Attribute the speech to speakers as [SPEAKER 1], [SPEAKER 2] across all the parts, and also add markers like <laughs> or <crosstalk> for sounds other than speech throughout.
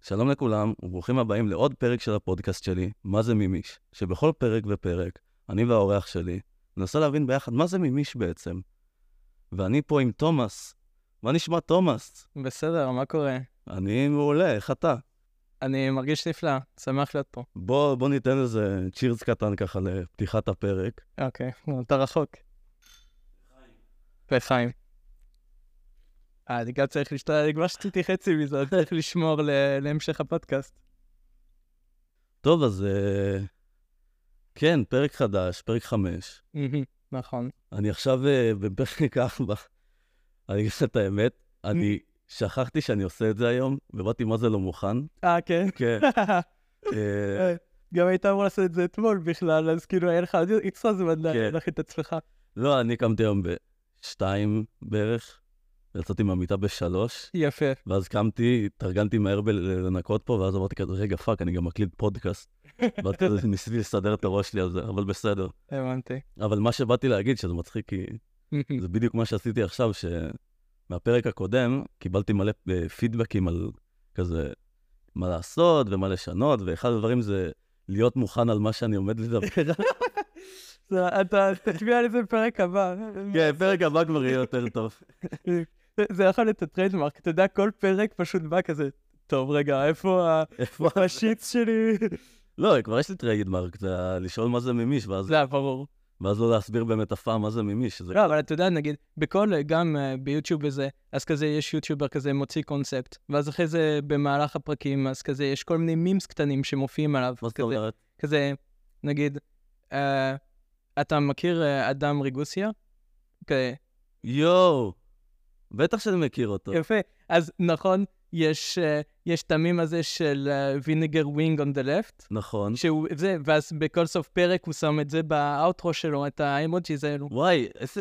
[SPEAKER 1] שלום לכולם, וברוכים הבאים לעוד פרק של הפודקאסט שלי, מה זה מימיש, שבכל פרק ופרק, אני והאורח שלי, ננסה להבין ביחד מה זה מימיש בעצם. ואני פה עם תומאס. מה נשמע תומאס?
[SPEAKER 2] בסדר, מה קורה?
[SPEAKER 1] אני מעולה, איך אתה?
[SPEAKER 2] אני מרגיש נפלא, שמח להיות פה.
[SPEAKER 1] בוא, בוא ניתן איזה צ'ירס קטן ככה לפתיחת הפרק.
[SPEAKER 2] אוקיי, אתה רחוק. לחיים. אה, אני גם צריך להשתלט, כבר שתיתי חצי מזה, אני צריך לשמור ל- להמשך הפודקאסט.
[SPEAKER 1] טוב, אז... אה, כן, פרק חדש, פרק חמש.
[SPEAKER 2] מהמם, נכון.
[SPEAKER 1] אני עכשיו אה, בפרק 4. אני אגיד לך את האמת, אני שכחתי שאני עושה את זה היום, ובאתי מה זה לא מוכן.
[SPEAKER 2] אה, כן. <laughs>
[SPEAKER 1] כן. אה,
[SPEAKER 2] גם היית אמור לעשות את זה אתמול בכלל, אז כאילו היה לך עוד איקסטרה זמן
[SPEAKER 1] כן.
[SPEAKER 2] להכין את עצמך.
[SPEAKER 1] לא, אני קמתי היום ב-2 בערך, יצאתי מהמיטה ב-3,
[SPEAKER 2] יפה.
[SPEAKER 1] ואז קמתי, התארגנתי מהר בלנקות פה, ואז אמרתי כזה, רגע, פאק, אני גם מקליט פודקאסט. ואז כזה ניסיתי לסדר את הראש שלי על זה, אבל בסדר.
[SPEAKER 2] הבנתי.
[SPEAKER 1] אבל מה שבאתי להגיד, שזה מצחיק, כי
[SPEAKER 2] מהמם.
[SPEAKER 1] זה בדיוק מה שעשיתי עכשיו, שמהפרק הקודם קיבלתי מלא אה, פידבקים על כזה מה לעשות ומה לשנות, ואחד הדברים זה להיות מוכן על מה שאני עומד
[SPEAKER 2] <laughs>
[SPEAKER 1] לדבר.
[SPEAKER 2] זה- אתה תשמיע על זה בפרק הבא.
[SPEAKER 1] כן, פרק הבא כבר יהיה יותר טוב.
[SPEAKER 2] זה- זה יכול להיות הטריידמרק, אתה יודע, כל פרק פשוט בא כזה, טוב, רגע, איפה ה-
[SPEAKER 1] איפה?
[SPEAKER 2] השיץ שלי?
[SPEAKER 1] לא, כבר יש לי טריידמרק, זה ה- לשאול מה זה מימיש, ואז
[SPEAKER 2] זה היה ברור.
[SPEAKER 1] ואז לא להסביר באמת אף פעם מה זה מימיש. שזה-
[SPEAKER 2] לא, אבל אתה יודע, נגיד, בכל, גם אה, ביוטיוב וזה, אז כזה יש יוטיובר כזה מוציא קונספט, ואז אחרי זה במהלך הפרקים, אז כזה יש כל מיני מימס קטנים שמופיעים עליו.
[SPEAKER 1] מה זאת
[SPEAKER 2] כזה-
[SPEAKER 1] אומרת?
[SPEAKER 2] כזה, נגיד, אה, אתה מכיר אה, אדם ריגוסיה? אוקיי, כזה,
[SPEAKER 1] יואו, בטח שאני מכיר אותו.
[SPEAKER 2] יפה. אז נכון, יש, אה, יש את המים הזה של ויניגר ווינג on the left.
[SPEAKER 1] נכון.
[SPEAKER 2] שהוא זה, ואז בכל סוף פרק הוא שם את זה באאוטרו שלו, את
[SPEAKER 1] <laughs>
[SPEAKER 2] האמוג'יז האלו.
[SPEAKER 1] וואי, איזה...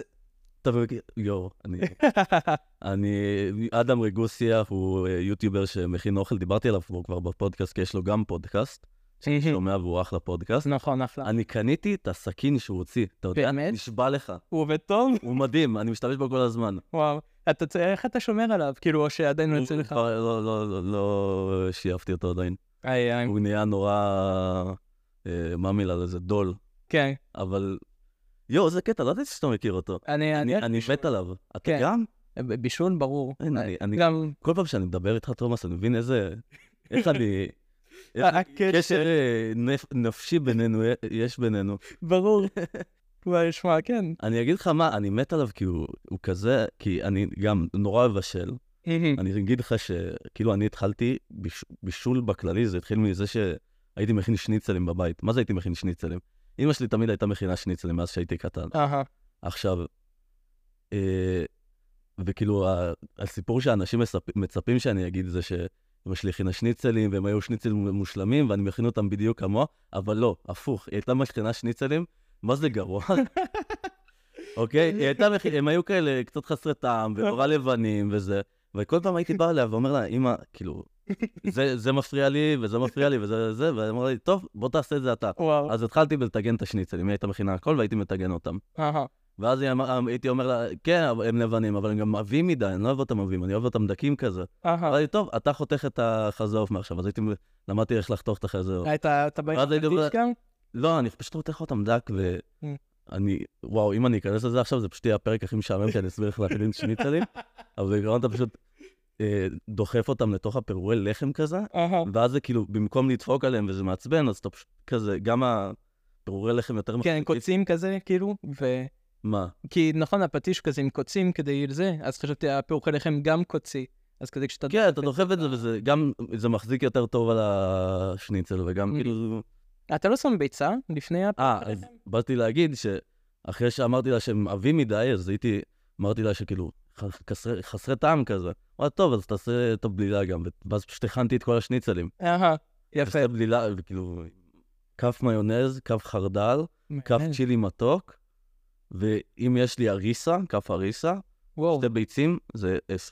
[SPEAKER 1] אתה מכיר... יואו, אני...
[SPEAKER 2] כן.
[SPEAKER 1] אני, אדם רגוסיה הוא אה, יוטיובר שמכין אוכל, דיברתי עליו פה כבר בפודקאסט, כי יש לו גם פודקאסט, שאני
[SPEAKER 2] מהמם.
[SPEAKER 1] שומע והוא אחלה פודקאסט.
[SPEAKER 2] נכון, אחלה.
[SPEAKER 1] אני קניתי את הסכין שהוא הוציא, אתה יודע?
[SPEAKER 2] באמת?
[SPEAKER 1] נשבע לך.
[SPEAKER 2] הוא עובד טוב?
[SPEAKER 1] הוא מדהים, אני משתמש בו כל הזמן.
[SPEAKER 2] וואו. אתה צ... איך אתה שומר עליו? כאילו, או שעדיין לא יוצא
[SPEAKER 1] הוא
[SPEAKER 2] לך?
[SPEAKER 1] כבר- לא, לא, לא, לא שיאבתי אותו עדיין.
[SPEAKER 2] איי, איי.
[SPEAKER 1] הוא נהיה נורא, אה, מה המילה לזה? דול.
[SPEAKER 2] כן. אבל...
[SPEAKER 1] אבל, יואו, איזה קטע, לא ידעתי שאתה מכיר אותו.
[SPEAKER 2] אני...
[SPEAKER 1] אני אני מת עליו. אתה
[SPEAKER 2] כן.
[SPEAKER 1] גם?
[SPEAKER 2] בישול, ברור.
[SPEAKER 1] אין, אני- אני
[SPEAKER 2] גם...
[SPEAKER 1] כל פעם שאני מדבר איתך, תומאס, אני מבין איזה... איך
[SPEAKER 2] <laughs>
[SPEAKER 1] אני... איך
[SPEAKER 2] הקשר.
[SPEAKER 1] קשר אה, נפ- נפשי בינינו, אה, יש בינינו. <laughs>
[SPEAKER 2] ברור. וואי, שמע, כן.
[SPEAKER 1] אני אגיד לך מה, אני מת עליו כי הוא הוא כזה, כי אני גם נורא מבשל. אני אגיד לך שכאילו אני התחלתי ביש- בישול בכללי, זה התחיל מזה שהייתי מכין שניצלים בבית. מה זה הייתי מכין שניצלים? אמא שלי תמיד הייתה מכינה שניצלים מאז שהייתי קטן.
[SPEAKER 2] אהה.
[SPEAKER 1] עכשיו, אה, וכאילו, ה- הסיפור שאנשים מספ- מצפים שאני אגיד זה שהם השליחים השניצלים, והם היו שניצלים מושלמים, ואני מכין אותם בדיוק כמוה, אבל לא, הפוך, היא הייתה מכינה שניצלים, מה זה גרוע? אוקיי? היא הייתה, מכ- הם היו כאלה קצת חסרי טעם, ונורא לבנים וזה, וכל פעם הייתי בא אליה ואומר לה, אמא, כאילו, זה, זה מפריע לי, וזה מפריע לי, וזה זה, והיא אמרה לי, טוב, בוא תעשה את זה אתה.
[SPEAKER 2] וואו.
[SPEAKER 1] אז התחלתי בלטגן את השניצלים, היא הייתה מכינה הכל והייתי מטגן אותם.
[SPEAKER 2] אהה.
[SPEAKER 1] ואז היא אמר- הייתי אומר לה, כן, אבל הם לבנים, אבל הם גם עבים מדי, אני לא אוהב אותם עבים, אני אוהב אותם דקים כזה.
[SPEAKER 2] אהה.
[SPEAKER 1] אמרתי, טוב, אתה חותך את החזוף מעכשיו, אז הייתי, למדתי איך לחתוך את החזוף.
[SPEAKER 2] הייתה, אה, אתה בא עם
[SPEAKER 1] ואז הייתי אומר-
[SPEAKER 2] פטיש גם?
[SPEAKER 1] לא, אני פשוט חותך אותם דק,
[SPEAKER 2] Mm.
[SPEAKER 1] ואני, וואו, אם אני אכנס לזה עכשיו, זה פשוט יהיה הפרק הכי משעמם, כי אני אסביר איך להקדים
[SPEAKER 2] <laughs>
[SPEAKER 1] שניצלים, אבל בעיקרון אתה פשוט אה, דוחף אותם לתוך הפירורי לחם כזה,
[SPEAKER 2] אהה.
[SPEAKER 1] <laughs> ואז זה כאילו, במקום לדפוק עליהם וזה מעצבן, אז אתה פשוט כזה, גם הפירורי לחם יותר
[SPEAKER 2] כן,
[SPEAKER 1] מחזיקים-
[SPEAKER 2] קוצים כזה, כאילו, ו...
[SPEAKER 1] מה?
[SPEAKER 2] כי נכון, הפטיש הוא כזה עם קוצים כדי זה, אז חשבתי, הפירוחי לחם גם קוצי. אז כזה כשאתה...
[SPEAKER 1] כן, אתה דוחף את זה, וזה גם, זה מחזיק יותר טוב על השניצל, וגם
[SPEAKER 2] Mm.
[SPEAKER 1] כאילו...
[SPEAKER 2] אתה לא שם ביצה לפני ה...
[SPEAKER 1] אה, אז באתי להגיד שאחרי שאמרתי לה שהם עבים מדי, אז הייתי, אמרתי לה שכאילו, ח- חסרי- חסרי טעם כזה. אמרתי, טוב, אז תעשה את הבלילה גם, ואז פשוט הכנתי את כל השניצלים.
[SPEAKER 2] אהה. יפה.
[SPEAKER 1] עשיתי בלילה, וכאילו, כף מיונז, כף חרדל, כף
[SPEAKER 2] מעניין.
[SPEAKER 1] צ'ילי מתוק, ואם יש לי אריסה, כף אריסה,
[SPEAKER 2] וואו,
[SPEAKER 1] שתי ביצים, זה עשר.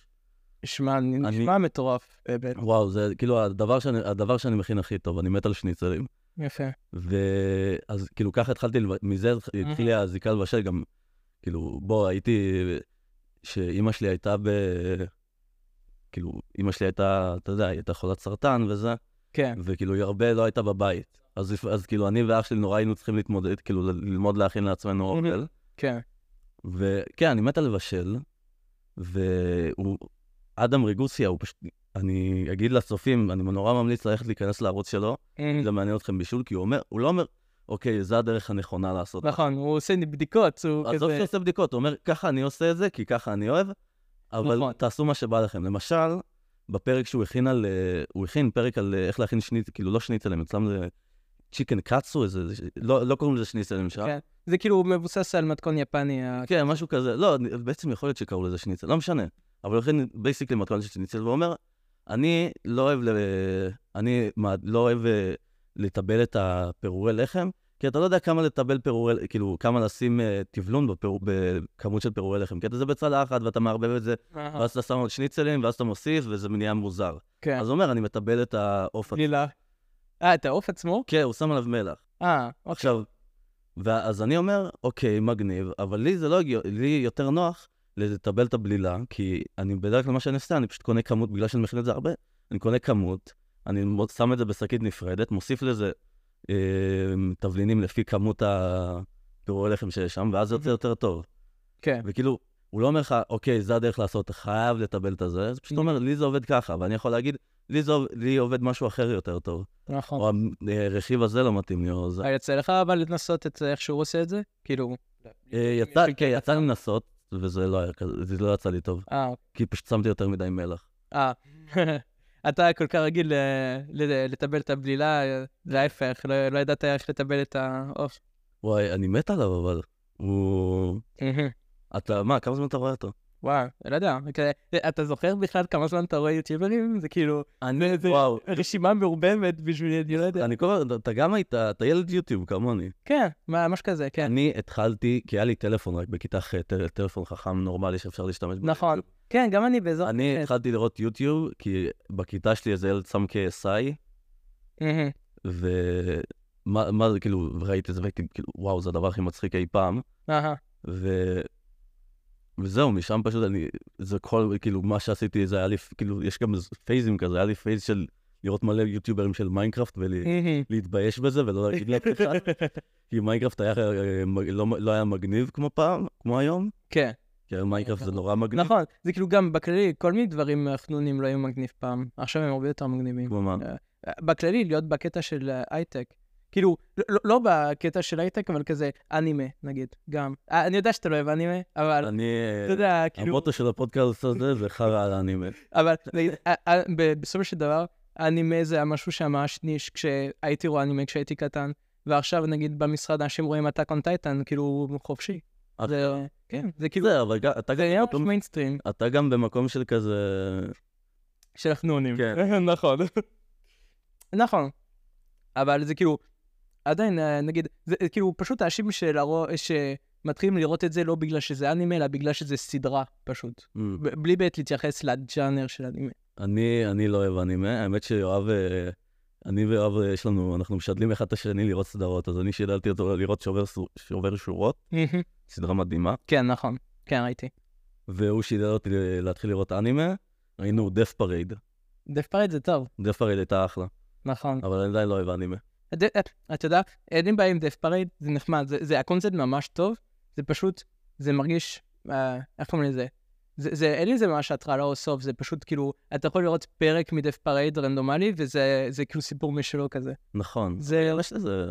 [SPEAKER 2] שמע, נשמע מטורף. באמת.
[SPEAKER 1] וואו, זה כאילו הדבר שאני, הדבר שאני מכין הכי טוב, אני מת על שניצלים.
[SPEAKER 2] יפה.
[SPEAKER 1] ואז כאילו ככה התחלתי, לב- מזה התחיל לי הזיקה לבשל, גם כאילו, בוא, הייתי, שאימא שלי הייתה ב... כאילו, אימא שלי הייתה, אתה יודע, היא הייתה חולת סרטן וזה,
[SPEAKER 2] כן,
[SPEAKER 1] וכאילו, היא הרבה לא הייתה בבית. אז, לפ- אז כאילו, אני ואח שלי נורא היינו צריכים להתמודד, כאילו, ל- ללמוד להכין לעצמנו אוכל.
[SPEAKER 2] כן.
[SPEAKER 1] וכן, אני מת על לבשל, והוא, אדם ריגוסיה, הוא פשוט, אני אגיד לצופים, אני נורא ממליץ ללכת להיכנס לערוץ שלו,
[SPEAKER 2] אה,
[SPEAKER 1] אם זה מעניין אתכם בישול, כי הוא אומר, הוא לא אומר, אוקיי, זו הדרך הנכונה לעשות.
[SPEAKER 2] נכון, הוא עושה בדיקות, הוא
[SPEAKER 1] עזוב
[SPEAKER 2] כזה...
[SPEAKER 1] שעושה בדיקות, הוא אומר, ככה אני עושה את זה, כי ככה אני אוהב, אבל
[SPEAKER 2] נכון.
[SPEAKER 1] תעשו מה שבא לכם. למשל, בפרק שהוא הכין על, אה, הוא הכין פרק על אה, איך להכין שניצל, כאילו לא שניצלים, אצלם זה צ'יקן קאצו, איזה, לא לא קוראים לזה שניצלים שם.
[SPEAKER 2] כן. זה כאילו מבוסס על מתכון יפני. ה-
[SPEAKER 1] כן, משהו כזה. לא, אני- בעצם יכול להיות שקראו לזה שניצל, לא משנה. אבל לכן בייסיקלי מתכון של שניצל, ואומר, אני לא אוהב, ל... אני מה, לא אוהב אה, לטבל את הפירורי לחם, כי אתה לא יודע כמה לטבל פירורי, כאילו, כמה לשים אה, טבלון בפיר... בכמות של פירורי לחם. כי אתה זה בצלחת אחת ואתה מערבב את זה,
[SPEAKER 2] אה,
[SPEAKER 1] ואז אתה שם עוד שניצלים, ואז אתה מוסיף, וזה נהיה מוזר.
[SPEAKER 2] כן,
[SPEAKER 1] אז הוא אומר, אני מטבל את העוף. עצמו."
[SPEAKER 2] גלילה. אה, את העוף עצמו?
[SPEAKER 1] כן, הוא שם עליו מלח.
[SPEAKER 2] אה, אוקיי.
[SPEAKER 1] עכשיו, ואז אני אומר, אוקיי, מגניב, אבל לי זה לא הגיוני, לי יותר נוח לטבל את הבלילה, כי אני בדרך כלל מה שאני עושה, אני פשוט קונה כמות, בגלל שאני מכין את זה הרבה, אני קונה כמות, אני מו- שם את זה בשקית נפרדת, מוסיף לזה אה, תבלינים לפי כמות הפירורי לחם שיש שם, ואז זה יוצא
[SPEAKER 2] Mhm.
[SPEAKER 1] יותר טוב.
[SPEAKER 2] כן.
[SPEAKER 1] וכאילו, הוא לא אומר לך, אוקיי, זה הדרך לעשות, אתה חייב לטבל את הזה, אז פשוט אומר, לי זה עובד ככה, ואני יכול להגיד, לי, זה, עובד- לי עובד משהו אחר יותר טוב,
[SPEAKER 2] נכון.
[SPEAKER 1] או הרכיב הזה לא מתאים לי, או זה.
[SPEAKER 2] אה, יצא לך אבל לנסות את זה, איך שהוא עושה את זה? כאילו...
[SPEAKER 1] אה, יצא, כן, יצא לי לנסות, וזה לא היה כזה, זה לא יצא לי טוב,
[SPEAKER 2] אה,
[SPEAKER 1] כי פשוט שמתי יותר מדי מלח.
[SPEAKER 2] אה.
[SPEAKER 1] Mm.
[SPEAKER 2] <laughs> אתה כל כך רגיל ל- ל- לטבל את הבלילה, אה, להפך, לא לא ידעת איך לטבל את העוף.
[SPEAKER 1] וואי, אני מת עליו, אבל הוא... אתה, מה, כמה זמן אתה רואה אותו?
[SPEAKER 2] <laughs> וואו, לא יודע, כזה- אתה זוכר בכלל כמה זמן אתה רואה יוטיוברים? זה כאילו
[SPEAKER 1] אני,
[SPEAKER 2] זה-
[SPEAKER 1] וואו.
[SPEAKER 2] רשימה מעורבמת בשביל, אני לא יודע.
[SPEAKER 1] אני כל הזמן, אתה גם היית, אתה ילד יוטיוב כמוני.
[SPEAKER 2] כן, מה- משהו כזה, כן.
[SPEAKER 1] אני התחלתי, כי היה לי טלפון רק בכיתה ח', טל- טלפון חכם נורמלי שאפשר להשתמש בו.
[SPEAKER 2] נכון. כן, גם אני באזור...
[SPEAKER 1] אני התחלתי לראות יוטיוב, כי בכיתה שלי איזה ילד שם KSI,
[SPEAKER 2] מהמם.
[SPEAKER 1] ומה מה זה, כאילו, ראיתי את זה והייתי, כאילו, וואו, זה הדבר הכי מצחיק אי פעם.
[SPEAKER 2] אהה.
[SPEAKER 1] ו... וזהו, משם פשוט אני, זה כל, כאילו, מה שעשיתי, זה היה לי, כאילו, יש גם איזה פייזים כזה, היה לי פייז של לראות מלא יוטיוברים של מיינקראפט
[SPEAKER 2] מהמם.
[SPEAKER 1] ולהתבייש בזה ולא להגיד לאף אחד,
[SPEAKER 2] <laughs>
[SPEAKER 1] כי מיינקראפט היה, אה, מג- לא, לא היה מגניב כמו פעם, כמו היום,
[SPEAKER 2] כן,
[SPEAKER 1] כי היום מיינקראפט זה נורא מגניב,
[SPEAKER 2] נכון. זה כאילו גם בכללי, כל מיני דברים אה, חנונים לא היו מגניב פעם. עכשיו הם הרבה יותר מגניבים.
[SPEAKER 1] כמו מה,
[SPEAKER 2] אה, בכללי, להיות בקטע של אה, הייטק. כאילו, לא- לא- לא בקטע של הייטק, אבל כזה אנימה, נגיד, גם. אה, אני יודע שאתה לא אוהב אנימה, אבל
[SPEAKER 1] אני, אה,
[SPEAKER 2] אתה יודע, כאילו...
[SPEAKER 1] המוטו של הפודקאסט הזה זה חרא על האנימה,
[SPEAKER 2] אבל נגיד, אה, אה, ב- בסופו של דבר, אנימה זה משהו שממש ניש כשהייתי רואה אנימה כשהייתי קטן, ועכשיו נגיד במשרד אנשים רואים הטאק און טייטן, כאילו חופשי.
[SPEAKER 1] אה,
[SPEAKER 2] זה, כן, זה כאילו,
[SPEAKER 1] זה, אבל גם- אתה
[SPEAKER 2] זה נהיה
[SPEAKER 1] גם,
[SPEAKER 2] ממש מיינסטרים
[SPEAKER 1] אתה גם במקום של כזה,
[SPEAKER 2] של החנונים.
[SPEAKER 1] כן.
[SPEAKER 2] <laughs> נכון. נכון. אבל זה כאילו, עדיין, אה, נגיד, זה אה, כאילו פשוט האנשים שלרו- שמתחילים לראות את זה לא בגלל שזה אנימה, אלא בגלל שזה סדרה, פשוט.
[SPEAKER 1] אמ,
[SPEAKER 2] ב- בלי באמת להתייחס לג'אנר של אנימה.
[SPEAKER 1] אני, אני לא אוהב אנימה, האמת שיואב, אה, אני ויואב, אה, יש לנו, אנחנו משדלים אחד את השני לראות סדרות, אז אני שידלתי אותו לראות שובר, סו- שובר שורות, סדרה מדהימה,
[SPEAKER 2] כן, נכון. כן, ראיתי.
[SPEAKER 1] והוא שידל אותי ל- להתחיל לראות אנימה, ראינו דף פרייד,
[SPEAKER 2] דף פרייד זה טוב,
[SPEAKER 1] דף פרייד הייתה אחלה,
[SPEAKER 2] נכון.
[SPEAKER 1] אבל אני עדיין לא אוהב אנימה.
[SPEAKER 2] ד- אה, אתה יודע, אין לי בעיה עם דף פרייד, זה נחמד, זה- זה הקונספט ממש טוב, זה פשוט, זה מרגיש, אה, איך קוראים לזה? זה, זה, אין לזה ממש הטרלה או סוף, זה פשוט כאילו, אתה יכול לראות פרק מדף פרייד רנדומלי, וזה זה כאילו סיפור משלו כזה.
[SPEAKER 1] נכון.
[SPEAKER 2] זה
[SPEAKER 1] יש לזה...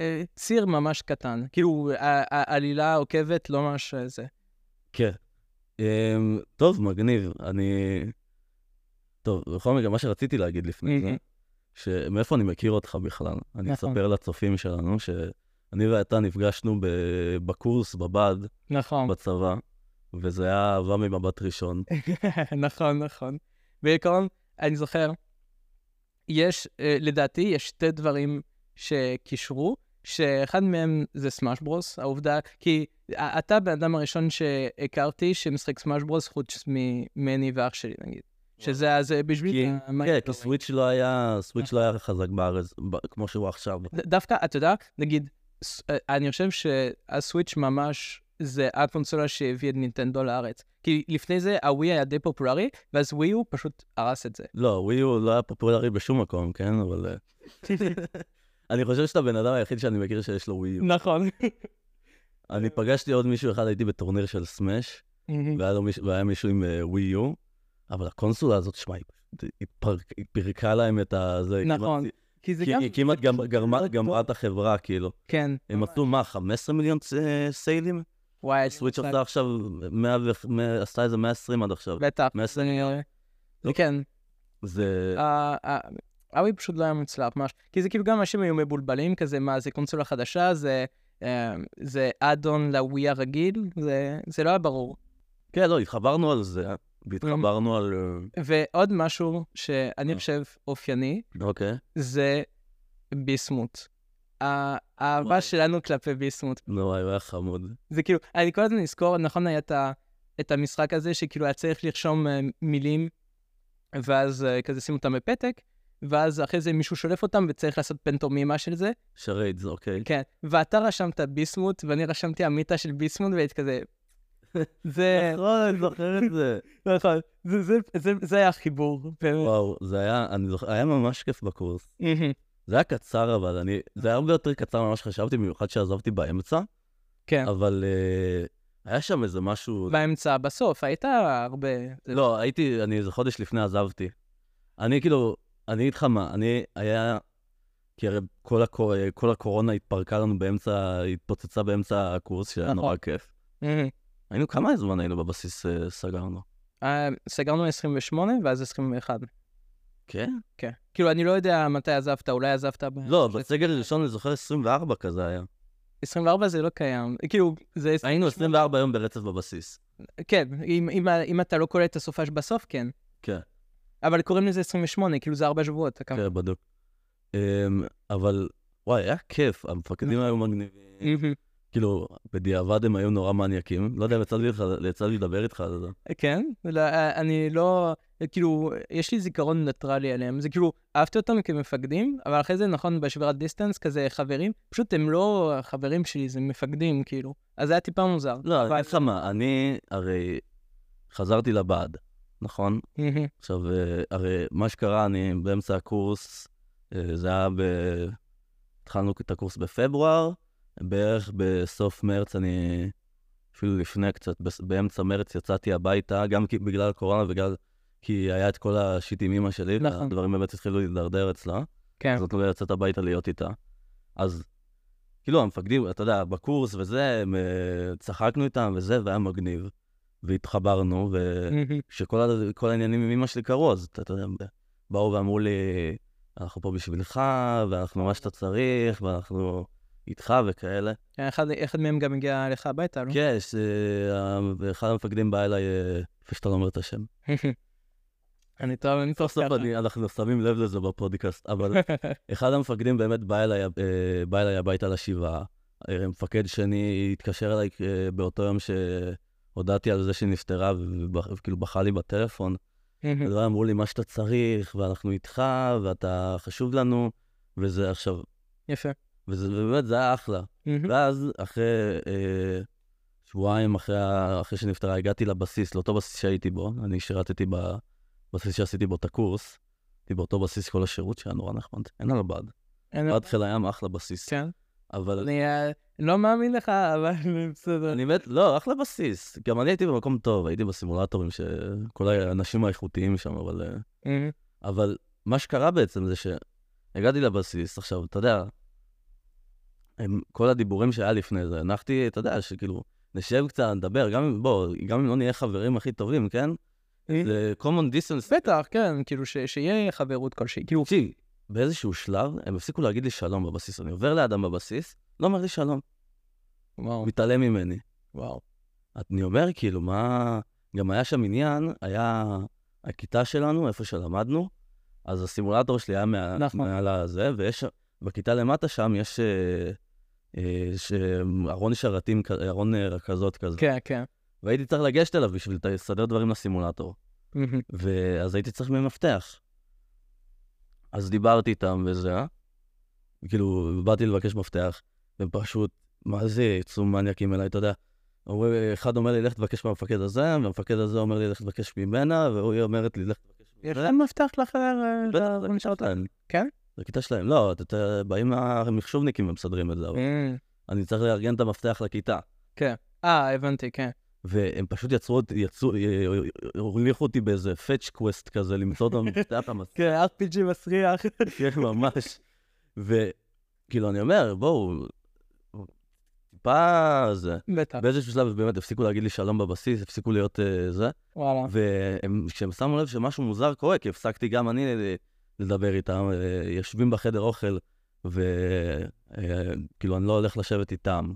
[SPEAKER 2] אה, ציר ממש קטן, כאילו ה- ה- העלילה עוקבת, לא ממש אה, זה.
[SPEAKER 1] כן. אמ, טוב, מגניב, אני... טוב, בכל מקרה, מה שרציתי להגיד לפני זה,
[SPEAKER 2] מהמם.
[SPEAKER 1] שמאיפה אני מכיר אותך בכלל? אני
[SPEAKER 2] נכון.
[SPEAKER 1] אספר לצופים שלנו שאני ואתה נפגשנו ב- בקורס בבה"ד,
[SPEAKER 2] נכון.
[SPEAKER 1] בצבא, וזה היה אהבה ממבט ראשון.
[SPEAKER 2] אה, <laughs> נכון, נכון. בעיקרון, אני זוכר, יש, אה, לדעתי, יש שתי דברים שקישרו, שאחד מהם זה סמאש ברוס, העובדה, כי א- אתה הבן אדם הראשון שהכרתי שמשחק סמאש ברוס חוץ ממני ואח שלי, נגיד. שזה היה זה בשביל...
[SPEAKER 1] כי-
[SPEAKER 2] המיינד
[SPEAKER 1] כן, כי
[SPEAKER 2] בלואוינג.
[SPEAKER 1] סוויץ' לא היה, סוויץ' לא היה חזק בארץ, ב- כמו שהוא עכשיו.
[SPEAKER 2] ד- דווקא, אתה יודע, נגיד, ס- אה, אני חושב שהסוויץ' ממש, זה הקונסולה שהביאה את נינטנדו לארץ. כי לפני זה הווי היה די פופולרי, ואז ווי הוא פשוט הרס את זה.
[SPEAKER 1] לא, ווי הוא לא היה פופולרי בשום מקום, כן? אבל... אה, <laughs> אני חושב שאתה הבן אדם היחיד שאני מכיר שיש לו ווי יו.
[SPEAKER 2] נכון.
[SPEAKER 1] אני פגשתי עוד מישהו אחד, הייתי בטורניר של סמאש, והיה, לו מיש... והיה מישהו עם אה, ווי יו, אבל הקונסולה הזאת, שמע, היא, פשוט- היא, פר... היא פירקה להם את ה... זה, היא כמעט-
[SPEAKER 2] נכון. כי זה
[SPEAKER 1] כי-
[SPEAKER 2] גם...
[SPEAKER 1] היא כמעט
[SPEAKER 2] זה
[SPEAKER 1] גם-
[SPEAKER 2] פשוט
[SPEAKER 1] גרמה-
[SPEAKER 2] לא
[SPEAKER 1] גמרה את החברה, כאילו.
[SPEAKER 2] כן.
[SPEAKER 1] הם עשו מה, 15 מיליון אה, סיילים?
[SPEAKER 2] וואי,
[SPEAKER 1] סוויץ'
[SPEAKER 2] אני-
[SPEAKER 1] עשתה עכשיו, 100 ו- 100 עשתה איזה 120 עד עכשיו.
[SPEAKER 2] בטח.
[SPEAKER 1] מעשר.
[SPEAKER 2] זה נראה. זה
[SPEAKER 1] לא.
[SPEAKER 2] כן.
[SPEAKER 1] זה...
[SPEAKER 2] ה- ה- הווי פשוט לא היה מוצלח ממש, כי זה כאילו גם אנשים היו מבולבלים כזה, מה זה קונסולה חדשה, זה, אה, זה אדון לווי הרגיל, זה, זה לא היה ברור.
[SPEAKER 1] כן, לא, התחברנו על זה, והתחברנו על... אה,
[SPEAKER 2] ועוד משהו שאני
[SPEAKER 1] אה.
[SPEAKER 2] חושב אופייני,
[SPEAKER 1] אוקיי,
[SPEAKER 2] זה ביסמוט. ה- האהבה
[SPEAKER 1] וואי.
[SPEAKER 2] שלנו כלפי ביסמוט.
[SPEAKER 1] נו, וואי, הוא היה חמוד.
[SPEAKER 2] זה כאילו, אני כל הזמן אזכור, נכון היה את, ה, את המשחק הזה, שכאילו היה צריך לרשום אה, מילים, ואז אה, כזה שים אותם בפתק, ואז אחרי זה מישהו שולף אותם וצריך לעשות פנטומימה של זה,
[SPEAKER 1] שריידס, אוקיי.
[SPEAKER 2] כן, ואתה רשמת ביסמוט, ואני רשמתי המיטה של ביסמוט, והייתי כזה... זה...
[SPEAKER 1] <laughs> נכון, אני זוכר את זה.
[SPEAKER 2] נכון, זה- זה- זה- זה היה החיבור, באמת.
[SPEAKER 1] וואו, זה היה, אני זוכר, היה ממש כיף בקורס.
[SPEAKER 2] מהמם.
[SPEAKER 1] זה היה קצר, אבל אני, זה היה הרבה יותר קצר ממה שחשבתי, במיוחד שעזבתי באמצע,
[SPEAKER 2] כן,
[SPEAKER 1] אבל אה, היה שם איזה משהו...
[SPEAKER 2] באמצע, בסוף, הייתה הרבה...
[SPEAKER 1] לא, הייתי, אני איזה חודש לפני עזבתי. אני כאילו, אני אגיד לך מה, אני היה... כי הרי כל, הקור... כל הקורונה התפרקה לנו באמצע, התפוצצה באמצע הקורס, שהיה
[SPEAKER 2] נכון.
[SPEAKER 1] נורא כיף.
[SPEAKER 2] מהמם.
[SPEAKER 1] היינו, כמה זמן היינו בבסיס אה, סגרנו?
[SPEAKER 2] אה, סגרנו 28 ואז 21.
[SPEAKER 1] כן?
[SPEAKER 2] כן. כאילו, אני לא יודע מתי עזבת, אולי עזבת... ב-
[SPEAKER 1] לא, בסגר הראשון אני זוכר 24 כזה היה.
[SPEAKER 2] 24 זה לא קיים. כאילו, זה...
[SPEAKER 1] היינו 24 יום ברצף בבסיס.
[SPEAKER 2] כן, אם- אם ה- אם אתה לא קולט את הסופש בסוף, כן.
[SPEAKER 1] כן.
[SPEAKER 2] אבל קוראים לזה 28, כאילו זה ארבע שבועות. אתה כמה-
[SPEAKER 1] כן, בדוק. אמ, אבל, וואי, היה כיף, המפקדים
[SPEAKER 2] כן.
[SPEAKER 1] היו מגניבים.
[SPEAKER 2] מהמם.
[SPEAKER 1] כאילו, בדיעבד הם היו נורא מניאקים. לא יודע, יצא לי לך- יצא לי לדבר איתך על זה.
[SPEAKER 2] כן, לא, אה, אני לא, כאילו, יש לי זיכרון ניטרלי עליהם. זה כאילו, אהבתי אותם כמפקדים, אבל אחרי זה, נכון, בשבירת דיסטנס, כזה חברים, פשוט הם לא חברים שלי, זה מפקדים, כאילו. אז זה היה טיפה מוזר.
[SPEAKER 1] לא, אני
[SPEAKER 2] אבל-
[SPEAKER 1] אגיד לך מה, אני הרי חזרתי לבה"ד, נכון?
[SPEAKER 2] מהמם,
[SPEAKER 1] עכשיו, אה, הרי מה שקרה, אני באמצע הקורס, אה, זה היה ב... התחלנו את הקורס בפברואר, בערך בסוף מרץ, אני אפילו לפני קצת, בס- באמצע מרץ יצאתי הביתה, גם כי- בגלל הקורונה וגם כי היה את כל השיט עם אמא שלי,
[SPEAKER 2] נכון.
[SPEAKER 1] הדברים באמת התחילו להידרדר אצלה.
[SPEAKER 2] כן.
[SPEAKER 1] אז נתנו לי לא לצאת הביתה להיות איתה. אז כאילו המפקדים, אתה יודע, בקורס וזה, הם, אה, צחקנו איתם וזה, והיה מגניב. והתחברנו,
[SPEAKER 2] מהמם,
[SPEAKER 1] וכשכל ה- כל העניינים עם אמא שלי קרו, אז אתה אתה יודע, באו ואמרו לי, אנחנו פה בשבילך, ואנחנו מה שאתה צריך, ואנחנו איתך וכאלה.
[SPEAKER 2] כן, אחד- אחד מהם גם הגיע אליך הביתה, לא?
[SPEAKER 1] כן, ש- אה, אחד המפקדים בא אליי, אה, לפני שאתה לא אומר את השם.
[SPEAKER 2] אני טוב, אני טוב
[SPEAKER 1] סוף סוף אני- אנחנו שמים לב לזה בפודקאסט, אבל אחד המפקדים באמת בא אליי, אה, בא אליי הביתה לשבעה. אה, מפקד שני התקשר אליי אה, באותו יום שהודעתי על זה שהיא נפטרה, ו- ו- וכאילו בכה לי בטלפון.
[SPEAKER 2] מהמם,
[SPEAKER 1] אז אמרו לי, מה שאתה צריך, ואנחנו איתך, ואתה חשוב לנו, וזה עכשיו,
[SPEAKER 2] יפה.
[SPEAKER 1] וזה באמת, זה היה אחלה.
[SPEAKER 2] מהמם,
[SPEAKER 1] ואז אחרי אה, שבועיים אחרי, ה- אחרי שנפטרה, הגעתי לבסיס, לאותו בסיס שהייתי בו, אני שירתתי בבסיס שעשיתי בו את הקורס, הייתי באותו בסיס כל השירות שהיה נורא נחמד, אין על הבד.
[SPEAKER 2] אין-
[SPEAKER 1] עד חיל הים אחלה בסיס,
[SPEAKER 2] כן.
[SPEAKER 1] אבל
[SPEAKER 2] אני אה, לא מאמין לך, אבל <laughs> בסדר.
[SPEAKER 1] אני מת, לא, אחלה בסיס. גם אני הייתי במקום טוב, הייתי בסימולטורים שכל האנשים האיכותיים שם, אבל... אה,
[SPEAKER 2] מהמם,
[SPEAKER 1] אבל מה שקרה בעצם זה שהגעתי לבסיס, עכשיו, אתה יודע, הם, כל הדיבורים שהיה לפני זה, הנחתי, אתה יודע, שכאילו, נשב קצת, נדבר, גם אם, בוא, גם אם לא נהיה חברים הכי טובים, כן?
[SPEAKER 2] אה.
[SPEAKER 1] זה common distance.
[SPEAKER 2] בטח, כן, כאילו ש- שיהיה חברות כלשהי. כאילו,
[SPEAKER 1] תקשיב, באיזשהו שלב, הם הפסיקו להגיד לי שלום בבסיס. אני עובר לאדם בבסיס, לא אומר לי שלום,
[SPEAKER 2] וואו,
[SPEAKER 1] הוא מתעלם ממני.
[SPEAKER 2] וואו.
[SPEAKER 1] אני אומר, כאילו, מה... גם היה שם עניין, היה הכיתה שלנו, איפה שלמדנו, אז הסימולטור שלי היה מה...
[SPEAKER 2] נכון.
[SPEAKER 1] מעל הזה, ויש... בכיתה למטה שם יש... אה, אה, ש- ארון שרתים, כ- ארון אה, רכזות כזה.
[SPEAKER 2] כן, כן.
[SPEAKER 1] והייתי צריך לגשת אליו בשביל ת- לסדר דברים לסימולטור.
[SPEAKER 2] מהמם.
[SPEAKER 1] ואז הייתי צריך מפתח. אז דיברתי איתם וזה, כאילו, באתי לבקש מפתח, והם פשוט, מה זה, יצאו מניאקים אליי, אתה יודע. אומרים, אחד אומר לי, לך תבקש מהמפקד הזה, והמפקד הזה אומר לי, לך תבקש ממנה, והיא אומרת לי, לך תבקש
[SPEAKER 2] יש
[SPEAKER 1] ממנה.
[SPEAKER 2] להם מפתח לך...
[SPEAKER 1] לא יודע, זה הכיתה שלהם.
[SPEAKER 2] כן?
[SPEAKER 1] זה כיתה שלהם. לא, אתה- אתה- באים המחשובניקים ומסדרים את זה, אבל
[SPEAKER 2] אה,
[SPEAKER 1] אני צריך לארגן את המפתח לכיתה.
[SPEAKER 2] אה, הבנתי, כן.
[SPEAKER 1] והם פשוט יצרו, אותי- יצאו, הוליכו אותי באיזה פאץ' קווסט כזה, למצוא את המפתח המס...
[SPEAKER 2] כן, RPG מסריח. <laughs>
[SPEAKER 1] כן, ממש. וכאילו, אני אומר, בואו, טיפה זה.
[SPEAKER 2] בטח,
[SPEAKER 1] באיזשהו שלב באמת הפסיקו להגיד לי שלום בבסיס, הפסיקו להיות אה, זה,
[SPEAKER 2] וואלה.
[SPEAKER 1] וכשהם שמו לב שמשהו מוזר קורה, כי הפסקתי גם אני ל- לדבר איתם, אה, יושבים בחדר אוכל, וכאילו אני לא הולך לשבת איתם.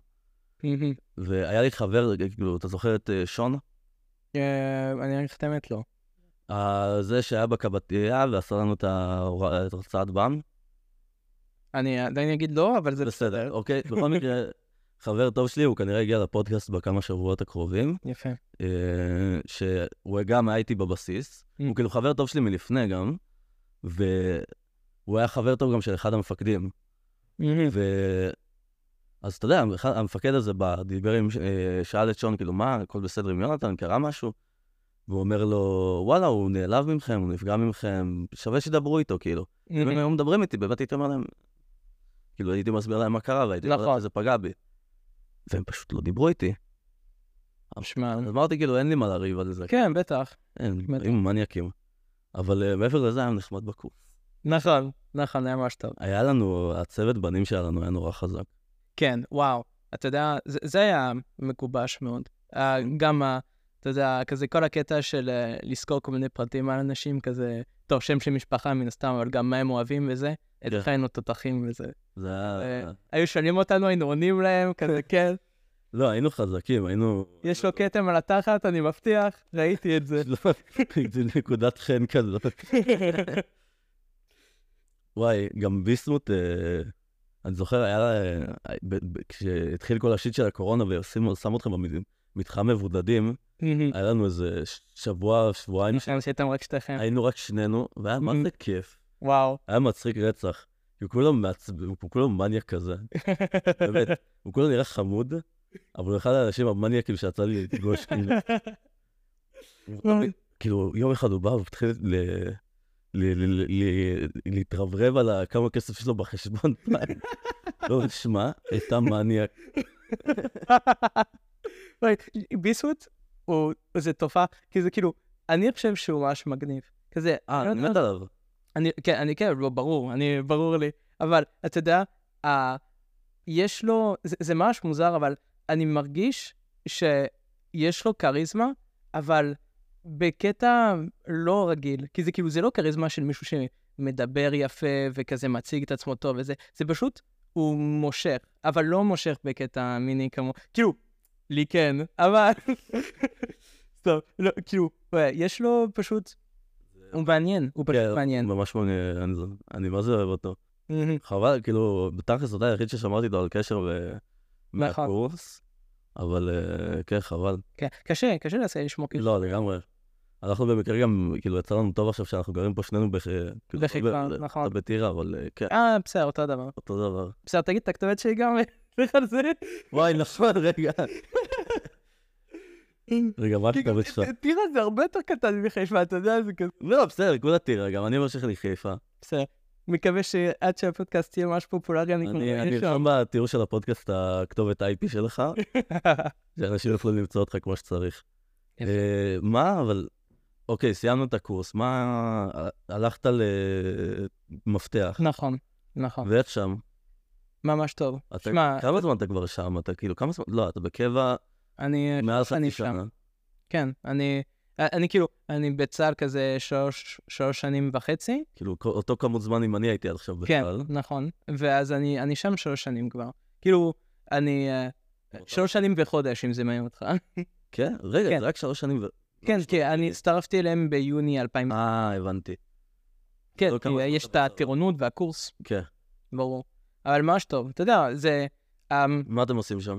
[SPEAKER 2] מהמם.
[SPEAKER 1] והיה לי חבר, אה, כאילו, אתה זוכר את אה, שון?
[SPEAKER 2] אה, אני רק חתמת לו.
[SPEAKER 1] ה- אה, זה שהיה בקבטייה ועשה לנו את ההוראה- את הרצאת בעם?
[SPEAKER 2] אני עדיין אגיד לא, אבל זה בסדר.
[SPEAKER 1] אוקיי, בכל מקרה, חבר טוב שלי, הוא כנראה יגיע לפודקאסט בכמה שבועות הקרובים,
[SPEAKER 2] יפה.
[SPEAKER 1] אה, שהוא גם היה איתי בבסיס.
[SPEAKER 2] Mm.
[SPEAKER 1] הוא כאילו חבר טוב שלי מלפני גם, והוא היה חבר טוב גם של אחד המפקדים.
[SPEAKER 2] מהמם.
[SPEAKER 1] ו... אז אתה יודע, המח- המפקד הזה בא, דיבר עם, ש- אה, שאל את שון, כאילו, מה, הכל בסדר עם יונתן, קרה משהו? והוא אומר לו, וואלה, הוא נעלב מכם, הוא נפגע מכם, שווה שידברו איתו, כאילו. אם
[SPEAKER 2] <laughs>
[SPEAKER 1] הם
[SPEAKER 2] מהמם.
[SPEAKER 1] היו מדברים איתי, באמת הייתי אומר להם, כאילו הייתי מסביר להם מה קרה, והייתי אומר
[SPEAKER 2] נכון.
[SPEAKER 1] שזה פגע בי. והם פשוט לא דיברו איתי.
[SPEAKER 2] שמע.
[SPEAKER 1] אז אמרתי, כאילו, אין לי מה לריב על זה.
[SPEAKER 2] כן, בטח.
[SPEAKER 1] אין,
[SPEAKER 2] בטח.
[SPEAKER 1] היו מניאקים. אבל אה, מעבר לזה היה נחמד בקורס.
[SPEAKER 2] נכון, נכון, היה ממש טוב.
[SPEAKER 1] היה לנו, הצוות בנים שלנו היה נורא חזק.
[SPEAKER 2] כן, וואו. אתה יודע, זה, זה היה מגובש מאוד. Uh, גם, ה- אתה יודע, כזה כל הקטע של uh, לזכור כל מיני פרטים על אנשים, כזה, טוב, שם של משפחה מן הסתם, אבל גם מה הם אוהבים וזה, התחלנו תותחים וזה.
[SPEAKER 1] זה היה...
[SPEAKER 2] אה. היו שואלים אותנו, היינו עונים להם, כזה, כן,
[SPEAKER 1] לא, היינו חזקים, היינו...
[SPEAKER 2] יש לו כתם על התחת, אני מבטיח, ראיתי את זה.
[SPEAKER 1] <laughs>
[SPEAKER 2] <laughs>
[SPEAKER 1] לא, זה נקודת חן כזאת. וואי, גם ביסמוט, אה, אני זוכר, היה, לה, אה, ב- ב- כשהתחיל כל השיט של הקורונה ושמו אתכם במתחם מבודדים, היה לנו איזה ש- שבוע, שבועיים, ש-
[SPEAKER 2] שם שהייתם רק שתיכם.
[SPEAKER 1] היינו רק שנינו, והיה
[SPEAKER 2] Mm-hmm.
[SPEAKER 1] מה זה כיף.
[SPEAKER 2] וואו.
[SPEAKER 1] היה מצחיק רצח. כי כולם מעצבן, הוא כולם מניאק כזה. באמת, הוא כולו נראה חמוד, אבל הוא אחד האנשים המניאקים שיצא לי
[SPEAKER 2] <laughs>
[SPEAKER 1] לפגוש. כאילו. כאילו, יום אחד הוא בא והתחיל ל- ל- ל- ל- ל- להתרברב על ה- כמה כסף יש לו בחשבון. <laughs> לא, שמע, אתה מניאק.
[SPEAKER 2] <laughs> וואי, ביסוט הוא זה תופעה, כי זה כאילו, אני חושב שהוא ממש מגניב. כזה,
[SPEAKER 1] אה,
[SPEAKER 2] לא
[SPEAKER 1] אני
[SPEAKER 2] יודע,
[SPEAKER 1] מת עליו.
[SPEAKER 2] אני, כן, אני כן, לא, ברור, אני, ברור לי. אבל, אתה יודע, ה- יש לו, זה, זה ממש מוזר, אבל אני מרגיש שיש לו כריזמה, אבל בקטע לא רגיל. כי זה כאילו, זה לא כריזמה של מישהו שמדבר יפה וכזה מציג את עצמו טוב וזה, זה פשוט, הוא מושך, אבל לא מושך בקטע מיני כמו, כאילו, לי כן, אבל... <laughs> סתם, לא, כאילו, יש לו פשוט, הוא מעניין, הוא פשוט
[SPEAKER 1] כן,
[SPEAKER 2] מעניין.
[SPEAKER 1] ממש מעניין, אני- אני מה זה אוהב אותו.
[SPEAKER 2] מהמם.
[SPEAKER 1] חבל, כאילו, בתכלס אתה היחיד ששמרתי איתו על קשר ו-
[SPEAKER 2] נכון.
[SPEAKER 1] מהקורס, אבל אה, כן, חבל.
[SPEAKER 2] כן, קשה, קשה לעשות לשמור כאילו.
[SPEAKER 1] לא, לגמרי. אנחנו במקרה גם, כאילו, יצא לנו טוב עכשיו שאנחנו גרים פה שנינו בח... כאילו,
[SPEAKER 2] בחיפה,
[SPEAKER 1] לא ב- לא-
[SPEAKER 2] נכון.
[SPEAKER 1] לא בטירה, אבל אה, כן,
[SPEAKER 2] אה, בסדר, אותו דבר.
[SPEAKER 1] אותו דבר.
[SPEAKER 2] בסדר, תגיד את הכתובת שלי גם, סליחה על זה.
[SPEAKER 1] וואי, נכון, רגע. רגע, מה הכתובת שלך?
[SPEAKER 2] טירה זה הרבה יותר קטן מחיפה, אתה יודע, זה כזה.
[SPEAKER 1] לא, בסדר, כולה טירה, גם אני ממשיך לחיפה.
[SPEAKER 2] בסדר. מקווה שעד שהפודקאסט יהיה ממש פופולרי, אני כבר
[SPEAKER 1] אני אני
[SPEAKER 2] אהיה
[SPEAKER 1] ארשום
[SPEAKER 2] שם.
[SPEAKER 1] בתיאור של הפודקאסט הכתובת IP שלך, שאנשים יוכלו למצוא אותך כמו שצריך.
[SPEAKER 2] יפה.
[SPEAKER 1] אה, מה, אבל... אוקיי, סיימנו את הקורס, מה... הלכת למפתח,
[SPEAKER 2] נכון, נכון.
[SPEAKER 1] ואיך שם?
[SPEAKER 2] ממש טוב.
[SPEAKER 1] אתה-
[SPEAKER 2] שמע, אה,
[SPEAKER 1] כמה זמן אתה כבר שם? אתה כאילו, כמה זמן? לא, אתה בקבע
[SPEAKER 2] אני...
[SPEAKER 1] מעל
[SPEAKER 2] אני
[SPEAKER 1] חצי
[SPEAKER 2] אה, שם.
[SPEAKER 1] שנה.
[SPEAKER 2] כן, אני... אני כאילו, אני בצה"ל כזה שלוש שלוש שנים וחצי.
[SPEAKER 1] כאילו, כ- אותו כמות זמן אם אני הייתי עד עכשיו
[SPEAKER 2] כן,
[SPEAKER 1] בכלל.
[SPEAKER 2] נכון. ואז אני אני שם שלוש שנים כבר. כאילו, אני... אה, שלוש שנים וחודש, אם זה מעניין אותך.
[SPEAKER 1] כן, רגע,
[SPEAKER 2] כן.
[SPEAKER 1] זה רק שלוש שנים ו...
[SPEAKER 2] כן,
[SPEAKER 1] לא,
[SPEAKER 2] כי
[SPEAKER 1] שלוש
[SPEAKER 2] אני
[SPEAKER 1] שנים.
[SPEAKER 2] הצטרפתי אליהם ביוני 2000.
[SPEAKER 1] אה, הבנתי.
[SPEAKER 2] כן,
[SPEAKER 1] לא
[SPEAKER 2] כי
[SPEAKER 1] כמה
[SPEAKER 2] יש
[SPEAKER 1] זמן
[SPEAKER 2] את
[SPEAKER 1] אתה בצבא.
[SPEAKER 2] הטירונות והקורס,
[SPEAKER 1] כן.
[SPEAKER 2] ברור. אבל ממש טוב, אתה יודע, זה אמ,
[SPEAKER 1] מה אתם עושים שם?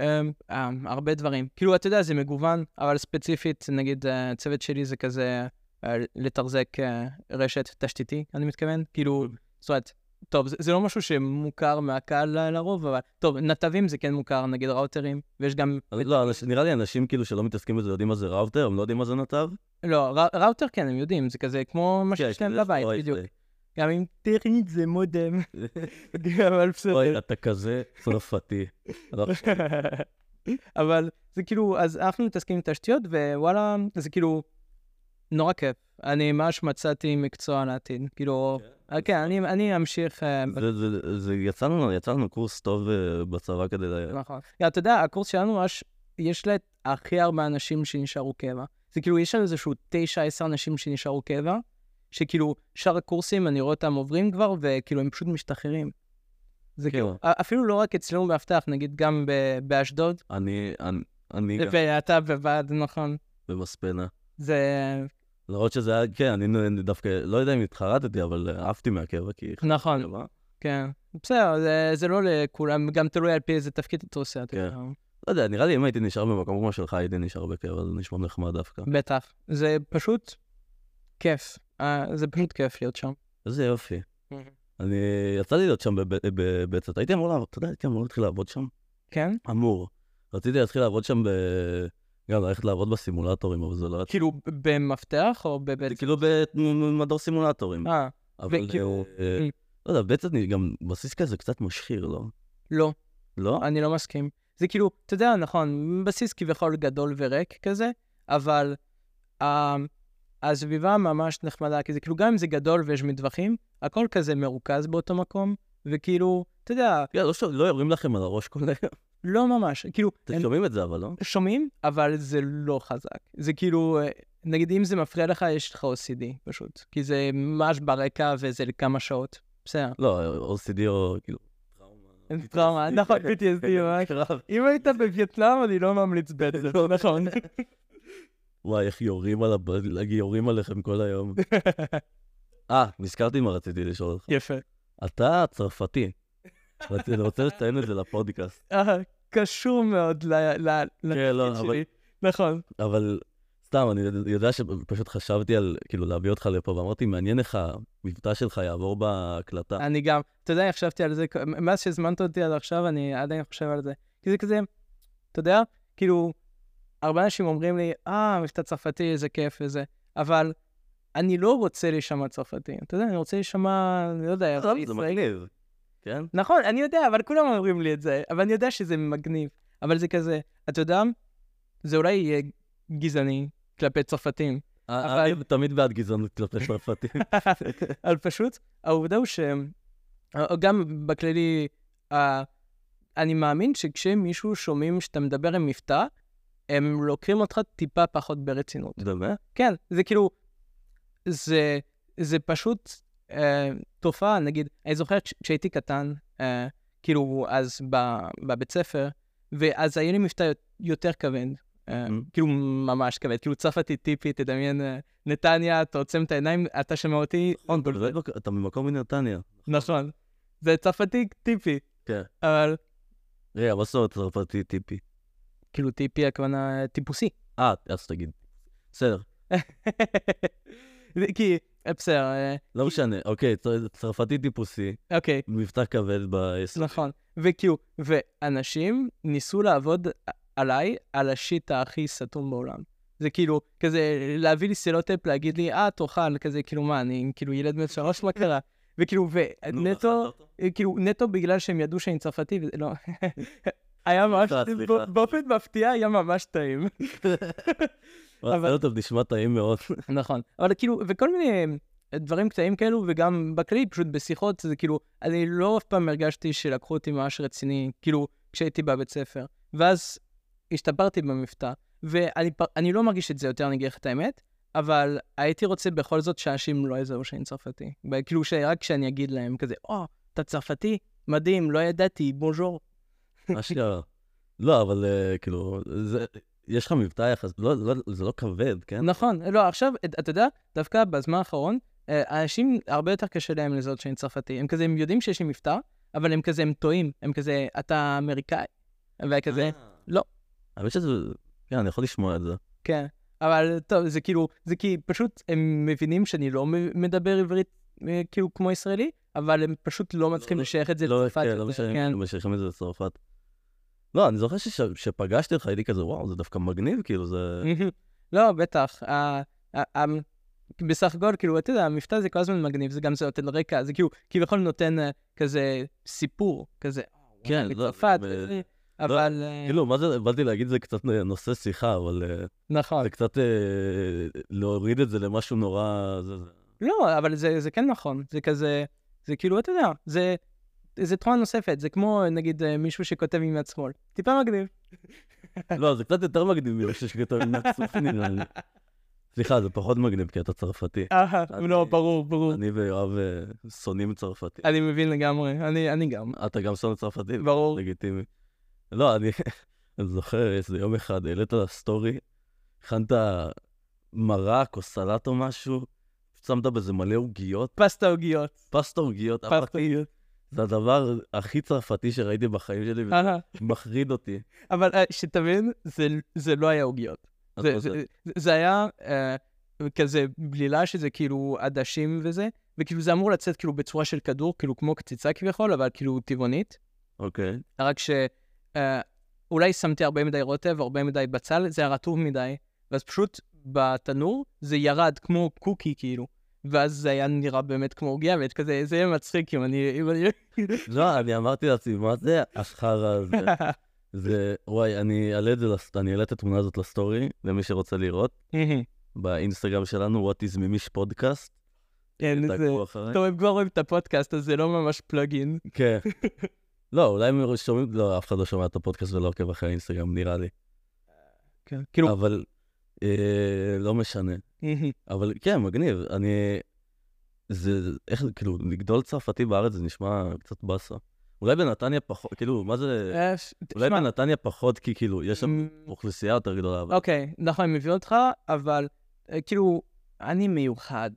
[SPEAKER 2] אמ, אמ, הרבה דברים. כאילו, אתה יודע, זה מגוון, אבל ספציפית, נגיד, אה, הצוות שלי זה
[SPEAKER 1] אוקיי.
[SPEAKER 2] כזה אה, לתחזק אה, רשת תשתיתי, אני מתכוון. כאילו, זאת אומרת, טוב, זה, זה לא משהו שמוכר מהקהל ל- לרוב, אבל... טוב, נתבים זה כן מוכר, נגיד ראוטרים, ויש גם...
[SPEAKER 1] אז לא, אנש- נראה לי אנשים כאילו שלא מתעסקים בזה יודעים מה זה ראוטר, הם לא יודעים מה זה נתב.
[SPEAKER 2] לא, ר- ראוטר כן, הם יודעים, זה כזה כמו מה
[SPEAKER 1] כן,
[SPEAKER 2] שיש להם
[SPEAKER 1] יש
[SPEAKER 2] בבית,
[SPEAKER 1] אוי,
[SPEAKER 2] בדיוק.
[SPEAKER 1] זה-
[SPEAKER 2] גם אם טכנית זה מודם, אבל בסדר.
[SPEAKER 1] אוי, אתה כזה צרפתי.
[SPEAKER 2] אבל זה כאילו, אז אנחנו מתעסקים עם תשתיות, ווואלה, זה כאילו נורא כיף. אני ממש מצאתי מקצוע לעתיד. כאילו, אה, כן, אני- אני אמשיך... אה,
[SPEAKER 1] זה- זה- זה יצא לנו- יצא לנו קורס טוב אה, בצבא כדי ל...
[SPEAKER 2] נכון. גם, אתה יודע, הקורס שלנו ממש, יש לה הכי הרבה אנשים שנשארו קבע. זה כאילו, יש לנו איזשהו תשע, עשר אנשים שנשארו קבע, שכאילו, שאר הקורסים, אני רואה אותם עוברים כבר, וכאילו, הם פשוט משתחררים. זה
[SPEAKER 1] כן.
[SPEAKER 2] כאילו, א- אפילו לא רק אצלנו באבטח, נגיד גם ב- באשדוד,
[SPEAKER 1] אני, אני- אני גם
[SPEAKER 2] ואתה בוועד, נכון.
[SPEAKER 1] במספנה.
[SPEAKER 2] זה
[SPEAKER 1] למרות שזה היה, כן, אני נ- דווקא, לא יודע אם התחרטתי, אבל אה, עפתי מהקבע, כי...
[SPEAKER 2] נכון,
[SPEAKER 1] מה?
[SPEAKER 2] כן. בסדר, זה, זה לא לכולם, גם תלוי על פי איזה תפקיד אתה עושה, אתה
[SPEAKER 1] כן.
[SPEAKER 2] יודע.
[SPEAKER 1] לא יודע, נראה לי אם הייתי נשאר במקום כמו שלך, הייתי נשאר בקבע, זה נשמע נחמד
[SPEAKER 2] <laughs>
[SPEAKER 1] דווקא.
[SPEAKER 2] בטח. זה פשוט כיף. אה, זה פשוט כיף להיות שם.
[SPEAKER 1] איזה יופי. אני, יצא לי להיות שם בב- בבצת, הייתי אמור לעבוד, אתה יודע, הייתי אמור להתחיל לעבוד שם.
[SPEAKER 2] כן?
[SPEAKER 1] אמור. רציתי להתחיל לעבוד שם ב... גם ללכת לעבוד בסימולטורים, אבל זה לא...
[SPEAKER 2] כאילו ב- במפתח או
[SPEAKER 1] זה
[SPEAKER 2] בבית...
[SPEAKER 1] כאילו במדור סימולטורים.
[SPEAKER 2] אה,
[SPEAKER 1] אבל
[SPEAKER 2] וכאילו-
[SPEAKER 1] אה,
[SPEAKER 2] Mm.
[SPEAKER 1] לא יודע, בצד אני גם בסיס כזה קצת משחיר, לא?
[SPEAKER 2] לא,
[SPEAKER 1] לא?
[SPEAKER 2] אני לא מסכים. זה כאילו, אתה יודע, נכון, בסיס כביכול גדול וריק כזה, אבל ה- הסביבה ממש נחמדה, כי זה כאילו, גם אם זה גדול ויש מטווחים, הכל כזה מרוכז באותו מקום, וכאילו, אתה יודע,
[SPEAKER 1] כן, לא ש- לא יורים לכם על הראש כל היום.
[SPEAKER 2] לא ממש, כאילו,
[SPEAKER 1] אתם
[SPEAKER 2] הם-
[SPEAKER 1] שומעים את זה, אבל לא?
[SPEAKER 2] שומעים, אבל זה לא חזק. זה כאילו, אה, נגיד אם זה מפריע לך, יש לך OCD פשוט. כי זה ממש ברקע וזה לכמה שעות. בסדר.
[SPEAKER 1] לא, OCD או כאילו...
[SPEAKER 2] אין טראומה, נכון,
[SPEAKER 1] <laughs>
[SPEAKER 2] PTSD, ממש.
[SPEAKER 1] קרב.
[SPEAKER 2] אם היית בווייטנאם, אני לא ממליץ בטח, נכון.
[SPEAKER 1] וואי, איך יורים על הב- יורים עליכם כל
[SPEAKER 2] <laughs>
[SPEAKER 1] היום. אה, נזכרתי מה רציתי לשאול אותך.
[SPEAKER 2] יפה.
[SPEAKER 1] אתה צרפתי. רצ- אני רוצה לציין את זה לפודקאסט.
[SPEAKER 2] אה, קשור מאוד ל- ל-
[SPEAKER 1] כן, לא,
[SPEAKER 2] לתפקיד
[SPEAKER 1] אבל-
[SPEAKER 2] שלי. נכון.
[SPEAKER 1] אבל סתם, אני יודע שפשוט חשבתי על, כאילו, להביא אותך לפה, ואמרתי, מעניין איך המבטא שלך יעבור בהקלטה.
[SPEAKER 2] אני גם, אתה יודע, חשבתי על זה, כ- מאז שהזמנת אותי עד עכשיו, אני עדיין חושב על זה. כי זה כזה, אתה יודע, כאילו, הרבה אנשים אומרים לי, אה, מבטא צרפתי, איזה כיף וזה, אבל אני לא רוצה להישמע צרפתי, אתה יודע, אני רוצה להישמע, אני לא יודע,
[SPEAKER 1] עזוב, זה
[SPEAKER 2] ישראלי.
[SPEAKER 1] מגניב. כן?
[SPEAKER 2] נכון, אני יודע, אבל כולם אומרים לי את זה, אבל אני יודע שזה מגניב. אבל זה כזה, אתה יודע, זה אולי יהיה גזעני כלפי צרפתים, אבל-
[SPEAKER 1] אני אה, תמיד בעד גזענות כלפי
[SPEAKER 2] <laughs>
[SPEAKER 1] צרפתים.
[SPEAKER 2] אבל פשוט, העובדה הוא שהם, גם בכללי, אה, אני מאמין שכשמישהו שומעים שאתה מדבר עם מבטא, הם לוקחים אותך טיפה פחות ברצינות.
[SPEAKER 1] דומה?
[SPEAKER 2] כן, זה כאילו, זה, זה פשוט אה, תופעה, נגיד, אני זוכר כש- כשהייתי קטן, אה, כאילו, אז ב, בבית ספר, ואז היה לי מבטא יותר כבד, אה,
[SPEAKER 1] Mm.
[SPEAKER 2] כאילו ממש כבד, כאילו צרפתי טיפי, תדמיין, אה, נתניה, אתה עוצם את העיניים, אתה שומע אותי,
[SPEAKER 1] נכון, אתה באמת לא- אתה ממקום מנתניה.
[SPEAKER 2] נכון. זה צרפתי טיפי.
[SPEAKER 1] כן.
[SPEAKER 2] אבל,
[SPEAKER 1] רגע, מה זאת אומרת צרפתי טיפי?
[SPEAKER 2] כאילו טיפי הכוונה אה, טיפוסי. <laughs>
[SPEAKER 1] אה, אז תגיד. בסדר,
[SPEAKER 2] זה כי, אה, בסדר, אה,
[SPEAKER 1] לא משנה. אוקיי, צר- צרפתי טיפוסי,
[SPEAKER 2] אוקיי.
[SPEAKER 1] מבטא כבד ביסוד.
[SPEAKER 2] נכון, וכאילו, ואנשים ניסו לעבוד עליי על השיט הכי סתום בעולם. זה כאילו, כזה, להביא לי סילוטפ, להגיד לי, אה, תאכל, כזה, כאילו, מה, אני כאילו ילד בן שלוש, מה קרה? וכאילו,
[SPEAKER 1] נו,
[SPEAKER 2] ונטו,
[SPEAKER 1] אכלת אותו?
[SPEAKER 2] כאילו, נטו בגלל שהם ידעו שאני צרפתי, וזה לא... <laughs> היה ממש,
[SPEAKER 1] סליחה, סליחה.
[SPEAKER 2] בא- באופן מפתיע היה ממש טעים.
[SPEAKER 1] וואי,
[SPEAKER 2] אבל-
[SPEAKER 1] סלוטב אה, לא, נשמע טעים
[SPEAKER 2] <laughs>
[SPEAKER 1] מאוד.
[SPEAKER 2] נכון, אבל כאילו, וכל מיני אה, דברים קטעים כאלו, וגם בכללי, פשוט בשיחות, זה כאילו, אני לא אף פעם הרגשתי שלקחו אותי ממש רציני, כאילו, כשהייתי בבית ספר. ואז השתפרתי במבטא, ואני פ- אני לא מרגיש את זה יותר, אני אגיד לך את האמת, אבל הייתי רוצה בכל זאת שאנשים לא יזהו שאני צרפתי. כאילו, שרק כשאני אגיד להם כזה, או, אתה צרפתי? מדהים, לא ידעתי, בונז'ור.
[SPEAKER 1] אשכרה. לא, אבל אה, כאילו, זה- יש לך מבטא יחס, לא, לא- זה לא כבד, כן?
[SPEAKER 2] נכון, לא, עכשיו, את- אתה יודע, דווקא בזמן האחרון, אה, אנשים, הרבה יותר קשה להם לזהות שאני צרפתי. הם כזה, הם יודעים שיש לי מבטא, אבל הם כזה, הם טועים. הם כזה, אתה אמריקאי. וכזה,
[SPEAKER 1] אה.
[SPEAKER 2] לא.
[SPEAKER 1] האמת שזה, כן, אני יכול לשמוע את זה.
[SPEAKER 2] כן. אבל טוב, זה כאילו, זה כי פשוט הם מבינים שאני לא מ- מדבר עברית אה, כאילו כמו ישראלי, אבל הם פשוט לא מצליחים
[SPEAKER 1] לא-
[SPEAKER 2] לשייך את זה
[SPEAKER 1] לא,
[SPEAKER 2] לצרפת
[SPEAKER 1] כן, לא
[SPEAKER 2] יותר,
[SPEAKER 1] משנה,
[SPEAKER 2] כן.
[SPEAKER 1] אם משייכים את זה לצרפת. לא, אני זוכר שש- שפגשתי אותך, הייתי כזה, וואו, זה דווקא מגניב, כאילו, זה...
[SPEAKER 2] מהמם. לא, בטח. ה- ה- ה- בסך הכל, כאילו, אתה יודע, המבטא זה כל הזמן מגניב, זה גם זה נותן רקע, זה כאילו, כביכול נותן אה, כזה סיפור, כזה.
[SPEAKER 1] כן, לא,
[SPEAKER 2] מצרפת,
[SPEAKER 1] ב-
[SPEAKER 2] וזה, אבל... אה,
[SPEAKER 1] כאילו, מה זה, באתי להגיד, זה קצת נושא שיחה, אבל אה,
[SPEAKER 2] נכון.
[SPEAKER 1] זה קצת אה, להוריד את זה למשהו נורא... זה- זה-
[SPEAKER 2] לא, אבל זה, זה כן נכון, זה כזה, זה כאילו, אתה יודע, זה, זה תרומה נוספת, זה כמו נגיד אה, מישהו שכותב מימד שמאל, טיפה מגניב.
[SPEAKER 1] לא, זה קצת יותר מגניב ממה שכתוב מעצמי, נראה לי. סליחה, זה פחות מגניב, כי אתה צרפתי.
[SPEAKER 2] אה,
[SPEAKER 1] אני-
[SPEAKER 2] <laughs> לא, ברור, ברור.
[SPEAKER 1] אני ויואב אה, שונאים צרפתי.
[SPEAKER 2] אני מבין לגמרי, אני, אני גם,
[SPEAKER 1] אתה גם שונא צרפתים?
[SPEAKER 2] ברור.
[SPEAKER 1] לגיטימי. לא, אני <laughs> אני זוכר איזה יום אחד העלית סטורי, הכנת מרק או סלט או משהו, שמת בזה מלא עוגיות,
[SPEAKER 2] פסטה עוגיות,
[SPEAKER 1] פסטה עוגיות,
[SPEAKER 2] פסטה
[SPEAKER 1] אמרתי,
[SPEAKER 2] עוגיות.
[SPEAKER 1] זה הדבר הכי צרפתי שראיתי בחיים שלי, וזה
[SPEAKER 2] אהה.
[SPEAKER 1] מחריד אותי.
[SPEAKER 2] אבל אה, שתבין, זה, זה לא היה עוגיות.
[SPEAKER 1] אז
[SPEAKER 2] זה,
[SPEAKER 1] מה זה?
[SPEAKER 2] זה, זה, זה היה אה, כזה בלילה שזה כאילו עדשים וזה, וכאילו זה אמור לצאת כאילו בצורה של כדור, כאילו כמו קציצה כביכול, אבל כאילו טבעונית.
[SPEAKER 1] אוקיי.
[SPEAKER 2] רק שאולי שמתי הרבה מדי רוטב, הרבה מדי בצל, זה היה רטוב מדי, ואז פשוט בתנור זה ירד כמו קוקי כאילו, ואז זה היה נראה באמת כמו עוגיה, ואת כזה, זה יהיה מצחיק אם אני... אם אני...
[SPEAKER 1] לא, אני אמרתי לעצמי, מה זה החרא
[SPEAKER 2] <laughs>
[SPEAKER 1] הזה? זה, וואי, אני אעלה את זה, לס- אני אעלה את התמונה הזאת לסטורי, למי שרוצה לראות, באינסטגרם שלנו, What is ממיש פודקאסט,
[SPEAKER 2] כן, זה...
[SPEAKER 1] תעקבו אחריי.
[SPEAKER 2] טוב, הם כבר רואים את הפודקאסט, אז זה לא ממש פלאגין.
[SPEAKER 1] כן.
[SPEAKER 2] <laughs>
[SPEAKER 1] לא, אולי הם שומעים, לא, אף אחד לא שומע את הפודקאסט ולא עוקב אחרי האינסטגרם, נראה לי.
[SPEAKER 2] כן. כאילו,
[SPEAKER 1] אבל אה, לא משנה.
[SPEAKER 2] מהמם.
[SPEAKER 1] אבל כן, מגניב. אני... זה, איך, כאילו, לגדול צרפתי בארץ זה נשמע קצת באסה. אולי בנתניה פחות, כאילו, מה זה...
[SPEAKER 2] אה, ש-
[SPEAKER 1] אולי
[SPEAKER 2] תשמע,
[SPEAKER 1] בנתניה פחות, כי כאילו, יש שם
[SPEAKER 2] מ-
[SPEAKER 1] אוכלוסייה יותר גדולה. אבל-
[SPEAKER 2] אוקיי, נכון, אני מבין אותך, אבל אה, כאילו, אני מיוחד.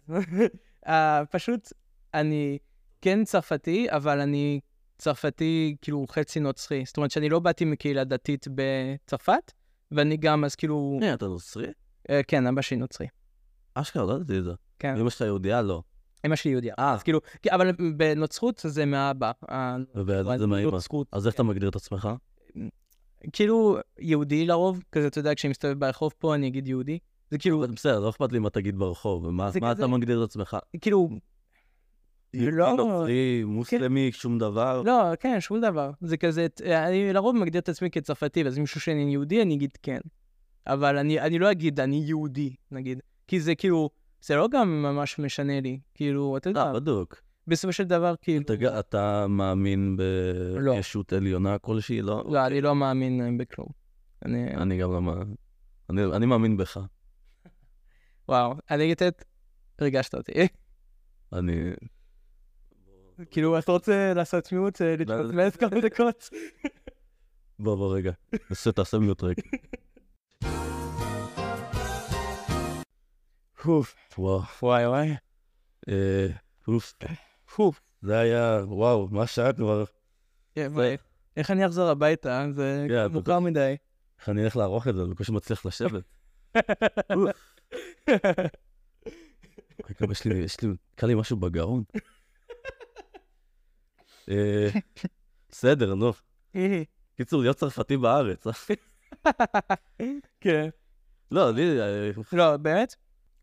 [SPEAKER 2] <laughs> אה, פשוט, אני כן צרפתי, אבל אני צרפתי כאילו חצי נוצרי. זאת אומרת שאני לא באתי מקהילה דתית בצרפת, ואני גם, אז כאילו,
[SPEAKER 1] הנה, אתה נוצרי?
[SPEAKER 2] אה, כן, אבא שלי נוצרי.
[SPEAKER 1] אשכרה, לא ידעתי את זה.
[SPEAKER 2] כן.
[SPEAKER 1] ואמא שלך יהודייה? לא.
[SPEAKER 2] אמא שלי יהודיה.
[SPEAKER 1] אה,
[SPEAKER 2] אז כאילו, כן, אבל בנוצרות זה מהאבא. אה,
[SPEAKER 1] ובאמת זה מהאמא.
[SPEAKER 2] נוצרות,
[SPEAKER 1] אז איך אתה מגדיר את עצמך?
[SPEAKER 2] כאילו, יהודי לרוב, כזה, אתה יודע, כשאני מסתובב ברחוב פה, אני אגיד יהודי. זה כאילו,
[SPEAKER 1] אבל בסדר, לא אכפת לי מה תגיד ברחוב, מה
[SPEAKER 2] זה
[SPEAKER 1] מה
[SPEAKER 2] כזה-
[SPEAKER 1] אתה מגדיר את עצמך?
[SPEAKER 2] כאילו,
[SPEAKER 1] יהודי,
[SPEAKER 2] לא- כן.
[SPEAKER 1] נוצרי, מוסלמי, שום דבר.
[SPEAKER 2] לא, כן, שום דבר. זה כזה, ת- אני לרוב מגדיר את עצמי כצרפתי, ואז מישהו שאני יהודי, אני אגיד כן. אבל אני, אני לא אגיד, אני יהודי, נגיד. כי זה כאילו, זה לא גם ממש משנה לי. כאילו, אתה יודע,
[SPEAKER 1] לא, בדוק.
[SPEAKER 2] בסופו של דבר, כאילו...
[SPEAKER 1] אתה ג- אתה מאמין
[SPEAKER 2] לא.
[SPEAKER 1] בישות עליונה כלשהי? לא?
[SPEAKER 2] לא, אני לא מאמין אה, בכלום. אני...
[SPEAKER 1] אני גם לא מאמין. אני- אני מאמין בך.
[SPEAKER 2] וואו, אני אגיד את... הרגשת אותי. <laughs>
[SPEAKER 1] אני...
[SPEAKER 2] כאילו, אתה רוצה לעשות מיעוט,
[SPEAKER 1] להתפספס
[SPEAKER 2] <laughs> כמה דקות?
[SPEAKER 1] בוא, בוא, רגע. נעשה, תעשה מיוט רגע.
[SPEAKER 2] <laughs> הוף,
[SPEAKER 1] וואו.
[SPEAKER 2] וואי וואי.
[SPEAKER 1] אה, אוף.
[SPEAKER 2] הוף.
[SPEAKER 1] זה היה, וואו, מה שעה כבר.
[SPEAKER 2] כן, וואי. איך אני אחזור הביתה? זה
[SPEAKER 1] כן,
[SPEAKER 2] מאוחר מדי. <laughs>
[SPEAKER 1] איך אני אלך לערוך את זה? אני בקושי מצליח לשבת. רגע, יש לי, יש לי, קל לי משהו
[SPEAKER 2] <laughs>
[SPEAKER 1] בגרון. אה, בסדר, נו. קיצור, להיות צרפתי בארץ. אה?
[SPEAKER 2] כן.
[SPEAKER 1] לא, לי, אה,
[SPEAKER 2] לא, באמת?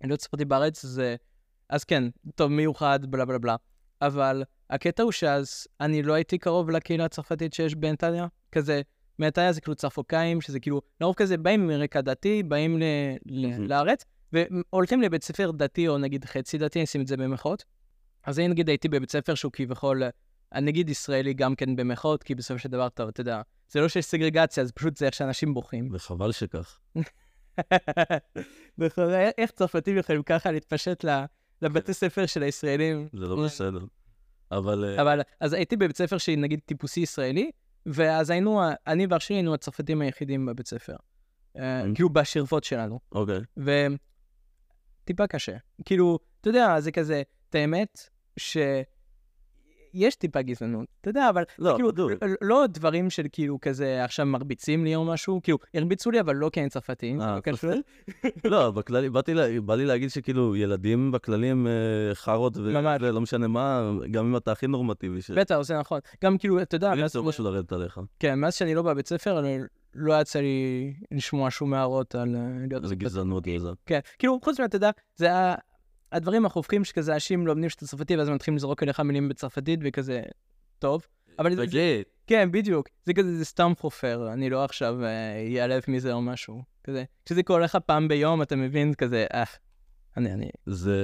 [SPEAKER 2] אני לא צרפתי בארץ, זה... אז כן, טוב, מיוחד, בלה בלה בלה. אבל הקטע הוא שאז אני לא הייתי קרוב לקהילה הצרפתית שיש בנתניה. כזה, בנתניה זה כאילו צרפוקאים, שזה כאילו, לרוב כזה, באים מרקע דתי, באים ל... ל...
[SPEAKER 1] Mhm.
[SPEAKER 2] לארץ, והולכים לבית ספר דתי, או נגיד חצי דתי, אני אשים את זה במחאות. אז אני נגיד הייתי בבית ספר שהוא כביכול, אני נגיד ישראלי גם כן במחאות, כי בסופו של דבר, טוב, אתה יודע, זה לא שיש סגרגציה, זה פשוט זה איך שאנשים בוכים.
[SPEAKER 1] וחבל שכך.
[SPEAKER 2] <laughs> נכון, איך צרפתים יכולים ככה להתפשט ל- לבתי ספר של הישראלים?
[SPEAKER 1] זה לא בסדר. אבל אה,
[SPEAKER 2] כן. אבל אז הייתי בבית ספר שהיא נגיד טיפוסי ישראלי, ואז היינו, ה- אני ואח שלי היינו הצרפתים היחידים בבית ספר. אה,
[SPEAKER 1] Mm.
[SPEAKER 2] כאילו בשכבות שלנו.
[SPEAKER 1] אוקיי.
[SPEAKER 2] וטיפה קשה. כאילו, אתה יודע, זה כזה, את האמת, ש... יש טיפה גזענות, אתה יודע, אבל
[SPEAKER 1] לא,
[SPEAKER 2] כאילו,
[SPEAKER 1] בדיוק.
[SPEAKER 2] ל- לא דברים של כאילו כזה עכשיו מרביצים לי או משהו, כאילו, הרביצו לי אבל לא כי אני צרפתי.
[SPEAKER 1] אה,
[SPEAKER 2] לא קשור.
[SPEAKER 1] לא, בכללי, באתי, לה- בא לי להגיד שכאילו ילדים בכללי הם אה, חארות, ו-
[SPEAKER 2] ממש.
[SPEAKER 1] ולא משנה מה, גם אם אתה הכי נורמטיבי, ש...
[SPEAKER 2] בטח, זה נכון. גם כאילו, אתה יודע,
[SPEAKER 1] אין
[SPEAKER 2] מאז-
[SPEAKER 1] יותר משהו לרדת עליך.
[SPEAKER 2] כן, מאז שאני לא בבית ספר, אני לא יצא לי לשמוע שום הערות על אה, להיות
[SPEAKER 1] זה
[SPEAKER 2] צרפתי.
[SPEAKER 1] גזענות וזה.
[SPEAKER 2] כן, כאילו, חוץ מזה, אתה יודע, זה ה- הדברים החופכים שכזה אנשים לומדים שאתה צרפתי, ואז הם מתחילים לזרוק אליך מילים בצרפתית, וכזה, טוב. אבל זה,
[SPEAKER 1] תגיד,
[SPEAKER 2] כן, בדיוק. זה כזה, זה סתם חופר, אני לא עכשיו אה, אעלב מזה או משהו. כזה, כשזה קורה לך פעם ביום, אתה מבין, כזה, אה, אני, אני,
[SPEAKER 1] זה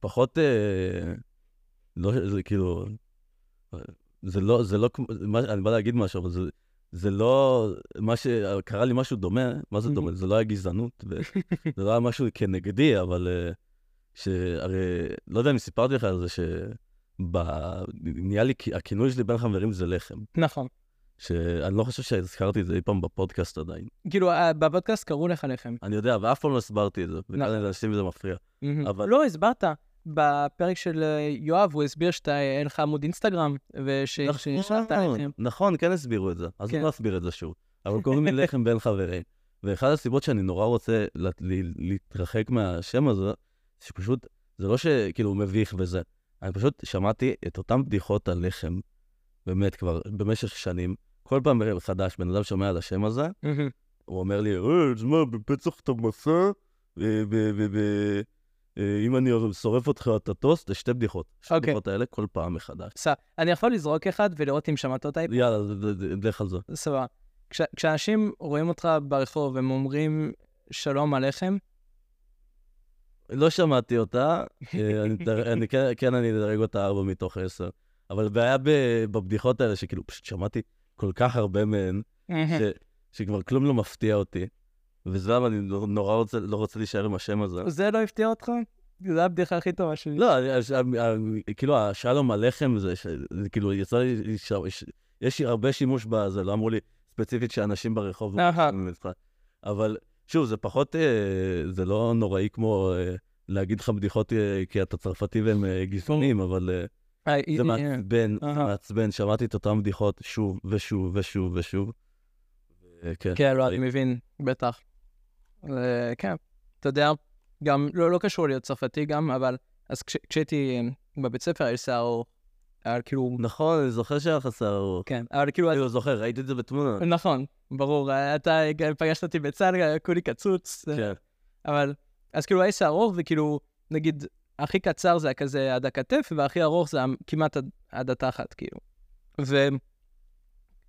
[SPEAKER 1] פחות, אה, לא, ש- זה כאילו, אה, זה לא, זה לא, כמו- מה- אני בא להגיד משהו, אבל זה, זה לא, מה ש... קרה לי משהו דומה, מה זה דומה? זה לא היה גזענות, ו- זה לא היה משהו כנגדי, אבל אה, שהרי, לא יודע אם סיפרתי לך על זה, ש... נהיה לי, כי- הכינוי שלי בין חברים זה לחם,
[SPEAKER 2] נכון.
[SPEAKER 1] שאני לא חושב שהזכרתי את זה אי פעם בפודקאסט עדיין.
[SPEAKER 2] כאילו, אה, בפודקאסט קראו לך לחם.
[SPEAKER 1] אני יודע, ואף פעם לא הסברתי את זה, וכאן
[SPEAKER 2] נכון.
[SPEAKER 1] לאנשים זה מפריע.
[SPEAKER 2] מהמם.
[SPEAKER 1] אבל-
[SPEAKER 2] לא, הסברת. בפרק של אה, יואב, הוא הסביר שאתה, אה, אין לך עמוד אינסטגרם, ושנשארת עליכם.
[SPEAKER 1] אוקיי. נכון, כן הסבירו את זה. אז
[SPEAKER 2] כן.
[SPEAKER 1] לא אסביר את זה שוב. אבל קוראים
[SPEAKER 2] <laughs>
[SPEAKER 1] לי לחם בין חברים. ואחת הסיבות שאני נורא רוצה לת- ל- להתרחק מהשם הזה, שפשוט, זה לא שכאילו מביך וזה. אני פשוט שמעתי את אותן בדיחות על לחם, באמת כבר, במשך שנים. כל פעם מחדש בן אדם שומע על השם הזה,
[SPEAKER 2] מהמם.
[SPEAKER 1] הוא אומר לי, אה, תשמע, בפצח אתה מסע, ו- ו- ו- ו- אה, אם אני שורף אותך אתה טוס, זה שתי בדיחות. שתי
[SPEAKER 2] אוקיי.
[SPEAKER 1] הבדיחות האלה כל פעם מחדש.
[SPEAKER 2] סע, אני יכול לזרוק אחד ולראות אם שמעת אותה אי פעם?
[SPEAKER 1] יאללה, ד- ד- ד- לך על זה.
[SPEAKER 2] סבבה. כש- כשאנשים רואים אותך ברחוב, הם אומרים שלום עליכם,
[SPEAKER 1] לא שמעתי אותה, אה, אני אדר- אני כן- כן, אני אדרג אותה ארבע מתוך עשר. אבל הבעיה ב- בבדיחות האלה, שכאילו, פשוט שמעתי כל כך הרבה מהן,
[SPEAKER 2] כן.
[SPEAKER 1] ש- שכבר כלום לא מפתיע אותי. וזה למה אני נור- נורא רוצה, לא רוצה להישאר עם השם הזה.
[SPEAKER 2] זה לא הפתיע אותך? זה הבדיחה הכי טובה שלי.
[SPEAKER 1] לא, אני- הש- ה- ה- כאילו, השלום עליכם זה, ש- זה כאילו, יצא לי, לש- ש- יש הרבה שימוש בזה, לא אמרו לי ספציפית שאנשים ברחוב,
[SPEAKER 2] אהה.
[SPEAKER 1] עושים את זה. אבל שוב, זה פחות, אה, זה לא נוראי כמו אה, להגיד לך בדיחות אה, כי אתה צרפתי והם אה, גזענים, אבל אה,
[SPEAKER 2] אה,
[SPEAKER 1] זה
[SPEAKER 2] אה, אה,
[SPEAKER 1] מעצבן, זה
[SPEAKER 2] אהה.
[SPEAKER 1] מעצבן, שמעתי את אותן בדיחות שוב ושוב ושוב ושוב. אה, כן,
[SPEAKER 2] כן, לא, אני מבין, בטח. אה, כן, אתה יודע, גם, לא, לא קשור להיות צרפתי גם, אבל, אז כש- כשהייתי אה, בבית ספר, היה לי שיער ארוך. היה כאילו,
[SPEAKER 1] נכון, אני זוכר שהיה לך שיער ארוך.
[SPEAKER 2] כן, אבל כאילו,
[SPEAKER 1] אני לא זוכר, ראיתי את זה בתמונה.
[SPEAKER 2] נכון, ברור, אה, אתה גם פגשת אותי בצד, אה, כולי קצוץ, אה,
[SPEAKER 1] כן,
[SPEAKER 2] אבל, אז כאילו היה שיער ארוך, וכאילו, נגיד, הכי קצר זה היה כזה עד הכתף, והכי ארוך זה היה כמעט עד, עד התחת, כאילו.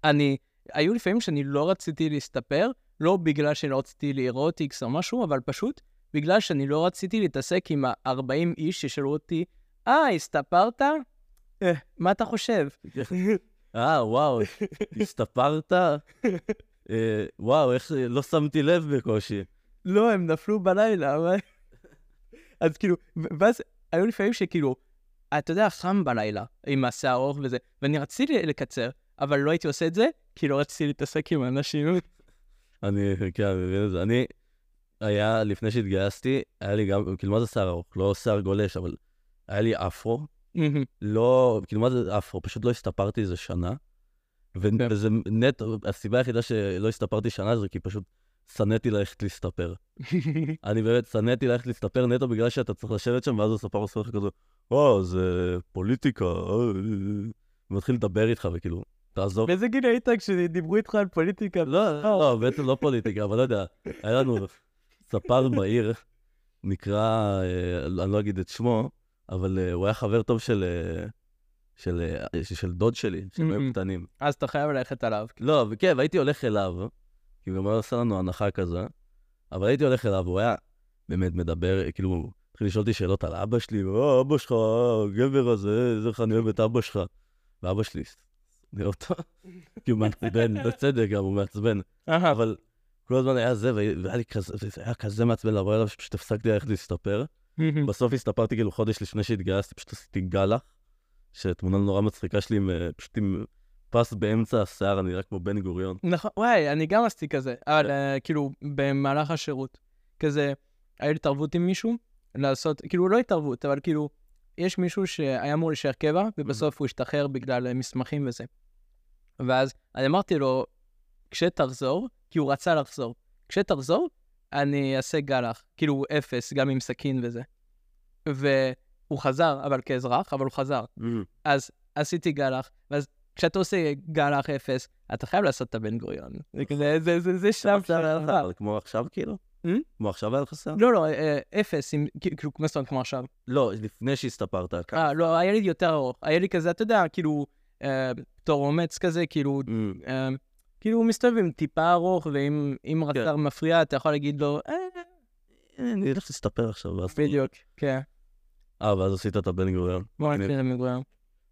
[SPEAKER 2] ואני, היו לפעמים שאני לא רציתי להסתפר, לא בגלל שלא רציתי לראות איקס או משהו, אבל פשוט בגלל שאני לא רציתי להתעסק עם ה-40 איש ששאלו אותי, אה, הסתפרת? אה, מה אתה חושב?
[SPEAKER 1] אה, וואו, הסתפרת? אה, וואו, איך זה- לא שמתי לב בקושי.
[SPEAKER 2] לא, הם נפלו
[SPEAKER 1] <laughs>
[SPEAKER 2] בלילה, אבל... אז כאילו, ו- ואז היו לפעמים שכאילו, אתה יודע, חם בלילה, עם השיער ארוך וזה, ואני רציתי לקצר, אבל לא הייתי עושה את זה, כי לא רציתי להתעסק עם
[SPEAKER 1] <laughs>
[SPEAKER 2] אנשים.
[SPEAKER 1] אני, כן, אני מבין את זה. אני, היה, לפני שהתגייסתי, היה לי גם, כאילו, מה זה שיער ארוך? לא שיער גולש, אבל היה לי אפרו. לא, כאילו, מה זה אפרו? פשוט לא הסתפרתי איזה שנה. ו-
[SPEAKER 2] כן.
[SPEAKER 1] וזה נטו, הסיבה היחידה שלא הסתפרתי שנה זה כי פשוט שנאתי ללכת להסתפר. אני באמת שנאתי ללכת להסתפר נטו בגלל שאתה צריך לשבת שם, ואז הספר עושה לך כזה, או, זה פוליטיקה, אה, ומתחיל לדבר איתך, וכאילו, תעזוב.
[SPEAKER 2] באיזה גיל היית כשדיברו איתך על פוליטיקה? אה,
[SPEAKER 1] לא, לא, בעצם לא פוליטיקה, אבל לא יודע, היה לנו ספר בעיר, נקרא, אה, אני לא אגיד את שמו, אבל אה, הוא היה חבר טוב של... אה, של, אה, של דוד שלי, שהם היו
[SPEAKER 2] Mm-mm.
[SPEAKER 1] קטנים.
[SPEAKER 2] אז אתה חייב ללכת עליו.
[SPEAKER 1] לא, וכן, והייתי הולך אליו, כי הוא גם היה עושה לנו הנחה כזה, אבל הייתי הולך אליו, הוא היה באמת מדבר, כאילו, התחיל לשאול אותי שאלות על אבא שלי, או, אבא שלך, אה, הגבר הזה, איזה איך אני אוהב את אבא שלך. ואבא שלי, נראה אותו, <laughs> כי הוא מעצבן, בצדק גם, הוא מעצבן.
[SPEAKER 2] <laughs>
[SPEAKER 1] אבל כל הזמן היה זה, וה- והיה לי כזה, זה היה כזה מעצבן לבוא אליו, שפשוט הפסקתי ללכת להסתפר. בסוף הסתפרתי כאילו חודש לפני שהתגייסתי, פשוט עשיתי גאלה, שתמונה נורא מצחיקה שלי, עם, אה, פשוט עם פס באמצע השיער, אני נראה כמו בן גוריון.
[SPEAKER 2] נכון, וואי, אני גם עשיתי כזה, אבל אה, כאילו, במהלך השירות, כזה, היה לי התערבות עם מישהו, לעשות, כאילו, לא התערבות, אבל כאילו, יש מישהו שהיה אמור להישאר קבע, ובסוף הוא השתחרר בגלל אה, מסמכים וזה. ואז אני אמרתי לו, כשתחזור, כי הוא רצה לחזור, כשתחזור, אני אעשה גלח, כאילו אפס, גם עם סכין וזה. והוא חזר, אבל כאזרח, אבל הוא חזר. אז עשיתי גלח, ואז כשאתה עושה גלח אפס, אתה חייב לעשות את הבן גוריון. זה כזה, זה- זה- זה שלב של הלכה.
[SPEAKER 1] אבל כמו עכשיו כאילו?
[SPEAKER 2] Hmm?
[SPEAKER 1] כמו עכשיו היה לך שיער?
[SPEAKER 2] לא, לא, אה, אפס, עם- כאילו, מה זאת אומרת כמו עכשיו?
[SPEAKER 1] לא, לפני שהסתפרת על כך.
[SPEAKER 2] אה, לא, היה לי יותר ארוך. היה לי כזה, אתה יודע, כאילו, אה, בתור אומץ כזה, כאילו,
[SPEAKER 1] Hmm.
[SPEAKER 2] אה, כאילו, הוא מסתובב עם טיפה ארוך, ואם אם
[SPEAKER 1] כן.
[SPEAKER 2] רצר מפריע, אתה יכול להגיד לו, אה,
[SPEAKER 1] אה, אני אלך להסתפר עכשיו. ואז-
[SPEAKER 2] בדיוק, כן.
[SPEAKER 1] אה, ואז עשית את הבן גוריון.
[SPEAKER 2] בוא
[SPEAKER 1] אני-
[SPEAKER 2] נתחיל <laughs> למגוריון.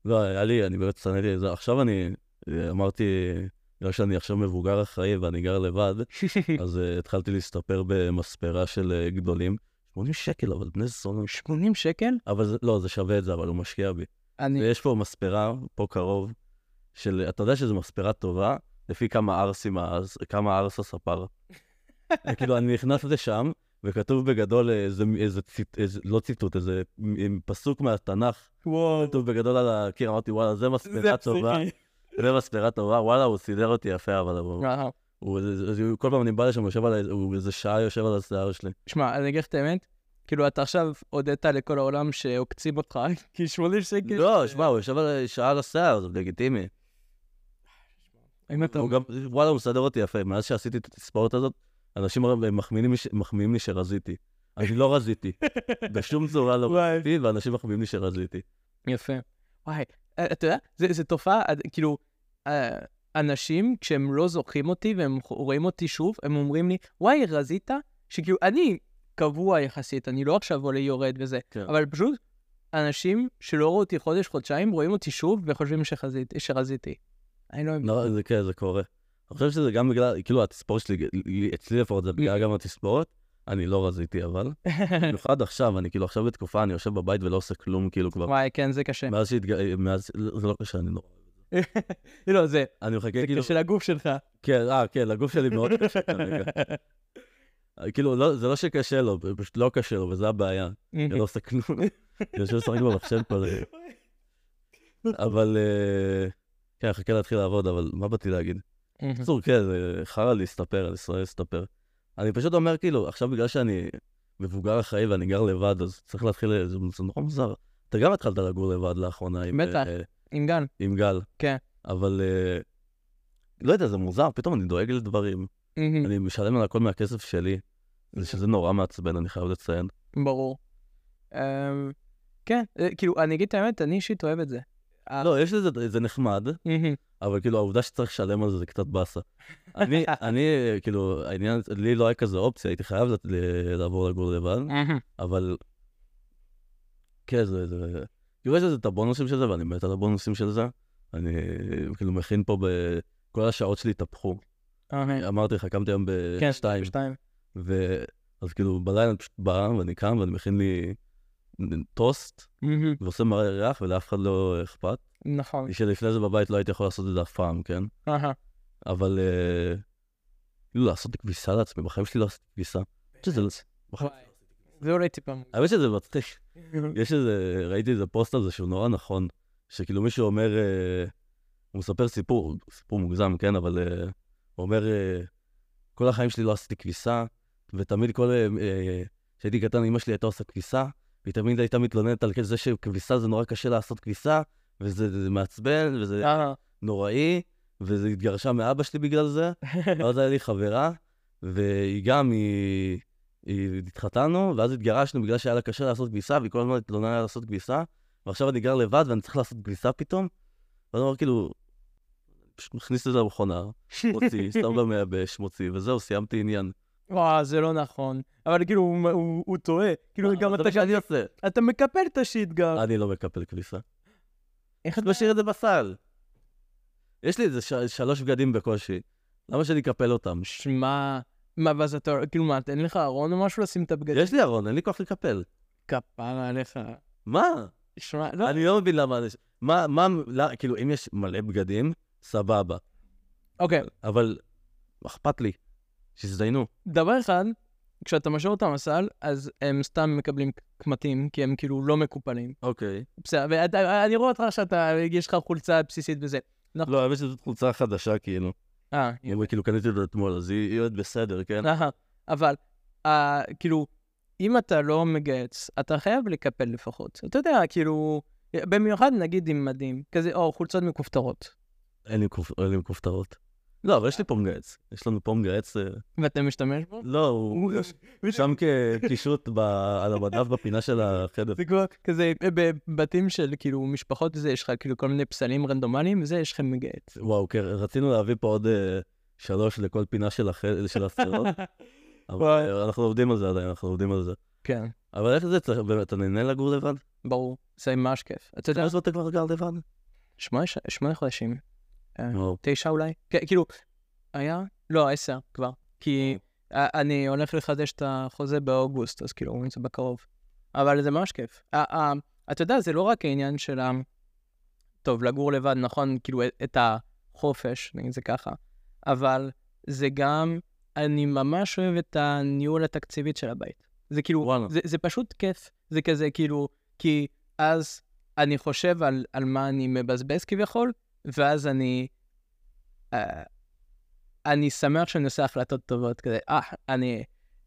[SPEAKER 1] לא, היה לי, אני באמת שנאתי את זה. עכשיו אני, אה, אמרתי, בגלל שאני עכשיו מבוגר אחראי ואני גר לבד, אז אה, התחלתי להסתפר במספרה של אה, גדולים. 80 שקל, אבל בני זונה.
[SPEAKER 2] 80 שקל?
[SPEAKER 1] אבל זה, לא, זה שווה את זה, אבל הוא משקיע בי.
[SPEAKER 2] אני...
[SPEAKER 1] ויש פה מספרה, פה קרוב, של, אתה יודע שזו מספרה טובה, לפי כמה ערסים, הערס- כמה ערס הספר. כאילו, אני נכנס לשם, וכתוב בגדול איזה, איזה, ציט, איזה לא ציטוט, איזה מ- עם פסוק מהתנ"ך,
[SPEAKER 2] וואו,
[SPEAKER 1] כתוב בגדול על הקיר, אמרתי, וואלה, זה מספרה טובה, זה מספרה טובה, וואלה, הוא סידר אותי יפה, אבל הוא,
[SPEAKER 2] אה.
[SPEAKER 1] הוא, זה- זה- כל פעם אני בא לשם, הוא יושב על, ה- הוא איזה שעה יושב על השיער שלי.
[SPEAKER 2] שמע, אני אגיד לך את האמת, כאילו, אתה עכשיו הודית לכל העולם שעוקצים אותך, <laughs> כי 80 שקל...
[SPEAKER 1] לא, שמע, הוא יושב על שעה על השיער, זה לגיטימי.
[SPEAKER 2] אה, אם אתה...
[SPEAKER 1] הוא גם, וואלה, הוא מסדר אותי יפה. מאז שעשיתי את התספורת הזאת, אנשים הרי מחמיאים לי ש- מחמיאים לי שרזיתי. אני לא
[SPEAKER 2] <laughs>
[SPEAKER 1] רזיתי. בשום צורה לא
[SPEAKER 2] וואי.
[SPEAKER 1] רזיתי, ואנשים מחמיאים לי שרזיתי.
[SPEAKER 2] יפה. וואי, אה, אתה יודע, זה, זה תופעה, אה, כאילו, אה, אנשים, כשהם לא זוכרים אותי והם ח- רואים אותי שוב, הם אומרים לי, וואי, רזית? שכאילו, אני קבוע יחסית, אני לא עכשיו עולה יורד וזה,
[SPEAKER 1] כן.
[SPEAKER 2] אבל פשוט אנשים שלא ראו אותי חודש, חודשיים, רואים אותי שוב וחושבים שחזית, שרזיתי. אני לא מבין.
[SPEAKER 1] לא, זה כן, זה קורה. אני חושב שזה גם בגלל, כאילו, התספורת שלי, לי- אצלי לפחות, זה בגלל גם התספורת. אני לא רזיתי, אבל.
[SPEAKER 2] כן.
[SPEAKER 1] במיוחד עכשיו, אני כאילו עכשיו בתקופה, אני יושב בבית ולא עושה כלום, כאילו כבר.
[SPEAKER 2] <laughs> וואי, כן, זה קשה.
[SPEAKER 1] מאז שהתגל... מאז... לא, זה לא קשה, אני נורא.
[SPEAKER 2] <laughs> לא, זה,
[SPEAKER 1] אני מחכה,
[SPEAKER 2] זה
[SPEAKER 1] כאילו...
[SPEAKER 2] קשה לגוף שלך.
[SPEAKER 1] כן, אה, כן, לגוף שלי מאוד
[SPEAKER 2] <laughs>
[SPEAKER 1] קשה כרגע. <laughs> אה, כאילו, לא- זה לא שקשה לו, פשוט לא קשה לו, וזה הבעיה. אני לא עושה כלום. אני יושב לשחק במחשב כבר. אבל... אה, כן, חכה להתחיל לעבוד, אבל מה באתי להגיד? בקיצור, כן, זה חרא להסתפר, על ישראל להסתפר. אני פשוט אומר, כאילו, עכשיו בגלל שאני מבוגר אחראי ואני גר לבד, אז צריך להתחיל, אה, זה זה נורא מוזר. אתה גם התחלת לגור לבד לאחרונה. עם,
[SPEAKER 2] בטח.
[SPEAKER 1] אה,
[SPEAKER 2] עם גן.
[SPEAKER 1] עם גל.
[SPEAKER 2] כן.
[SPEAKER 1] אבל... אה, לא יודע, זה מוזר, פתאום אני דואג לדברים.
[SPEAKER 2] Mm.
[SPEAKER 1] אני משלם על הכל מהכסף שלי, זה שזה נורא מעצבן, אני חייב לציין.
[SPEAKER 2] ברור. אמ, כן, אה, כאילו, אני אגיד את האמת, אני אישית אוהב את זה.
[SPEAKER 1] לא, יש לזה, זה נחמד, אבל כאילו העובדה שצריך לשלם על זה זה קצת באסה. אני, אני, אה, כאילו, העניין, לי לא היה כזה אופציה, הייתי חייב לת- ל- לעבור לגור לבד, אבל... כן, זה, זה... כאילו יש לזה את הבונוסים של זה, ואני מת על הבונוסים של זה. אני אה, כאילו מכין פה ב... כל השעות שלי התהפכו.
[SPEAKER 2] אוקיי.
[SPEAKER 1] אמרתי לך, קמתי היום
[SPEAKER 2] כן,
[SPEAKER 1] בשתיים,
[SPEAKER 2] שתיים.
[SPEAKER 1] ו... אז כאילו בלילה אני פשוט בא, ואני קם, ואני מכין לי טוסט, ועושה מראה ריח, ולאף אחד לא אכפת.
[SPEAKER 2] נכון.
[SPEAKER 1] שלפני זה בבית לא הייתי יכול לעשות את זה אף פעם, כן?
[SPEAKER 2] אהה.
[SPEAKER 1] אבל אה, כאילו לעשות כביסה לעצמי, בחיים שלי לא עשיתי כביסה. אני חושב שזה לא- בחיים שלי לא עשיתי כביסה.
[SPEAKER 2] זה אולי טיפה מוזר.
[SPEAKER 1] האמת שזה מצחיק. יש איזה, ראיתי איזה פוסט על זה שהוא נורא נכון, שכאילו מישהו אומר, אה, הוא מספר סיפור, סיפור מוגזם, כן, אבל אה, הוא אומר, אה, כל החיים שלי לא עשיתי כביסה, ותמיד כל, אה, אה, כשהייתי קטן, אמא שלי הייתה עושה כביסה, והיא תמיד הייתה מתלוננת על זה שכביסה זה נורא קשה לעשות כביסה, וזה זה מעצבן, וזה
[SPEAKER 2] אהה.
[SPEAKER 1] נוראי, וזה התגרשה מאבא שלי בגלל
[SPEAKER 2] <laughs>
[SPEAKER 1] זה, ואז היה לי חברה, והיא גם, היא... היא התחתנו, ואז התגרשנו בגלל שהיה לה קשה לעשות כביסה, והיא כל הזמן התלוננה לעשות כביסה, ועכשיו אני גר לבד ואני צריך לעשות כביסה פתאום, ואז אמר כאילו, פשוט מכניס את זה למכונה,
[SPEAKER 2] <laughs>
[SPEAKER 1] מוציא, לא- שם במייבש, מוציא, וזהו, סיימתי עניין.
[SPEAKER 2] וואו, זה לא נכון. אבל כאילו, הוא- הוא הוא טועה. כאילו, גם
[SPEAKER 1] זה לא-
[SPEAKER 2] אתה אה.
[SPEAKER 1] מה שאני עושה.
[SPEAKER 2] אתה מקפל את השיט גם.
[SPEAKER 1] אני לא מקפל
[SPEAKER 2] <laughs>
[SPEAKER 1] כביסה.
[SPEAKER 2] איך
[SPEAKER 1] פשוט משאיר את זה לא- בסל. יש לי איזה ש- שלוש בגדים בקושי, למה שאני אקפל אותם?
[SPEAKER 2] שמע, מה, ואז אתה, כאילו, מה, אין לך ארון או משהו לשים את הבגדים?
[SPEAKER 1] יש לי ארון, אין לי כוח לקפל.
[SPEAKER 2] כפרה עליך.
[SPEAKER 1] מה?
[SPEAKER 2] שמע, לא.
[SPEAKER 1] אני לא מבין למה אנשים... מה, מה, לא, כאילו, אם יש מלא בגדים, סבבה.
[SPEAKER 2] אוקיי,
[SPEAKER 1] אבל אכפת לי. שיזדיינו.
[SPEAKER 2] דבר אחד, כשאתה משאיר אותם לסל, אז הם סתם מקבלים קמטים, כי הם כאילו לא מקופלים.
[SPEAKER 1] אוקיי.
[SPEAKER 2] בסדר, ואני רואה אותך שאתה, יש לך חולצה בסיסית וזה.
[SPEAKER 1] לא, האמת שזאת חולצה חדשה, כאילו.
[SPEAKER 2] אה,
[SPEAKER 1] אני כאילו קניתי אותה אתמול, אז היא היא עוד בסדר, כן?
[SPEAKER 2] אהה, אבל, אה, כאילו, אם אתה לא מגייס, אתה חייב לקפל לפחות. אתה יודע, כאילו, במיוחד נגיד עם מדים, כזה, או חולצות מכופתרות.
[SPEAKER 1] אין לי כופ- אין לי כופתרות. לא, אבל יש לי פה מגייץ. יש לנו פה מגייץ. אה,
[SPEAKER 2] ואתה משתמש בו?
[SPEAKER 1] לא, הוא
[SPEAKER 2] הוא-
[SPEAKER 1] שם כקישוט ב- על המדף בפינה של החדר.
[SPEAKER 2] זה כבר כזה, אה, בבתים של כאילו משפחות וזה, יש לך כאילו כל מיני פסלים רנדומליים, וזה יש לכם מגייס.
[SPEAKER 1] וואו, כן, רצינו להביא פה עוד אה, שלוש לכל פינה של החדר, של <laughs>
[SPEAKER 2] לא-
[SPEAKER 1] הסדרות, אבל אה, אנחנו עובדים על זה עדיין, אנחנו עובדים על זה.
[SPEAKER 2] כן,
[SPEAKER 1] אבל איך זה, צריך- באמת, אתה נהנה לגור לבד?
[SPEAKER 2] ברור, זה ממש כיף. אתה יודע,
[SPEAKER 1] כמה זמן אתה כבר גר לבד?
[SPEAKER 2] שמונה ש- שמונה חודשים,
[SPEAKER 1] וואו,
[SPEAKER 2] תשע אולי? כן, כאילו, היה? לא, עשר כבר. כי א- אני הולך לחדש את החוזה באוגוסט, אז כאילו, אומרים את זה בקרוב. אבל זה ממש כיף. ה- ה- אתה יודע, זה לא רק העניין של ה... טוב, לגור לבד, נכון, כאילו, את- את החופש, נגיד זה ככה, אבל זה גם, אני ממש אוהב את הניהול התקציבית של הבית. זה כאילו,
[SPEAKER 1] וואלה.
[SPEAKER 2] זה, זה פשוט כיף. זה כזה, כאילו, כי אז אני חושב על, על מה אני מבזבז כביכול, ואז אני... אה, אני שמח שאני עושה החלטות טובות, כזה, אה, אני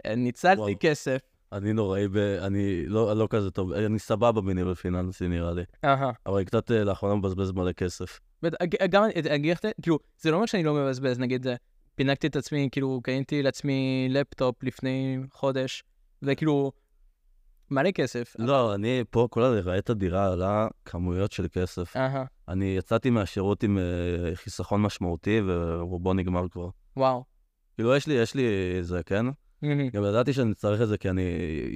[SPEAKER 2] אה, ניצלתי
[SPEAKER 1] וואו.
[SPEAKER 2] כסף.
[SPEAKER 1] אני נוראי ב... אני לא לא כזה טוב, אני סבבה בניהול פיננסי נראה לי,
[SPEAKER 2] אהה.
[SPEAKER 1] אבל קצת אה, לאחרונה מבזבז מלא כסף.
[SPEAKER 2] בטח, אג- אה, גם אני אני אגיד לך, כאילו, זה לא אומר שאני לא מבזבז, נגיד, אה, פינקתי את עצמי, כאילו, קניתי לעצמי לפטופ לפני חודש, וכאילו, מלא כסף.
[SPEAKER 1] לא, אני פה, כל הלראה את הדירה עלה כמויות של כסף.
[SPEAKER 2] אהה,
[SPEAKER 1] אני יצאתי מהשירות עם אה, חיסכון משמעותי, ורובו נגמר כבר.
[SPEAKER 2] וואו.
[SPEAKER 1] כאילו, יש לי, יש לי זה, כן?
[SPEAKER 2] מהמם.
[SPEAKER 1] גם ידעתי שאני אצטרך את זה, כי אני,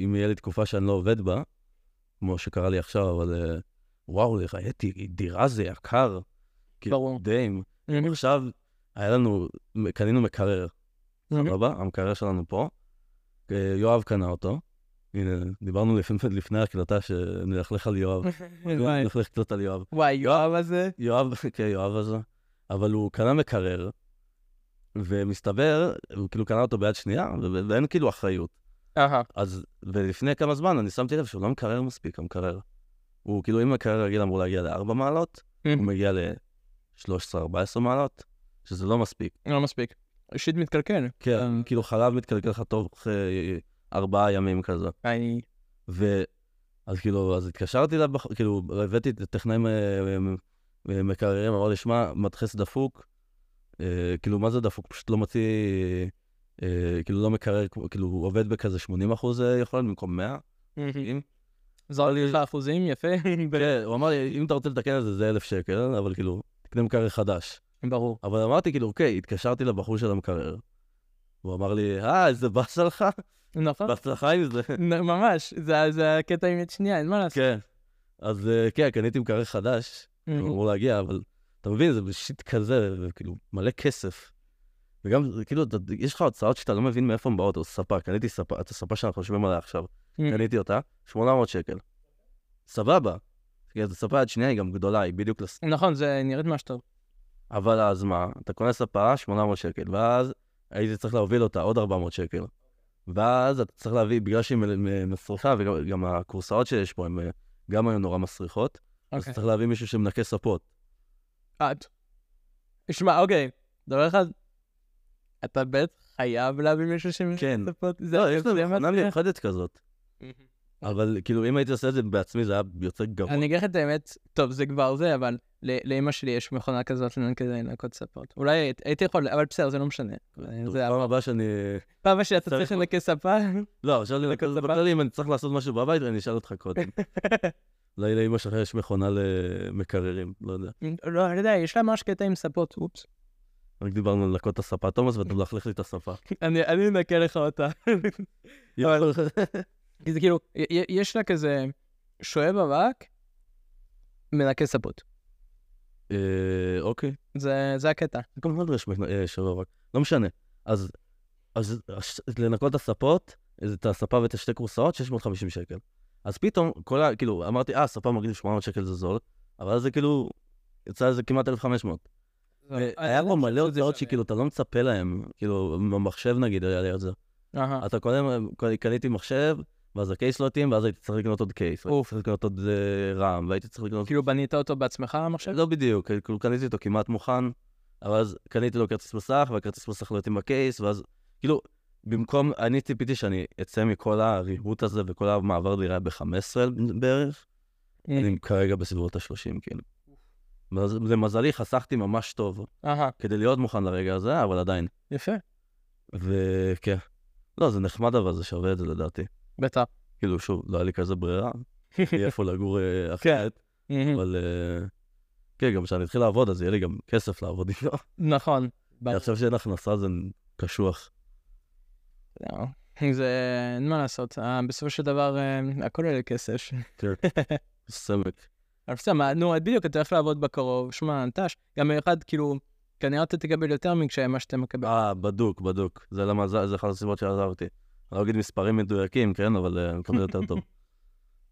[SPEAKER 1] אם יהיה לי תקופה שאני לא עובד בה, כמו שקרה לי עכשיו, אבל אה, וואו, ראיתי, דירה זה יקר. כאילו,
[SPEAKER 2] ברור.
[SPEAKER 1] דיים.
[SPEAKER 2] מהמם.
[SPEAKER 1] עכשיו, היה לנו, קנינו מקרר,
[SPEAKER 2] מהמם.
[SPEAKER 1] סבבה? המקרר שלנו פה. אה, יואב קנה אותו. הנה, דיברנו לפני- לפני ההקלטה שנלכלך על יואב.
[SPEAKER 2] <laughs> וואי. לא,
[SPEAKER 1] נלכלך קצת על יואב.
[SPEAKER 2] וואי, יואב הזה.
[SPEAKER 1] יואב, <laughs> כן, יואב הזה, אבל הוא קנה מקרר, ומסתבר, הוא כאילו קנה אותו ביד שנייה, ו- ואין כאילו אחריות.
[SPEAKER 2] אהה,
[SPEAKER 1] אז, ולפני כמה זמן אני שמתי לב שהוא לא מקרר מספיק, המקרר. הוא כאילו, אם מקרר רגיל אמור להגיע ל-4 מעלות,
[SPEAKER 2] Mhm.
[SPEAKER 1] הוא מגיע ל-13-14 מעלות, שזה לא מספיק.
[SPEAKER 2] לא מספיק. שיט מתקלקל.
[SPEAKER 1] כן, כאילו חלב מתקלקל לך תוך אה, ארבעה ימים כזה.
[SPEAKER 2] אני...
[SPEAKER 1] ו... אז כאילו, אז התקשרתי אליו, בח- כאילו, הבאתי את הטכנאי מ- מ- מ- מקררים, אמר לי, שמע, מדחס דפוק, אה, כאילו, מה זה דפוק? פשוט לא מוציא, אה, כאילו, לא מקרר, כמו- כאילו, הוא עובד בכזה 80 אחוז אה, יכולת במקום 100. אם-
[SPEAKER 2] זרק לך אחוזים, יפה.
[SPEAKER 1] כן, הוא אמר לי, אם אתה רוצה לתקן את זה, זה 1,000 שקל, אבל כאילו, תקנה מקרר חדש.
[SPEAKER 2] ברור.
[SPEAKER 1] אבל אמרתי, כאילו, אוקיי, התקשרתי לבחור של המקרר. הוא אמר לי, אה, איזה באסה לך?
[SPEAKER 2] נכון?
[SPEAKER 1] בהצלחה עם זה.
[SPEAKER 2] נ- ממש, זה- זה הקטע עם יד שנייה, אין מה לעשות.
[SPEAKER 1] כן. אז אה, כן, קניתי מקרר חדש.
[SPEAKER 2] מהמם.
[SPEAKER 1] הוא אמור להגיע, אבל אתה מבין, זה בשיט כזה, וכאילו, מלא כסף. וגם, זה כאילו, אתה- יש לך הוצאות שאתה לא מבין מאיפה הן באות, או ספה, קניתי ספה, את הספה שאנחנו יושבים עליה עכשיו,
[SPEAKER 2] Mm.
[SPEAKER 1] קניתי אותה, 800 שקל. סבבה. כאילו, זו ספה יד שנייה, היא גם גדולה, היא בדיוק לס...
[SPEAKER 2] נכון, זה נראית ממש טוב.
[SPEAKER 1] אבל אז מה, אתה קונה ספה, 800 שקל, ואז הייתי צריך להוביל אותה, עוד 400 שקל. ואז אתה צריך להביא, בגלל שהיא מ- מ- מסריחה, וגם גם הכורסאות שיש פה, הן אה, גם היו נורא מסריחות, אז
[SPEAKER 2] אוקיי.
[SPEAKER 1] צריך להביא מישהו שמנקה ספות.
[SPEAKER 2] את. שמע, אוקיי, דבר אחד, אתה בטח חייב להביא מישהו שמבין
[SPEAKER 1] כן.
[SPEAKER 2] שפות. זה-
[SPEAKER 1] לא, יש
[SPEAKER 2] זה
[SPEAKER 1] להם מכונה
[SPEAKER 2] מצליח.
[SPEAKER 1] מיוחדת כזאת.
[SPEAKER 2] מהמם.
[SPEAKER 1] אבל כאילו, אם הייתי עושה את זה בעצמי, זה היה יוצא גרוע.
[SPEAKER 2] אני אגיד לך את האמת, טוב, זה כבר זה, אבל ל- לאמא שלי יש מכונה כזאת לנ- כדי לנקות ספות. אולי היית- הייתי יכול, אבל בסדר, זה לא משנה.
[SPEAKER 1] טוב,
[SPEAKER 2] זה
[SPEAKER 1] כאילו, פעם הבאה שאני...
[SPEAKER 2] פעם הבאה שאתה
[SPEAKER 1] צריך-
[SPEAKER 2] צריך לנקי
[SPEAKER 1] <laughs>
[SPEAKER 2] ספה,
[SPEAKER 1] לא, עכשיו אני נקז בכללי, אם אני צריך לעשות משהו בבית, אני אשאל אותך
[SPEAKER 2] <laughs>
[SPEAKER 1] קודם. אולי לאמא שלך יש מכונה למקררים, לא יודע.
[SPEAKER 2] לא, אני יודע, יש לה ממש קטע עם ספות, אופס.
[SPEAKER 1] רק דיברנו על לנקות את הספה, תומאס,
[SPEAKER 2] <laughs>
[SPEAKER 1] ואתה מלכלך לי את הספה.
[SPEAKER 2] אני אני אנקה לך
[SPEAKER 1] <laughs>
[SPEAKER 2] אותה.
[SPEAKER 1] יואל,
[SPEAKER 2] כי זה כאילו, י- י- יש לה כזה שואב אבק, מנקה ספות.
[SPEAKER 1] אה, אוקיי.
[SPEAKER 2] זה זה הקטע.
[SPEAKER 1] גם לנו יש מכונה- אה, שבע רק. לא משנה. אז אז הש- לנקות את הספות, את הספה ואת השתי כורסאות, 650 שקל. אז פתאום, כל ה... כאילו, אמרתי, אה, ספה מגניב 800 שקל זה זול, אבל זה כאילו, יצא איזה כמעט 1,500.
[SPEAKER 2] אה,
[SPEAKER 1] אה, לא היה פה מלא הוצאות שכאילו אתה לא מצפה להם, כאילו במחשב נגיד היה לי את זה.
[SPEAKER 2] אהה.
[SPEAKER 1] אתה קונה, קניתי מחשב, ואז הקייס לא התאים, ואז הייתי צריך לקנות עוד קייס, והייתי
[SPEAKER 2] אוף.
[SPEAKER 1] צריך לקנות עוד אה, רם, והייתי צריך לקנות...
[SPEAKER 2] כאילו בנית אותו בעצמך המחשב?
[SPEAKER 1] לא בדיוק, כאילו קניתי אותו כמעט מוכן, אבל אז קניתי לו כרטיס מסך, והכרטיס מסך לא התאים בקייס, ואז כאילו, במקום, אני ציפיתי שאני אצא מכל הריהוט הזה וכל המעבר דירה ב-15 בערך,
[SPEAKER 2] אה.
[SPEAKER 1] אני כרגע בסביבות ה-30, כאילו. ואז למזלי חסכתי ממש טוב
[SPEAKER 2] אהה,
[SPEAKER 1] כדי להיות מוכן לרגע הזה, אבל עדיין.
[SPEAKER 2] יפה,
[SPEAKER 1] וכן. לא, זה נחמד אבל זה שווה את זה לדעתי.
[SPEAKER 2] בטח.
[SPEAKER 1] כאילו, שוב, לא היה לי כזה ברירה,
[SPEAKER 2] כן.
[SPEAKER 1] יהיה איפה לגור אה, אחרת,
[SPEAKER 2] <laughs> מהמם.
[SPEAKER 1] אבל... אה, כן, גם כשאני אתחיל לעבוד, אז יהיה לי גם כסף לעבוד איתו.
[SPEAKER 2] נכון.
[SPEAKER 1] אני חושב שאין הכנסה זה קשוח.
[SPEAKER 2] לא, זה, אין מה לעשות, אה, בסופו של דבר אה, הכל עולה כסף. <laughs>
[SPEAKER 1] סמק.
[SPEAKER 2] אבל סתם, נו, את בדיוק, אתה הולך לעבוד בקרוב, שמע, נטש. גם אחד, כאילו, כנראה אתה תקבל יותר ממה שאתה <laughs> מקבל.
[SPEAKER 1] אה, בדוק, בדוק. זה למה, זה זה אחת הסיבות שעזבתי. אני לא אגיד מספרים מדויקים, כן, אבל אה, אני מקבל יותר טוב.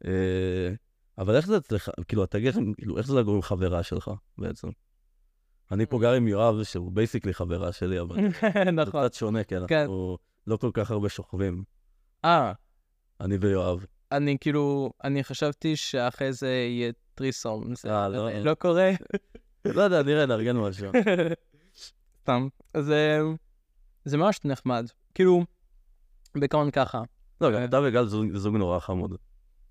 [SPEAKER 1] אה, אבל איך זה אצלך, כאילו, אתה גר, עם- כאילו, איך זה לגור עם חברה שלך, בעצם? אני פה גר עם יואב, שהוא בייסיקלי חברה שלי, אבל זה
[SPEAKER 2] נכון.
[SPEAKER 1] קצת שונה, כי
[SPEAKER 2] כן.
[SPEAKER 1] אנחנו לא כל כך הרבה שוכבים,
[SPEAKER 2] אה,
[SPEAKER 1] אני ויואב.
[SPEAKER 2] אני כאילו, אני חשבתי שאחרי זה יהיה טריסום. זה
[SPEAKER 1] אה, לא.
[SPEAKER 2] לא קורה.
[SPEAKER 1] לא יודע, נראה, נארגן משהו.
[SPEAKER 2] סתם. אז אה, זה ממש נחמד. כאילו, בעיקרון ככה.
[SPEAKER 1] לא, גם אתה וגל זוג- זוג נורא חמוד.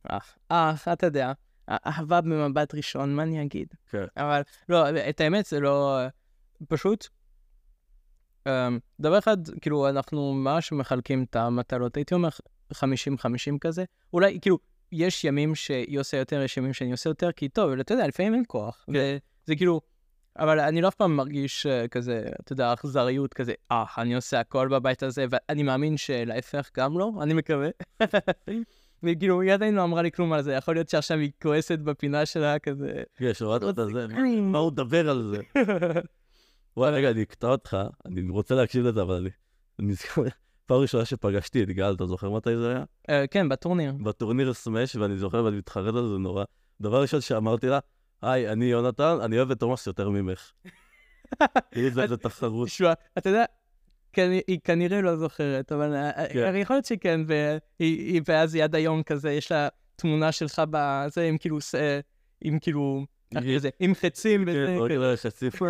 [SPEAKER 2] אח. אח, אתה יודע. אה, אהבה במבט ראשון, מה אני אגיד?
[SPEAKER 1] כן.
[SPEAKER 2] אבל, לא, את האמת זה לא... פשוט, אמ, דבר אחד, כאילו, אנחנו ממש מחלקים את המטלות. הייתי אומר 50-50 כזה. אולי, כאילו, יש ימים שהיא עושה יותר, יש ימים שאני עושה יותר, כי טוב, אבל אתה יודע, לפעמים אין כוח. כן. זה כאילו... אבל אני לא אף פעם מרגיש אה, כזה, אתה יודע, אכזריות כזה, אה, אני עושה הכל בבית הזה, ואני מאמין שלהפך גם לא, אני מקווה. וכאילו, היא עדיין לא אמרה לי כלום על זה, יכול להיות שעכשיו היא כועסת בפינה שלה כזה.
[SPEAKER 1] כן, שמעת את זה?
[SPEAKER 2] <laughs>
[SPEAKER 1] מה הוא מדבר על זה? וואי, רגע, אני אקטע אותך, אני רוצה להקשיב לזה, אבל אני... אני נזכר, פעם ראשונה שפגשתי את גל, אתה זוכר מתי זה היה?
[SPEAKER 2] אה, כן, בטורניר.
[SPEAKER 1] בטורניר סמאש, ואני זוכר ואני מתחרט על זה נורא. דבר ראשון שאמרתי לה, היי, אני יונתן, אני אוהב את תומאס יותר
[SPEAKER 2] <laughs>
[SPEAKER 1] ממך. כאילו זה איזה תחרות.
[SPEAKER 2] שואה, אתה יודע, כנ- היא כנראה לא זוכרת, אבל אה,
[SPEAKER 1] כן.
[SPEAKER 2] יכול להיות שכן, והיא- היא- ואז היא עד היום כזה, יש לה תמונה שלך בזה, עם כאילו, ס- אה, עם <laughs> כאילו, איך
[SPEAKER 1] היא-
[SPEAKER 2] זה, כאילו- עם חצים וזה.
[SPEAKER 1] כן, אוי, לא, יש הציפה.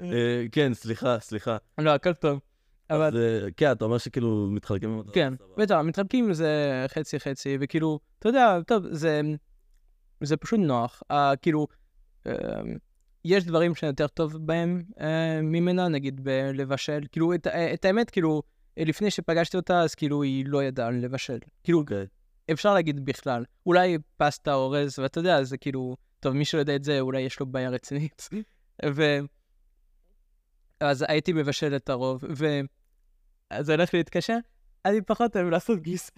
[SPEAKER 1] אה, כן, סליחה, סליחה.
[SPEAKER 2] לא, הכל טוב. אבל
[SPEAKER 1] אז אה, כן, אתה אומר שכאילו מתחלקים עם אותו.
[SPEAKER 2] כן,
[SPEAKER 1] סבבה.
[SPEAKER 2] בטח, מתחלקים זה חצי-חצי, וכאילו, אתה יודע, טוב, זה, זה פשוט נוח. Uh, כאילו, uh, יש דברים שאני יותר טוב בהם uh, ממנה, נגיד בלבשל. כאילו, את, אה, את האמת, כאילו, אה, לפני שפגשתי אותה, אז כאילו, היא לא ידעה לבשל. כאילו,
[SPEAKER 1] אוקיי.
[SPEAKER 2] אפשר להגיד בכלל. אולי פסטה, אורז, ואתה יודע, זה כאילו, טוב, מי שלא יודע את זה, אולי יש לו בעיה רצינית. ו... אז הייתי מבשל את הרוב, ו... אז זה הולך להתקשר, אני פחות אוהב לעשות גיס.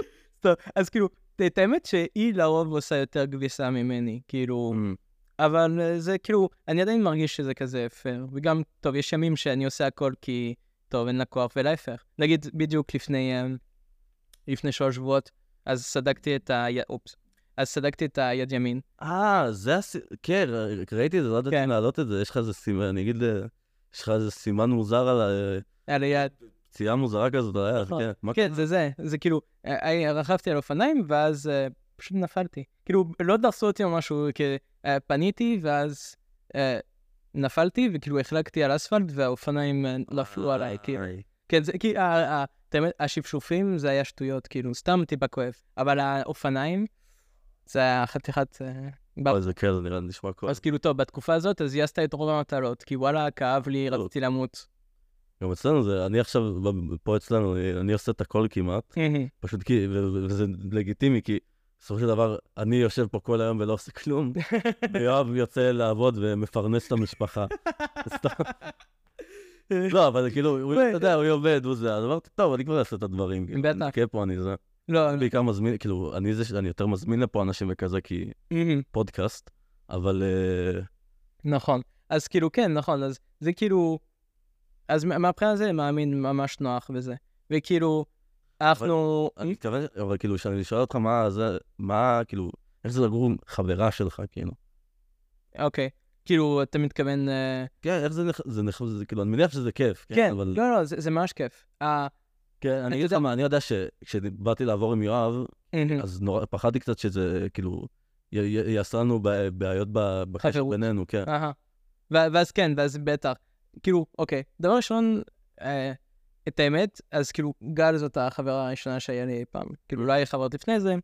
[SPEAKER 2] <laughs> טוב, אז כאילו, את האמת שהיא לרוב עושה יותר גביסה ממני, כאילו,
[SPEAKER 1] אמ,
[SPEAKER 2] אבל אה, זה כאילו, אני עדיין מרגיש שזה כזה פייר, וגם, טוב, יש ימים שאני עושה הכל כי, טוב, אין לה כוח, ולהפך. נגיד, בדיוק לפני, אה, לפני שלוש שבועות, אז סדקתי את ה... אופס. אז סדקתי את היד ימין.
[SPEAKER 1] אה, זה הס... כן, ר- ראיתי את זה, לא ידעתי
[SPEAKER 2] כן.
[SPEAKER 1] להעלות את זה, יש לך איזה סימן, אני אגיד, אה, יש לך איזה סימן מוזר על ה...
[SPEAKER 2] על היד.
[SPEAKER 1] פציעה מוזרה כזאת, על היד,
[SPEAKER 2] נכון.
[SPEAKER 1] כן. מה
[SPEAKER 2] כן, זה זה, זה כאילו, אה, אה, רכבתי על אופניים, ואז אה, פשוט נפלתי. כאילו, לא דרסו אותי או משהו, כי אה, פניתי, ואז אה, נפלתי, וכאילו החלקתי על אספלט, והאופניים אה, נפלו עליי, כאילו.
[SPEAKER 1] אה,
[SPEAKER 2] כן, זה כאילו, ה- ה- את האמת, השפשופים זה היה שטויות, כאילו, סתם טיפה כואב. אבל האופניים, זה היה חתיכת... אה, בר-
[SPEAKER 1] אוי, זה כן, זה נראה, נשמע כואב.
[SPEAKER 2] אז כאילו, טוב, בתקופה הזאת, אז היא עשתה את רוב המטלות, כי וואלה, כאב לי,
[SPEAKER 1] טוב.
[SPEAKER 2] רציתי למות. <laughs>
[SPEAKER 1] גם אצלנו זה, אני עכשיו, ב- פה אצלנו, אני- אני עושה את הכל כמעט, פשוט כי, ו- ו- וזה לגיטימי, כי בסופו של דבר, אני יושב פה כל היום ולא עושה
[SPEAKER 2] <laughs>
[SPEAKER 1] כלום, ויואב יוצא לעבוד ומפרנס את
[SPEAKER 2] <laughs>
[SPEAKER 1] המשפחה. סתם. לא, אבל כאילו, הוא- אתה יודע, הוא עובד, הוא זה, אז אמרתי, טוב, אני כבר אעשה את הדברים. כאילו,
[SPEAKER 2] בטח.
[SPEAKER 1] אני אחכה פה, אני זה.
[SPEAKER 2] לא, לא.
[SPEAKER 1] בעיקר מזמין, כאילו, אני זה שאני יותר מזמין לפה אנשים וכזה, כי
[SPEAKER 2] מהמם.
[SPEAKER 1] פודקאסט, אבל אה,
[SPEAKER 2] נכון. אז כאילו, כן, נכון, אז זה כאילו... אז מה- מהבחינה הזה, מאמין ממש נוח וזה. וכאילו, אנחנו...
[SPEAKER 1] אני מתכוון, אבל כאילו, כשאני שואל אותך מה זה, מה, כאילו, איך זה לגור עם חברה שלך, כאילו.
[SPEAKER 2] אוקיי. כאילו, אתה מתכוון... אה,
[SPEAKER 1] כן, איך זה נחשב, זה נחשב, זה כאילו, אני מניח שזה כיף.
[SPEAKER 2] כן,
[SPEAKER 1] אבל...
[SPEAKER 2] לא, לא, זה זה ממש כיף. אה,
[SPEAKER 1] כן, אני אגיד לך
[SPEAKER 2] יודע- כן.
[SPEAKER 1] מה, אני יודע שכשבאתי לעבור עם יואב,
[SPEAKER 2] מהמם.
[SPEAKER 1] אז נורא, פחדתי קצת שזה, כאילו, י- י- יעשה לנו ב- בעיות ב- בקשר
[SPEAKER 2] חברות.
[SPEAKER 1] בינינו, כן.
[SPEAKER 2] אהה. ו- ואז כן, ואז בטח. כאילו, אוקיי, דבר ראשון, אה, את האמת, אז כאילו, גל זאת החברה הראשונה שהיה לי אי פעם. כאילו, לא היה לי חברות לפני זה,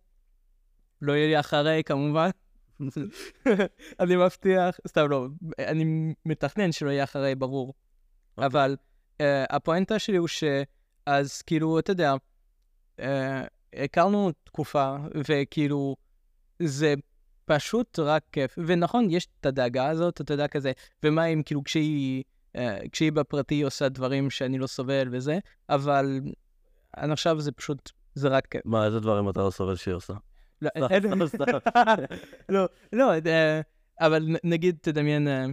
[SPEAKER 2] לא יהיה לי אחרי, כמובן. <laughs> אני מבטיח, סתם לא, אני מתכנן שלא יהיה אחרי, ברור. אבל אה, הפואנטה שלי הוא שאז כאילו, אתה יודע, אה, הכרנו תקופה, וכאילו, זה פשוט רק כיף. ונכון, יש את הדאגה הזאת, אתה יודע, כזה, ומה אם כאילו כשהיא, אה, כשהיא בפרטי היא עושה דברים שאני לא סובל וזה, אבל עד עכשיו זה פשוט, זה רק כיף.
[SPEAKER 1] מה, איזה דברים אתה לא סובל שהיא עושה?
[SPEAKER 2] לא,
[SPEAKER 1] סתם,
[SPEAKER 2] אין-
[SPEAKER 1] סתם, סתם.
[SPEAKER 2] <laughs> לא, לא, אה, אבל נ- נגיד, תדמיין אה,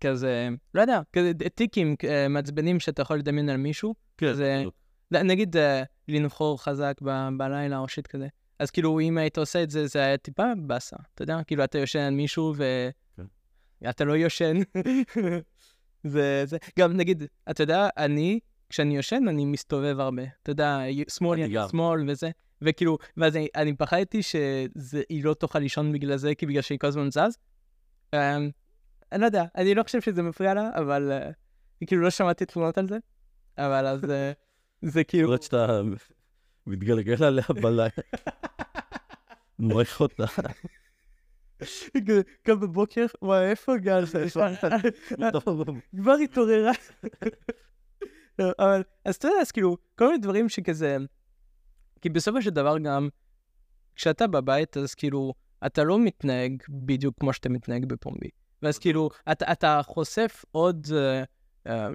[SPEAKER 2] כזה, לא יודע, כזה ד- טיקים אה, מעצבנים שאתה יכול לדמיין על מישהו.
[SPEAKER 1] כן,
[SPEAKER 2] זה-
[SPEAKER 1] בדיוק.
[SPEAKER 2] נ- נגיד אה, לנחור חזק ב- בלילה או שיט כזה. אז כאילו, אם היית עושה את זה, זה היה טיפה באסה, אתה יודע? כאילו, אתה יושן על מישהו ו... אתה לא יושן. <laughs> זה, זה, גם נגיד, אתה יודע, אני, כשאני יושן, אני מסתובב הרבה. אתה יודע, י- שמאל,
[SPEAKER 1] אני
[SPEAKER 2] יד
[SPEAKER 1] גם.
[SPEAKER 2] שמאל וזה. וכאילו, ואז אני, אני פחדתי שהיא לא תוכל לישון בגלל זה, כי בגלל שהיא כל הזמן זז. אמ, אני לא יודע, אני לא חושב שזה מפריע לה, אבל אה, כאילו לא שמעתי תלונות על זה. אבל אז אה, זה כאילו...
[SPEAKER 1] למרות שאתה <laughs> מתגלגל
[SPEAKER 2] <laughs>
[SPEAKER 1] עליה בלילה, מורך אותה.
[SPEAKER 2] <laughs> גם בבוקר, וואי, איפה גל? <laughs>
[SPEAKER 1] טוב,
[SPEAKER 2] כבר התעוררה. לא, אבל, אז אתה יודע, אז כאילו, כל מיני דברים שכזה, כי בסופו של דבר גם, כשאתה בבית, אז כאילו, אתה לא מתנהג בדיוק כמו שאתה מתנהג בפומבי. ואז כאילו, אתה, אתה חושף עוד, אה, אה,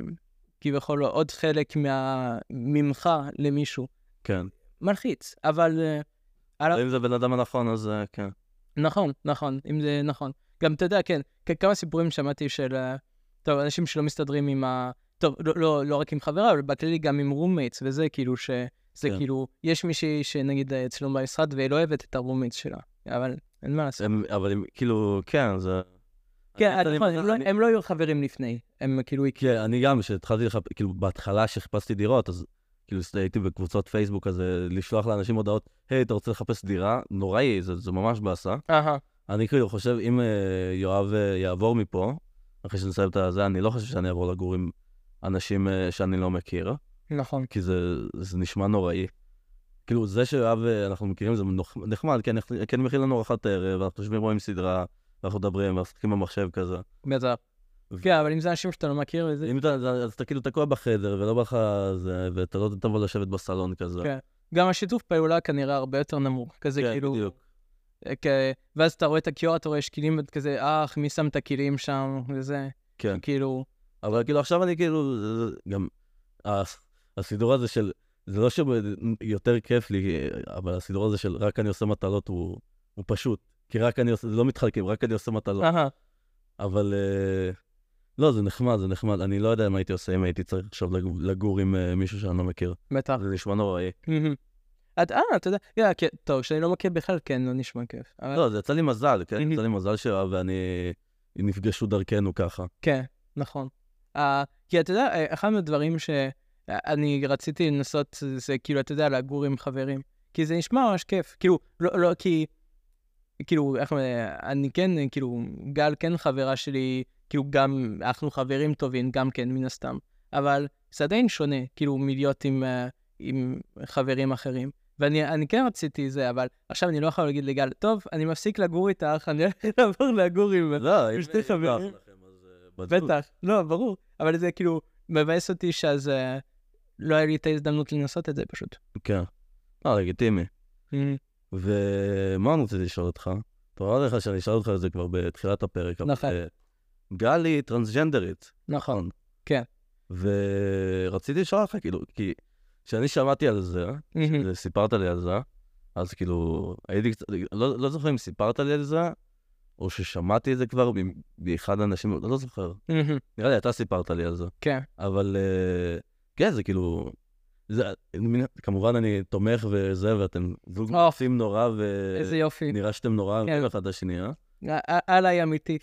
[SPEAKER 2] כביכול, עוד חלק מה, ממך למישהו.
[SPEAKER 1] כן.
[SPEAKER 2] מלחיץ, אבל אה,
[SPEAKER 1] אבל אם זה בן אדם הנכון, אז אה, כן.
[SPEAKER 2] נכון, נכון, אם זה נכון. גם אתה יודע, כן, כ- כמה סיפורים שמעתי של, אה, טוב, אנשים שלא מסתדרים עם ה... טוב, לא, לא, לא רק עם חברה, אבל בכללי גם עם roommates וזה, כאילו, שזה
[SPEAKER 1] כן.
[SPEAKER 2] כאילו, יש מישהי שנגיד אה, אצלנו במשרד והיא לא אוהבת את הroommates שלה, אבל אין מה לעשות.
[SPEAKER 1] הם- אבל הם, כאילו, כן, זה...
[SPEAKER 2] כן,
[SPEAKER 1] אני-
[SPEAKER 2] נכון,
[SPEAKER 1] אני-
[SPEAKER 2] הם לא-
[SPEAKER 1] אני-
[SPEAKER 2] הם לא היו חברים לפני, הם כאילו,
[SPEAKER 1] כן, אני גם, כשהתחלתי לחפש, כאילו, בהתחלה שחיפשתי דירות, אז כאילו הייתי בקבוצות פייסבוק כזה, לשלוח לאנשים הודעות, היי, אתה רוצה לחפש דירה? נוראי, זה, זה ממש באסה.
[SPEAKER 2] אהה,
[SPEAKER 1] אני כאילו חושב, אם אה, יואב אה, יעבור מפה, אחרי שנסיים את הזה, אני לא חושב שאני אעבור לגור עם אנשים אה, שאני לא מכיר,
[SPEAKER 2] נכון.
[SPEAKER 1] כי זה, זה נשמע נוראי. כאילו, זה שיואב, אה, אנחנו מכירים, זה נוח- נחמד, כן, אנחנו- כן מכין לנו ארוחת ערב, אנחנו יושבים רואים סדרה, ואנחנו מדברים, ואנחנו משחקים במחשב כזה.
[SPEAKER 2] בטח.
[SPEAKER 1] ו-
[SPEAKER 2] כן, אבל אם זה אנשים שאתה לא מכיר וזה,
[SPEAKER 1] אם אתה, אז אתה כאילו תקוע בחדר, ולא בא לך זה, ואתה לא תבוא לשבת בסלון כזה.
[SPEAKER 2] כן, גם השיתוף פעולה כנראה הרבה יותר נמוך, כזה
[SPEAKER 1] כן,
[SPEAKER 2] כאילו...
[SPEAKER 1] בדיוק.
[SPEAKER 2] כ- ואז אתה רואה את הכיור, אתה רואה יש כלים, ואתה כזה, אך, מי שם את הכלים שם, וזה.
[SPEAKER 1] כן.
[SPEAKER 2] כאילו,
[SPEAKER 1] אבל כאילו עכשיו אני כאילו, זה- זה- גם הס- הסידור הזה של, זה לא שיותר כיף לי, אבל הסידור הזה של רק אני עושה מטלות הוא, הוא פשוט. כי רק אני עושה, זה לא מתחלקים, רק אני עושה מטלות.
[SPEAKER 2] אהה,
[SPEAKER 1] אבל אה, לא, זה נחמד, זה נחמד. אני לא יודע מה הייתי עושה אם הייתי צריך עכשיו לגור- לגור עם אה, מישהו שאני לא מכיר.
[SPEAKER 2] בטח.
[SPEAKER 1] זה נשמע נוראי.
[SPEAKER 2] מהמם. את- אה, אתה יודע, יא, כן, טוב, שאני לא מכיר בכלל, כן, לא נשמע כיף. אבל-
[SPEAKER 1] לא, זה יצא לי מזל, כן?
[SPEAKER 2] Mhm.
[SPEAKER 1] יצא לי מזל שלה ואני, נפגשו דרכנו ככה.
[SPEAKER 2] כן, נכון. Uh, כי אתה יודע, אה, אחד מהדברים שאני רציתי לנסות זה כאילו, אתה יודע, לגור עם חברים. כי זה נשמע ממש כיף. כאילו, לא, לא כי... כאילו, איך, אה, אני כן, אה, כאילו, גל כן חברה שלי, כאילו גם, אנחנו חברים טובים, גם כן, מן הסתם. אבל זה עדיין שונה, כאילו, מלהיות עם, אה, עם חברים אחרים. ואני אני כן רציתי זה, אבל עכשיו אני לא יכול להגיד לגל, טוב, אני מפסיק לגור איתך, אני הולך לעבור לגור עם...
[SPEAKER 1] לא,
[SPEAKER 2] עם שתי חברים.
[SPEAKER 1] נוח לכם, אז, אה, בטוח.
[SPEAKER 2] בטח, לא, ברור. אבל זה כאילו מבאס אותי שאז אה, לא היה לי את ההזדמנות לנסות את זה פשוט.
[SPEAKER 1] כן. לא, לגיטימי. ומה אני רוצה לשאול אותך? אתה אומר לך שאני אשאל אותך את זה כבר בתחילת הפרק. אבל,
[SPEAKER 2] נכון.
[SPEAKER 1] אה, גל היא טרנסג'נדרית,
[SPEAKER 2] נכון.
[SPEAKER 1] ורציתי לשאול אותך, כאילו, כי כשאני שמעתי על זה,
[SPEAKER 2] כן.
[SPEAKER 1] סיפרת לי על זה, אז כאילו, הייתי קצת, לא לא זוכר אם סיפרת לי על זה, או ששמעתי את זה כבר מ- מאחד האנשים, לא זוכר. נראה לי אתה סיפרת לי על זה.
[SPEAKER 2] כן.
[SPEAKER 1] אבל אה, כן, זה כאילו... זה, אני מניח- כמובן אני תומך וזה, ואתם זוג
[SPEAKER 2] אוף.
[SPEAKER 1] מרצים נורא,
[SPEAKER 2] איזה יופי.
[SPEAKER 1] ונראה שאתם נורא אוהבים
[SPEAKER 2] כן.
[SPEAKER 1] אחד את השנייה.
[SPEAKER 2] ע- עליי אמיתי.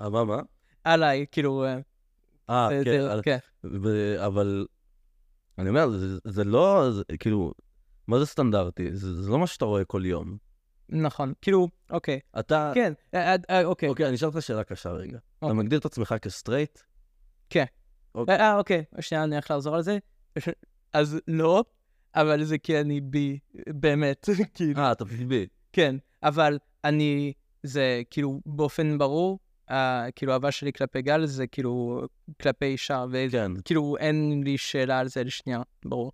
[SPEAKER 1] אה, מה, מה?
[SPEAKER 2] עליי, כאילו... אה,
[SPEAKER 1] אה,
[SPEAKER 2] זה-
[SPEAKER 1] כן,
[SPEAKER 2] זה-
[SPEAKER 1] על-
[SPEAKER 2] כן.
[SPEAKER 1] ו- אבל אני אומר, זה- זה לא, זה- כאילו, מה זה סטנדרטי? זה זה לא מה שאתה רואה כל יום.
[SPEAKER 2] נכון. כאילו, אוקיי.
[SPEAKER 1] אתה,
[SPEAKER 2] כן, אה, אה, אה, אוקיי.
[SPEAKER 1] אוקיי, אני אשאל אותך שאלה קשה רגע. אתה
[SPEAKER 2] אוקיי.
[SPEAKER 1] מגדיר את עצמך כסטרייט?
[SPEAKER 2] אה, אה, אוקיי, שנייה, אני הולך לחזור על זה. <laughs> אז לא, אבל זה כי אני בי, באמת, <laughs> כאילו,
[SPEAKER 1] אה, אתה בי.
[SPEAKER 2] כן. אבל אני, זה כאילו, באופן ברור, אה, כאילו, האהבה שלי כלפי גל זה כאילו כלפי אישה,
[SPEAKER 1] כן.
[SPEAKER 2] וכאילו, אין לי שאלה על זה לשנייה, ברור.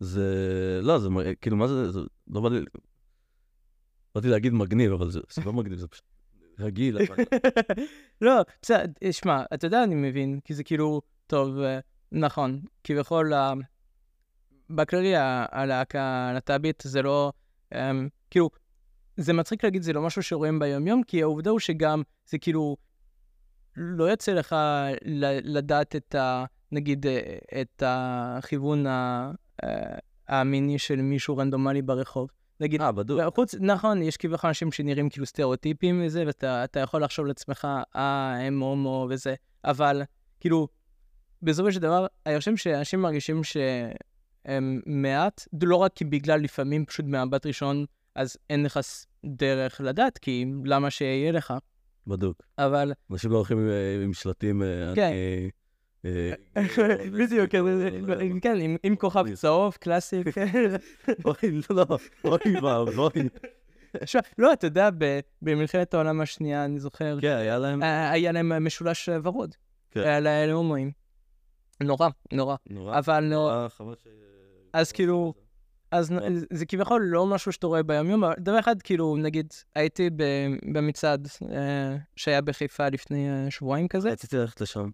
[SPEAKER 1] זה, לא, זה, מ- כאילו, מה זה, זה לא בא לי, באתי להגיד מגניב, אבל זה זה לא מגניב, זה פשוט רגיל. אבל-
[SPEAKER 2] <laughs> לא, בסדר, שמע, אתה יודע, אני מבין, כי זה כאילו, טוב, אה, נכון, כביכול, ה- בכללי, ה- הלהקה הלהט"בית זה לא, אמ, כאילו, זה מצחיק להגיד, זה לא משהו שרואים ביום-יום, כי העובדה הוא שגם, זה כאילו, לא יוצא לך ל- לדעת את ה... נגיד, אה, את הכיוון ה- אה, המיני של מישהו רנדומלי ברחוב. נגיד,
[SPEAKER 1] אה, בדוק.
[SPEAKER 2] חוץ, נכון, יש כביכול אנשים שנראים כאילו סטריאוטיפים וזה, ואתה אתה יכול לחשוב לעצמך, אה, הם הומו וזה, אבל כאילו, בסופו של דבר, אני חושב שאנשים מרגישים שהם מעט, לא רק כי בגלל לפעמים פשוט מבט ראשון, אז אין לך ס- דרך לדעת, כי למה שיהיה לך?
[SPEAKER 1] בדוק. <laughs>
[SPEAKER 2] אבל...
[SPEAKER 1] אנשים לא הולכים עם- עם שלטים, אה,
[SPEAKER 2] כן.
[SPEAKER 1] אני... אה,
[SPEAKER 2] <laughs> בדיוק,
[SPEAKER 1] לא יודע מה.
[SPEAKER 2] כן, עם- עם כוכב צהוב, קלאסי.
[SPEAKER 1] <laughs> אוי, לא, אוי, וואו, לא, אוי.
[SPEAKER 2] עכשיו, לא, אתה יודע, ב- במלחמת העולם השנייה, אני זוכר,
[SPEAKER 1] כן, היה להם...
[SPEAKER 2] אה, היה להם משולש אה, ורוד.
[SPEAKER 1] כן.
[SPEAKER 2] היה להם הומואים. נורא, נורא.
[SPEAKER 1] נורא.
[SPEAKER 2] אבל לא,
[SPEAKER 1] אה, חבל ש...
[SPEAKER 2] אז כאילו, אז נ-
[SPEAKER 1] אה.
[SPEAKER 2] זה- זה כביכול לא משהו שאתה רואה ביומיום, אבל דבר אחד, כאילו, נגיד, הייתי ב- במצעד אה, שהיה בחיפה לפני אה, שבועיים כזה,
[SPEAKER 1] רציתי ללכת לשם.